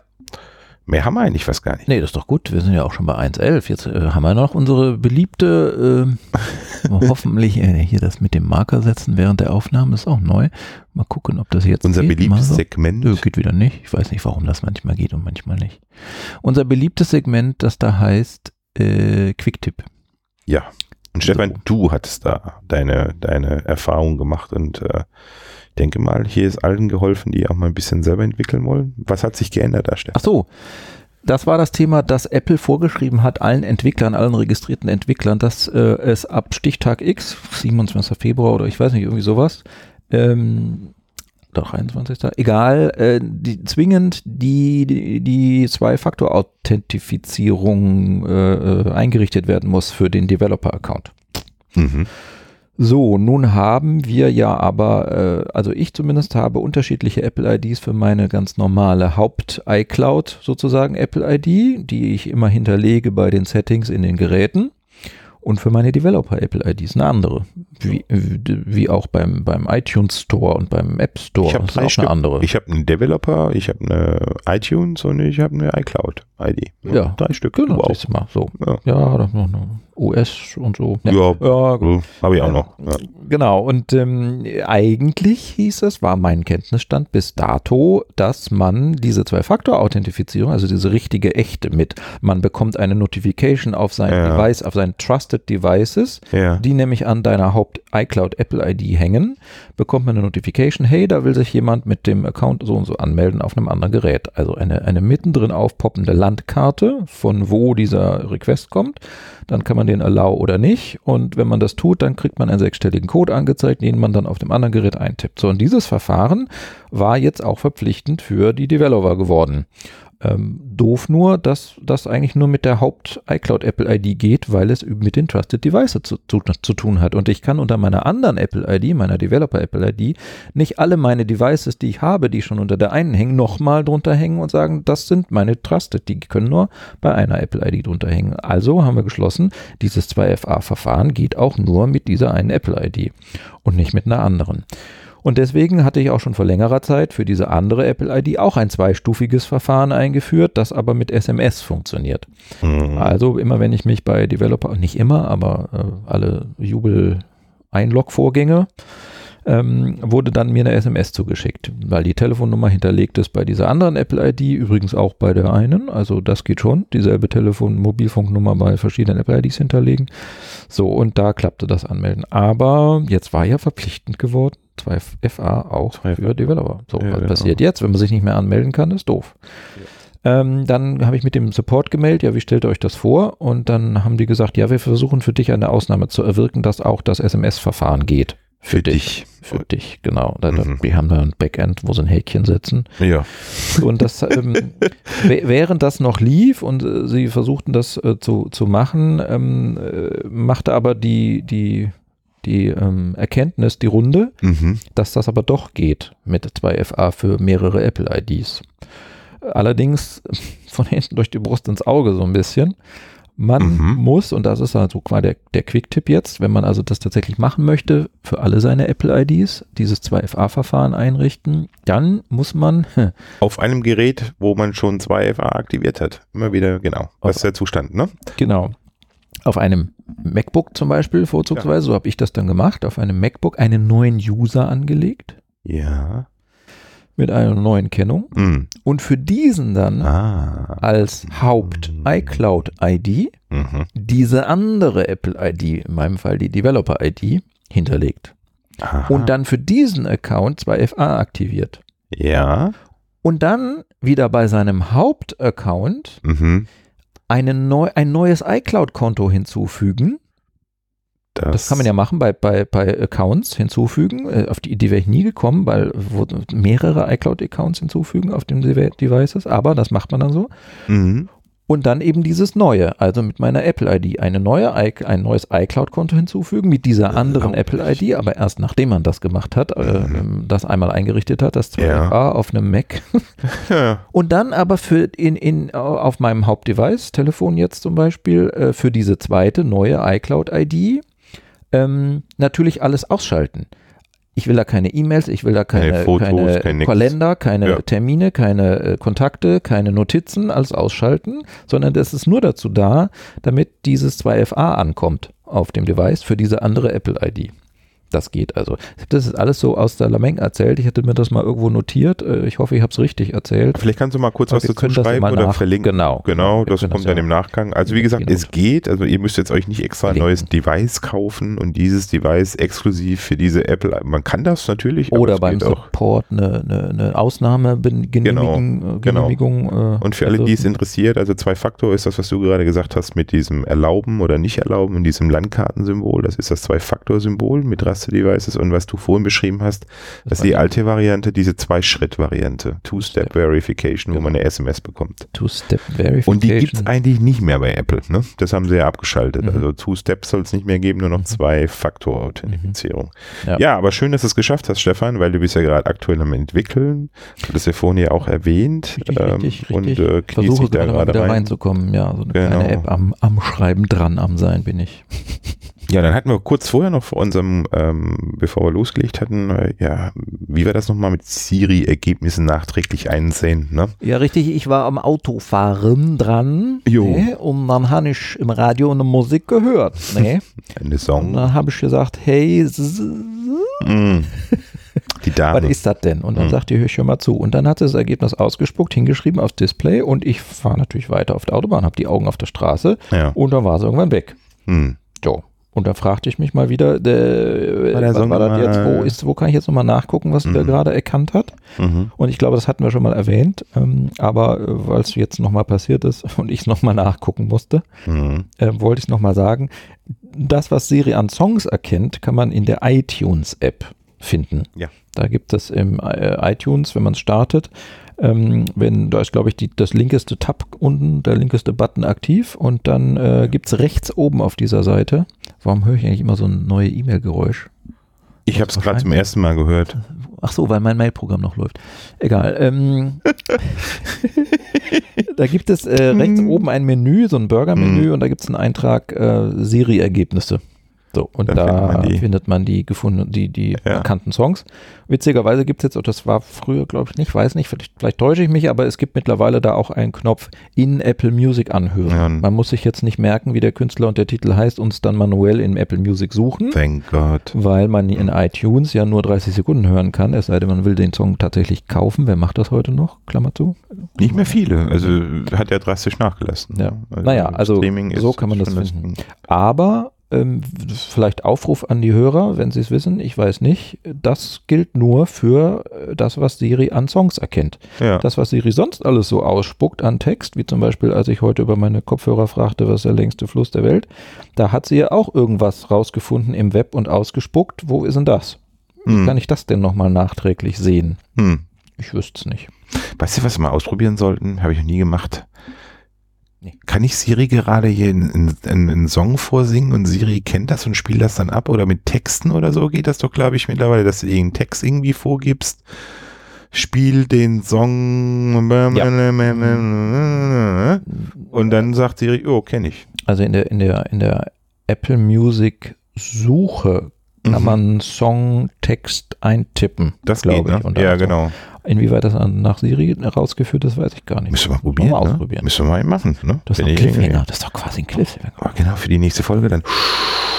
B: Mehr haben wir eigentlich fast gar nicht.
A: nee, das ist doch gut. Wir sind ja auch schon bei 1.11. Jetzt äh, haben wir noch unsere beliebte, äh, hoffentlich äh, hier das mit dem Marker setzen während der Aufnahme ist auch neu. Mal gucken, ob das jetzt
B: Unser
A: geht. Mal
B: beliebtes
A: so.
B: Segment.
A: Nö, geht wieder nicht. Ich weiß nicht, warum das manchmal geht und manchmal nicht. Unser beliebtes Segment, das da heißt äh, Quicktip.
B: Und Stefan, du hattest da deine, deine Erfahrung gemacht und äh, ich denke mal, hier ist allen geholfen, die auch mal ein bisschen selber entwickeln wollen. Was hat sich geändert da, Stefan?
A: Ach so. Das war das Thema, dass Apple vorgeschrieben hat, allen Entwicklern, allen registrierten Entwicklern, dass äh, es ab Stichtag X, 27. Februar oder ich weiß nicht, irgendwie sowas, ähm, doch 21. Egal, äh, die, zwingend die, die, die Zwei-Faktor-Authentifizierung äh, äh, eingerichtet werden muss für den Developer-Account.
B: Mhm.
A: So, nun haben wir ja aber, äh, also ich zumindest habe unterschiedliche Apple-IDs für meine ganz normale Haupt-iCloud sozusagen Apple-ID, die ich immer hinterlege bei den Settings in den Geräten. Und für meine Developer-Apple-IDs eine andere. Wie, äh, wie auch beim, beim iTunes Store und beim App Store.
B: Ich hab
A: Das
B: drei
A: ist auch
B: Stück.
A: eine andere.
B: Ich habe einen Developer, ich habe eine iTunes und ich habe eine iCloud-ID.
A: Ja.
B: Drei Stück.
A: genau,
B: du auch.
A: siehst du mal. So.
B: Ja.
A: Ja, das noch eine US und so.
B: Ja,
A: ja
B: habe ich auch
A: Ja.
B: noch. Ja.
A: Genau, und ähm, eigentlich hieß es, war mein Kenntnisstand bis dato, dass man diese Zwei-Faktor-Authentifizierung, also diese richtige, echte mit, man bekommt eine Notification auf sein
B: Ja.
A: Device, auf sein Trusted Devices,
B: Ja.
A: die nämlich an deiner Haupt-iCloud-Apple-ID hängen, bekommt man eine Notification, hey, da will sich jemand mit dem Account so und so anmelden auf einem anderen Gerät. Also eine, eine mittendrin aufpoppende Landkarte, von wo dieser Request kommt. Dann kann man den allow oder nicht. Und wenn man das tut, dann kriegt man einen sechsstelligen Code angezeigt, den man dann auf dem anderen Gerät eintippt. So, und dieses Verfahren war jetzt auch verpflichtend für die Developer geworden. Ähm, doof nur, dass das eigentlich nur mit der Haupt-iCloud-Apple-ID geht, weil es mit den Trusted Devices zu, zu, zu tun hat. Und ich kann unter meiner anderen Apple-ID, meiner Developer-Apple-ID, nicht alle meine Devices, die ich habe, die schon unter der einen hängen, nochmal drunter hängen und sagen, das sind meine Trusted. Die können nur bei einer Apple-ID drunter hängen. Also haben wir geschlossen, dieses 2FA-Verfahren geht auch nur mit dieser einen Apple-ID und nicht mit einer anderen. Und deswegen hatte ich auch schon vor längerer Zeit für diese andere Apple ID auch ein zweistufiges Verfahren eingeführt, das aber mit SMS funktioniert.
B: Mhm.
A: Also immer wenn ich mich bei Developer, nicht immer, aber äh, alle Jubel-Einlog-Vorgänge, ähm, wurde dann mir eine SMS zugeschickt, weil die Telefonnummer hinterlegt ist bei dieser anderen Apple ID, übrigens auch bei der einen, also das geht schon, dieselbe Telefon, Mobilfunknummer bei verschiedenen Apple IDs hinterlegen. So, und da klappte das Anmelden. Aber jetzt war ja verpflichtend geworden, 2FA auch
B: 2FA.
A: für Developer. So,
B: Ja,
A: was
B: genau.
A: passiert jetzt, wenn man sich nicht mehr anmelden kann, ist doof. Ähm, dann habe ich mit dem Support gemeldet, ja, wie stellt ihr euch das vor? Und dann haben die gesagt, ja, wir versuchen für dich eine Ausnahme zu erwirken, dass auch das SMS-Verfahren geht. Für, Für dich, genau. Da, da,
B: Mhm.
A: Die haben da ein Backend, wo sie ein Häkchen setzen.
B: Ja.
A: Und das, ähm, wä- während das noch lief und äh, sie versuchten das äh, zu, zu machen, ähm, äh, machte aber die, die, die ähm, Erkenntnis die Runde,
B: Mhm.
A: dass das aber doch geht mit 2FA für mehrere Apple-IDs. Allerdings von hinten durch die Brust ins Auge so ein bisschen. Man
B: Mhm.
A: muss, und das ist also quasi der, der Quick-Tipp jetzt, wenn man also das tatsächlich machen möchte, für alle seine Apple-IDs dieses 2FA-Verfahren einrichten, dann muss man,
B: Auf einem Gerät, wo man schon 2FA aktiviert hat. Immer wieder, genau. Das ist der Zustand, ne?
A: genau, auf einem MacBook zum Beispiel vorzugsweise, so habe ich das dann gemacht, auf einem MacBook einen neuen User angelegt
B: Ja.
A: mit einer neuen Kennung
B: Mhm.
A: und für diesen dann
B: Ah.
A: als Haupt-iCloud-ID
B: Mhm.
A: diese andere Apple-ID, in meinem Fall die Developer-ID, hinterlegt.
B: Aha.
A: Und dann für diesen Account 2FA aktiviert.
B: Ja.
A: Und dann wieder bei seinem Haupt-Account
B: Mhm.
A: eine neu, ein neues iCloud-Konto hinzufügen. Das kann man ja machen bei, bei, bei Accounts hinzufügen. Äh, Auf die Idee wäre ich nie gekommen, weil wurden mehrere iCloud-Accounts hinzufügen auf den De- Devices. Aber das macht man dann so.
B: Mhm.
A: Und dann eben dieses neue, also mit meiner Apple-ID, eine neue, i- ein neues iCloud-Konto hinzufügen mit dieser anderen Apple-ID, aber erst nachdem man das gemacht hat, äh,
B: genau. Mhm.
A: das einmal eingerichtet hat, das 2FA
B: Ja.
A: auf einem Mac.
B: Ja.
A: Und dann aber für in, in, auf meinem Hauptdevice, Telefon jetzt zum Beispiel, äh, für diese zweite neue iCloud-ID ähm, natürlich alles ausschalten. Ich will da keine E-Mails, ich will da keine,
B: Keine Fotos,
A: keine
B: kein nix.
A: Kalender, keine
B: Ja.
A: Termine, keine äh, Kontakte, keine Notizen, alles ausschalten, sondern das ist nur dazu da, damit dieses 2FA ankommt auf dem Device für diese andere Apple-ID. Das geht also. Ich hab Das ist alles so aus der Lameng erzählt. Ich hatte mir das mal irgendwo notiert. Äh, Ich hoffe, ich habe es richtig erzählt.
B: Vielleicht kannst du mal kurz was
A: Wir
B: dazu
A: können das ja
B: schreiben
A: mal
B: oder
A: nach-
B: verlinken.
A: Genau.
B: Genau,
A: Wir
B: das
A: können
B: kommt
A: ja
B: dann im Nachgang. Also wie
A: Ja,
B: gesagt,
A: genau.
B: es geht. Also ihr müsst jetzt euch nicht extra ein
A: Verlinken.
B: neues Device kaufen und dieses Device exklusiv für diese Apple. Man kann das natürlich, aber
A: Oder
B: es
A: beim
B: geht auch.
A: Support eine, eine, eine Ausnahme
B: Genau,
A: Genehmigung.
B: genau.
A: Genehmigung äh,
B: Und für alle,
A: also-
B: die es interessiert, also Zwei-Faktor ist das, was du gerade gesagt hast, mit diesem Erlauben oder Nicht-Erlauben und diesem Landkartensymbol. Das ist das Zwei-Faktor-Symbol mit Raster-Devices und was du vorhin beschrieben hast, das ist die alte Variante, diese Zwei-Schritt-Variante, Two-Step-Verification, wo man eine SMS bekommt.
A: Two-Step-Verification.
B: Und die gibt es eigentlich nicht mehr bei Apple. Ne? Das haben sie ja abgeschaltet.
A: Mhm.
B: Also Two-Steps soll es nicht mehr geben, nur noch Zwei-Faktor-Authentifizierung.
A: Ja.
B: Ja. aber schön, dass du es geschafft hast, Stefan, weil du bist ja gerade aktuell am Entwickeln. Du hattest ja vorhin ja auch erwähnt.
A: Richtig,
B: ähm,
A: richtig,
B: und
A: richtig.
B: Äh, kniest
A: Versuche
B: dich da
A: mal
B: gerade
A: wieder
B: rein.
A: reinzukommen. Ja, so eine
B: Genau.
A: kleine App am, am Schreiben dran, am Sein bin ich.
B: Ja, dann hatten wir kurz vorher noch vor unserem, ähm, bevor wir losgelegt hatten, äh, ja, wie war das nochmal mit Siri-Ergebnissen nachträglich einsehen? Ne?
A: Ja, richtig. Ich war am Autofahren dran.
B: Jo.
A: Ne? Und dann habe ich im Radio eine Musik gehört. Ne?
B: Eine
A: Und
B: Song.
A: dann habe ich gesagt, hey, z-
B: Mm. Die
A: was
B: Dame.
A: ist das denn? Und dann
B: Hm.
A: sagt ihr, hör schon mal zu. Und dann hat sie das Ergebnis ausgespuckt, hingeschrieben aufs Display und ich fahre natürlich weiter auf der Autobahn, habe die Augen auf der Straße
B: Ja.
A: und dann war sie irgendwann weg.
B: Hm.
A: So. Und da fragte ich mich mal wieder, äh,
B: War der
A: was
B: Song
A: war das
B: mal- äh,
A: jetzt? Wo, ist, wo kann ich jetzt nochmal nachgucken, was der
B: Mhm.
A: gerade erkannt hat?
B: Mhm.
A: Und ich glaube, das hatten wir schon mal erwähnt, ähm, aber äh, weil es jetzt nochmal passiert ist und ich es nochmal nachgucken musste,
B: Mhm.
A: äh, wollte ich es nochmal sagen. Das, was Siri an Songs erkennt, kann man in der iTunes-App finden.
B: Ja.
A: Da gibt es im äh, iTunes, wenn man es startet, Ähm, wenn, da ist, glaube ich, die, das linkeste Tab unten, der linkeste Button aktiv und dann äh, gibt es rechts oben auf dieser Seite. Warum höre ich eigentlich immer so ein neues E-Mail-Geräusch?
B: Ich habe es gerade zum ersten Mal gehört.
A: Ach so, weil mein Mailprogramm noch läuft. Egal. Ähm, da gibt es äh,
B: Hm.
A: rechts oben ein Menü, so ein Burger-Menü,
B: Mhm.
A: und da gibt es einen Eintrag äh, Siri-Ergebnisse. So, und
B: Da
A: da,
B: findet man die.
A: findet man die gefundenen, die, die
B: Ja.
A: bekannten Songs. Witzigerweise gibt es jetzt, und das war früher, glaube ich, nicht, weiß nicht, vielleicht, vielleicht täusche ich mich, aber es gibt mittlerweile da auch einen Knopf in Apple Music anhören.
B: Ja.
A: Man muss sich jetzt nicht merken, wie der Künstler und der Titel heißt, und es dann manuell in Apple Music suchen.
B: Thank God.
A: Weil man in iTunes ja nur 30 Sekunden hören kann, es sei denn, man will den Song tatsächlich kaufen. Wer macht das heute noch? Klammer zu.
B: Nicht mehr viele. Also hat er drastisch nachgelassen.
A: Ja. Naja, also so kann man das
B: schon
A: finden. Aber ähm, vielleicht Aufruf an die Hörer, wenn sie es wissen, ich weiß nicht. Das gilt nur für äh, das, was Siri an Songs erkennt.
B: Ding. Ja.
A: Das, was Siri sonst alles so ausspuckt an Text, wie zum Beispiel, als ich heute über meine Kopfhörer fragte, was ist der längste Fluss der Welt, da hat sie ja auch irgendwas rausgefunden im Web und ausgespuckt. Wo ist denn das?
B: Hm.
A: Kann ich das denn nochmal nachträglich sehen?
B: Hm.
A: Ich wüsste es nicht.
B: Weißt du, was wir mal ausprobieren sollten? Habe ich noch nie gemacht.
A: Nee.
B: Kann ich Siri gerade hier einen, einen, einen Song vorsingen und Siri kennt das und spielt das dann ab? Oder mit Texten oder so geht das doch, glaube ich, mittlerweile, dass du irgendeinen Text irgendwie vorgibst. Spiel den Song. Und dann sagt Siri, oh, kenne ich.
A: Also in der, in der, in der Apple Music Suche kann
B: Mhm.
A: man Songtext eintippen.
B: Das
A: glaub
B: geht, ne?
A: ich, unter
B: Ja,
A: anderem.
B: genau.
A: Inwieweit das an, nach Siri rausgeführt ist, weiß ich gar nicht.
B: Müssen wir mal probieren.
A: Mal
B: ne?
A: ausprobieren.
B: Müssen wir mal machen. Ne?
A: Das ist,
B: Wenn
A: doch ein
B: ich
A: Cliffhanger.
B: irgendwie-
A: das ist doch quasi ein Cliffhanger.
B: Aber genau, für die nächste Folge dann.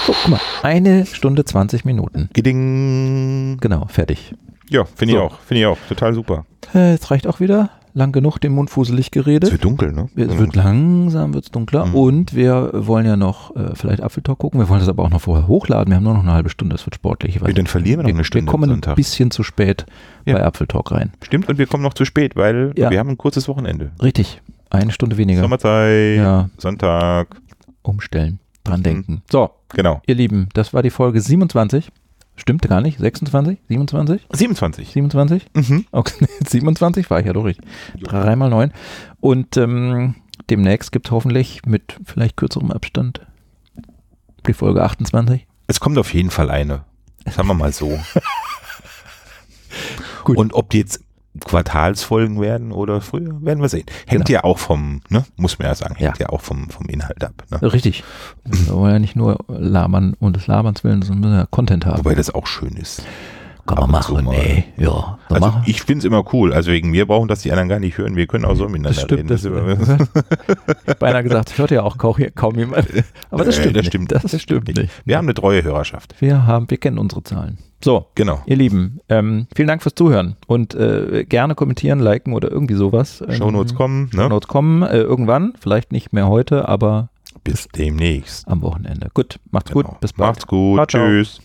A: So, guck mal, eine Stunde 20 Minuten.
B: Giding.
A: Genau, fertig.
B: Ja, finde ich
A: So.
B: auch. Finde ich auch. Total super.
A: Äh, jetzt reicht auch wieder. Lang genug den Mund fuselig
B: Es
A: geredet.
B: wird dunkel, ne?
A: Es wird langsam, wird es dunkler.
B: Mhm.
A: Und wir wollen ja noch äh, vielleicht Apfeltalk gucken. Wir wollen das aber auch noch vorher hochladen. Wir haben nur noch eine halbe Stunde. Das wird sportlich. Ich weiß
B: Ja, dann verlieren wir noch eine Stunde
A: Genau, Wir kommen
B: am
A: ein
B: Sonntag.
A: bisschen zu spät
B: Ja.
A: bei Apfeltalk rein.
B: Stimmt, und wir kommen noch zu spät, weil
A: Ja.
B: wir haben ein kurzes Wochenende.
A: Richtig. Eine Stunde weniger.
B: Sommerzeit,
A: Ja,
B: Sonntag,
A: umstellen.
B: Mhm.
A: Dran denken. So,
B: genau.
A: ihr Lieben, das war die Folge 27. Stimmt gar nicht. 26? 27?
B: 27.
A: 27?
B: Mhm.
A: Okay, 27 war ich ja doch richtig. Dreimal neun. Und ähm, demnächst gibt es hoffentlich mit vielleicht kürzerem Abstand die Folge 28.
B: Es kommt auf jeden Fall eine. Sagen wir mal so.
A: Gut.
B: Und ob die jetzt Quartalsfolgen werden oder früher, werden wir sehen. Hängt
A: Genau.
B: ja auch vom, ne, muss man ja sagen, hängt ja, auch vom, vom Inhalt ab. Ne?
A: Richtig. Wir wollen ja nicht nur labern und des Laberns willen, sondern müssen ja Content haben.
B: Wobei das auch schön ist.
A: Kann
B: ab
A: man
B: und zu
A: machen,
B: mal.
A: ey. Ja, dann
B: Also
A: machen.
B: ich finde es immer cool. Also wegen mir brauchen das die anderen gar nicht hören. Wir können auch so miteinander
A: Das stimmt.
B: reden.
A: Das,
B: ist-
A: beinahe gesagt, das hört ja auch kaum, kaum jemand. Aber das
B: Nee,
A: stimmt
B: das
A: nicht.
B: stimmt-
A: Das,
B: das
A: stimmt nicht.
B: wir haben eine treue Hörerschaft.
A: Wir, haben, wir kennen unsere Zahlen. So,
B: Genau.
A: ihr Lieben, ähm, vielen Dank fürs Zuhören und äh, gerne kommentieren, liken oder irgendwie sowas. Ähm,
B: Shownotes kommen, ne?
A: Shownotes kommen äh, irgendwann, vielleicht nicht mehr heute, aber
B: Bis demnächst.
A: am Wochenende. Gut, macht's
B: Genau.
A: gut, bis bald.
B: Macht's gut.
A: Ciao, ciao.
B: Tschüss.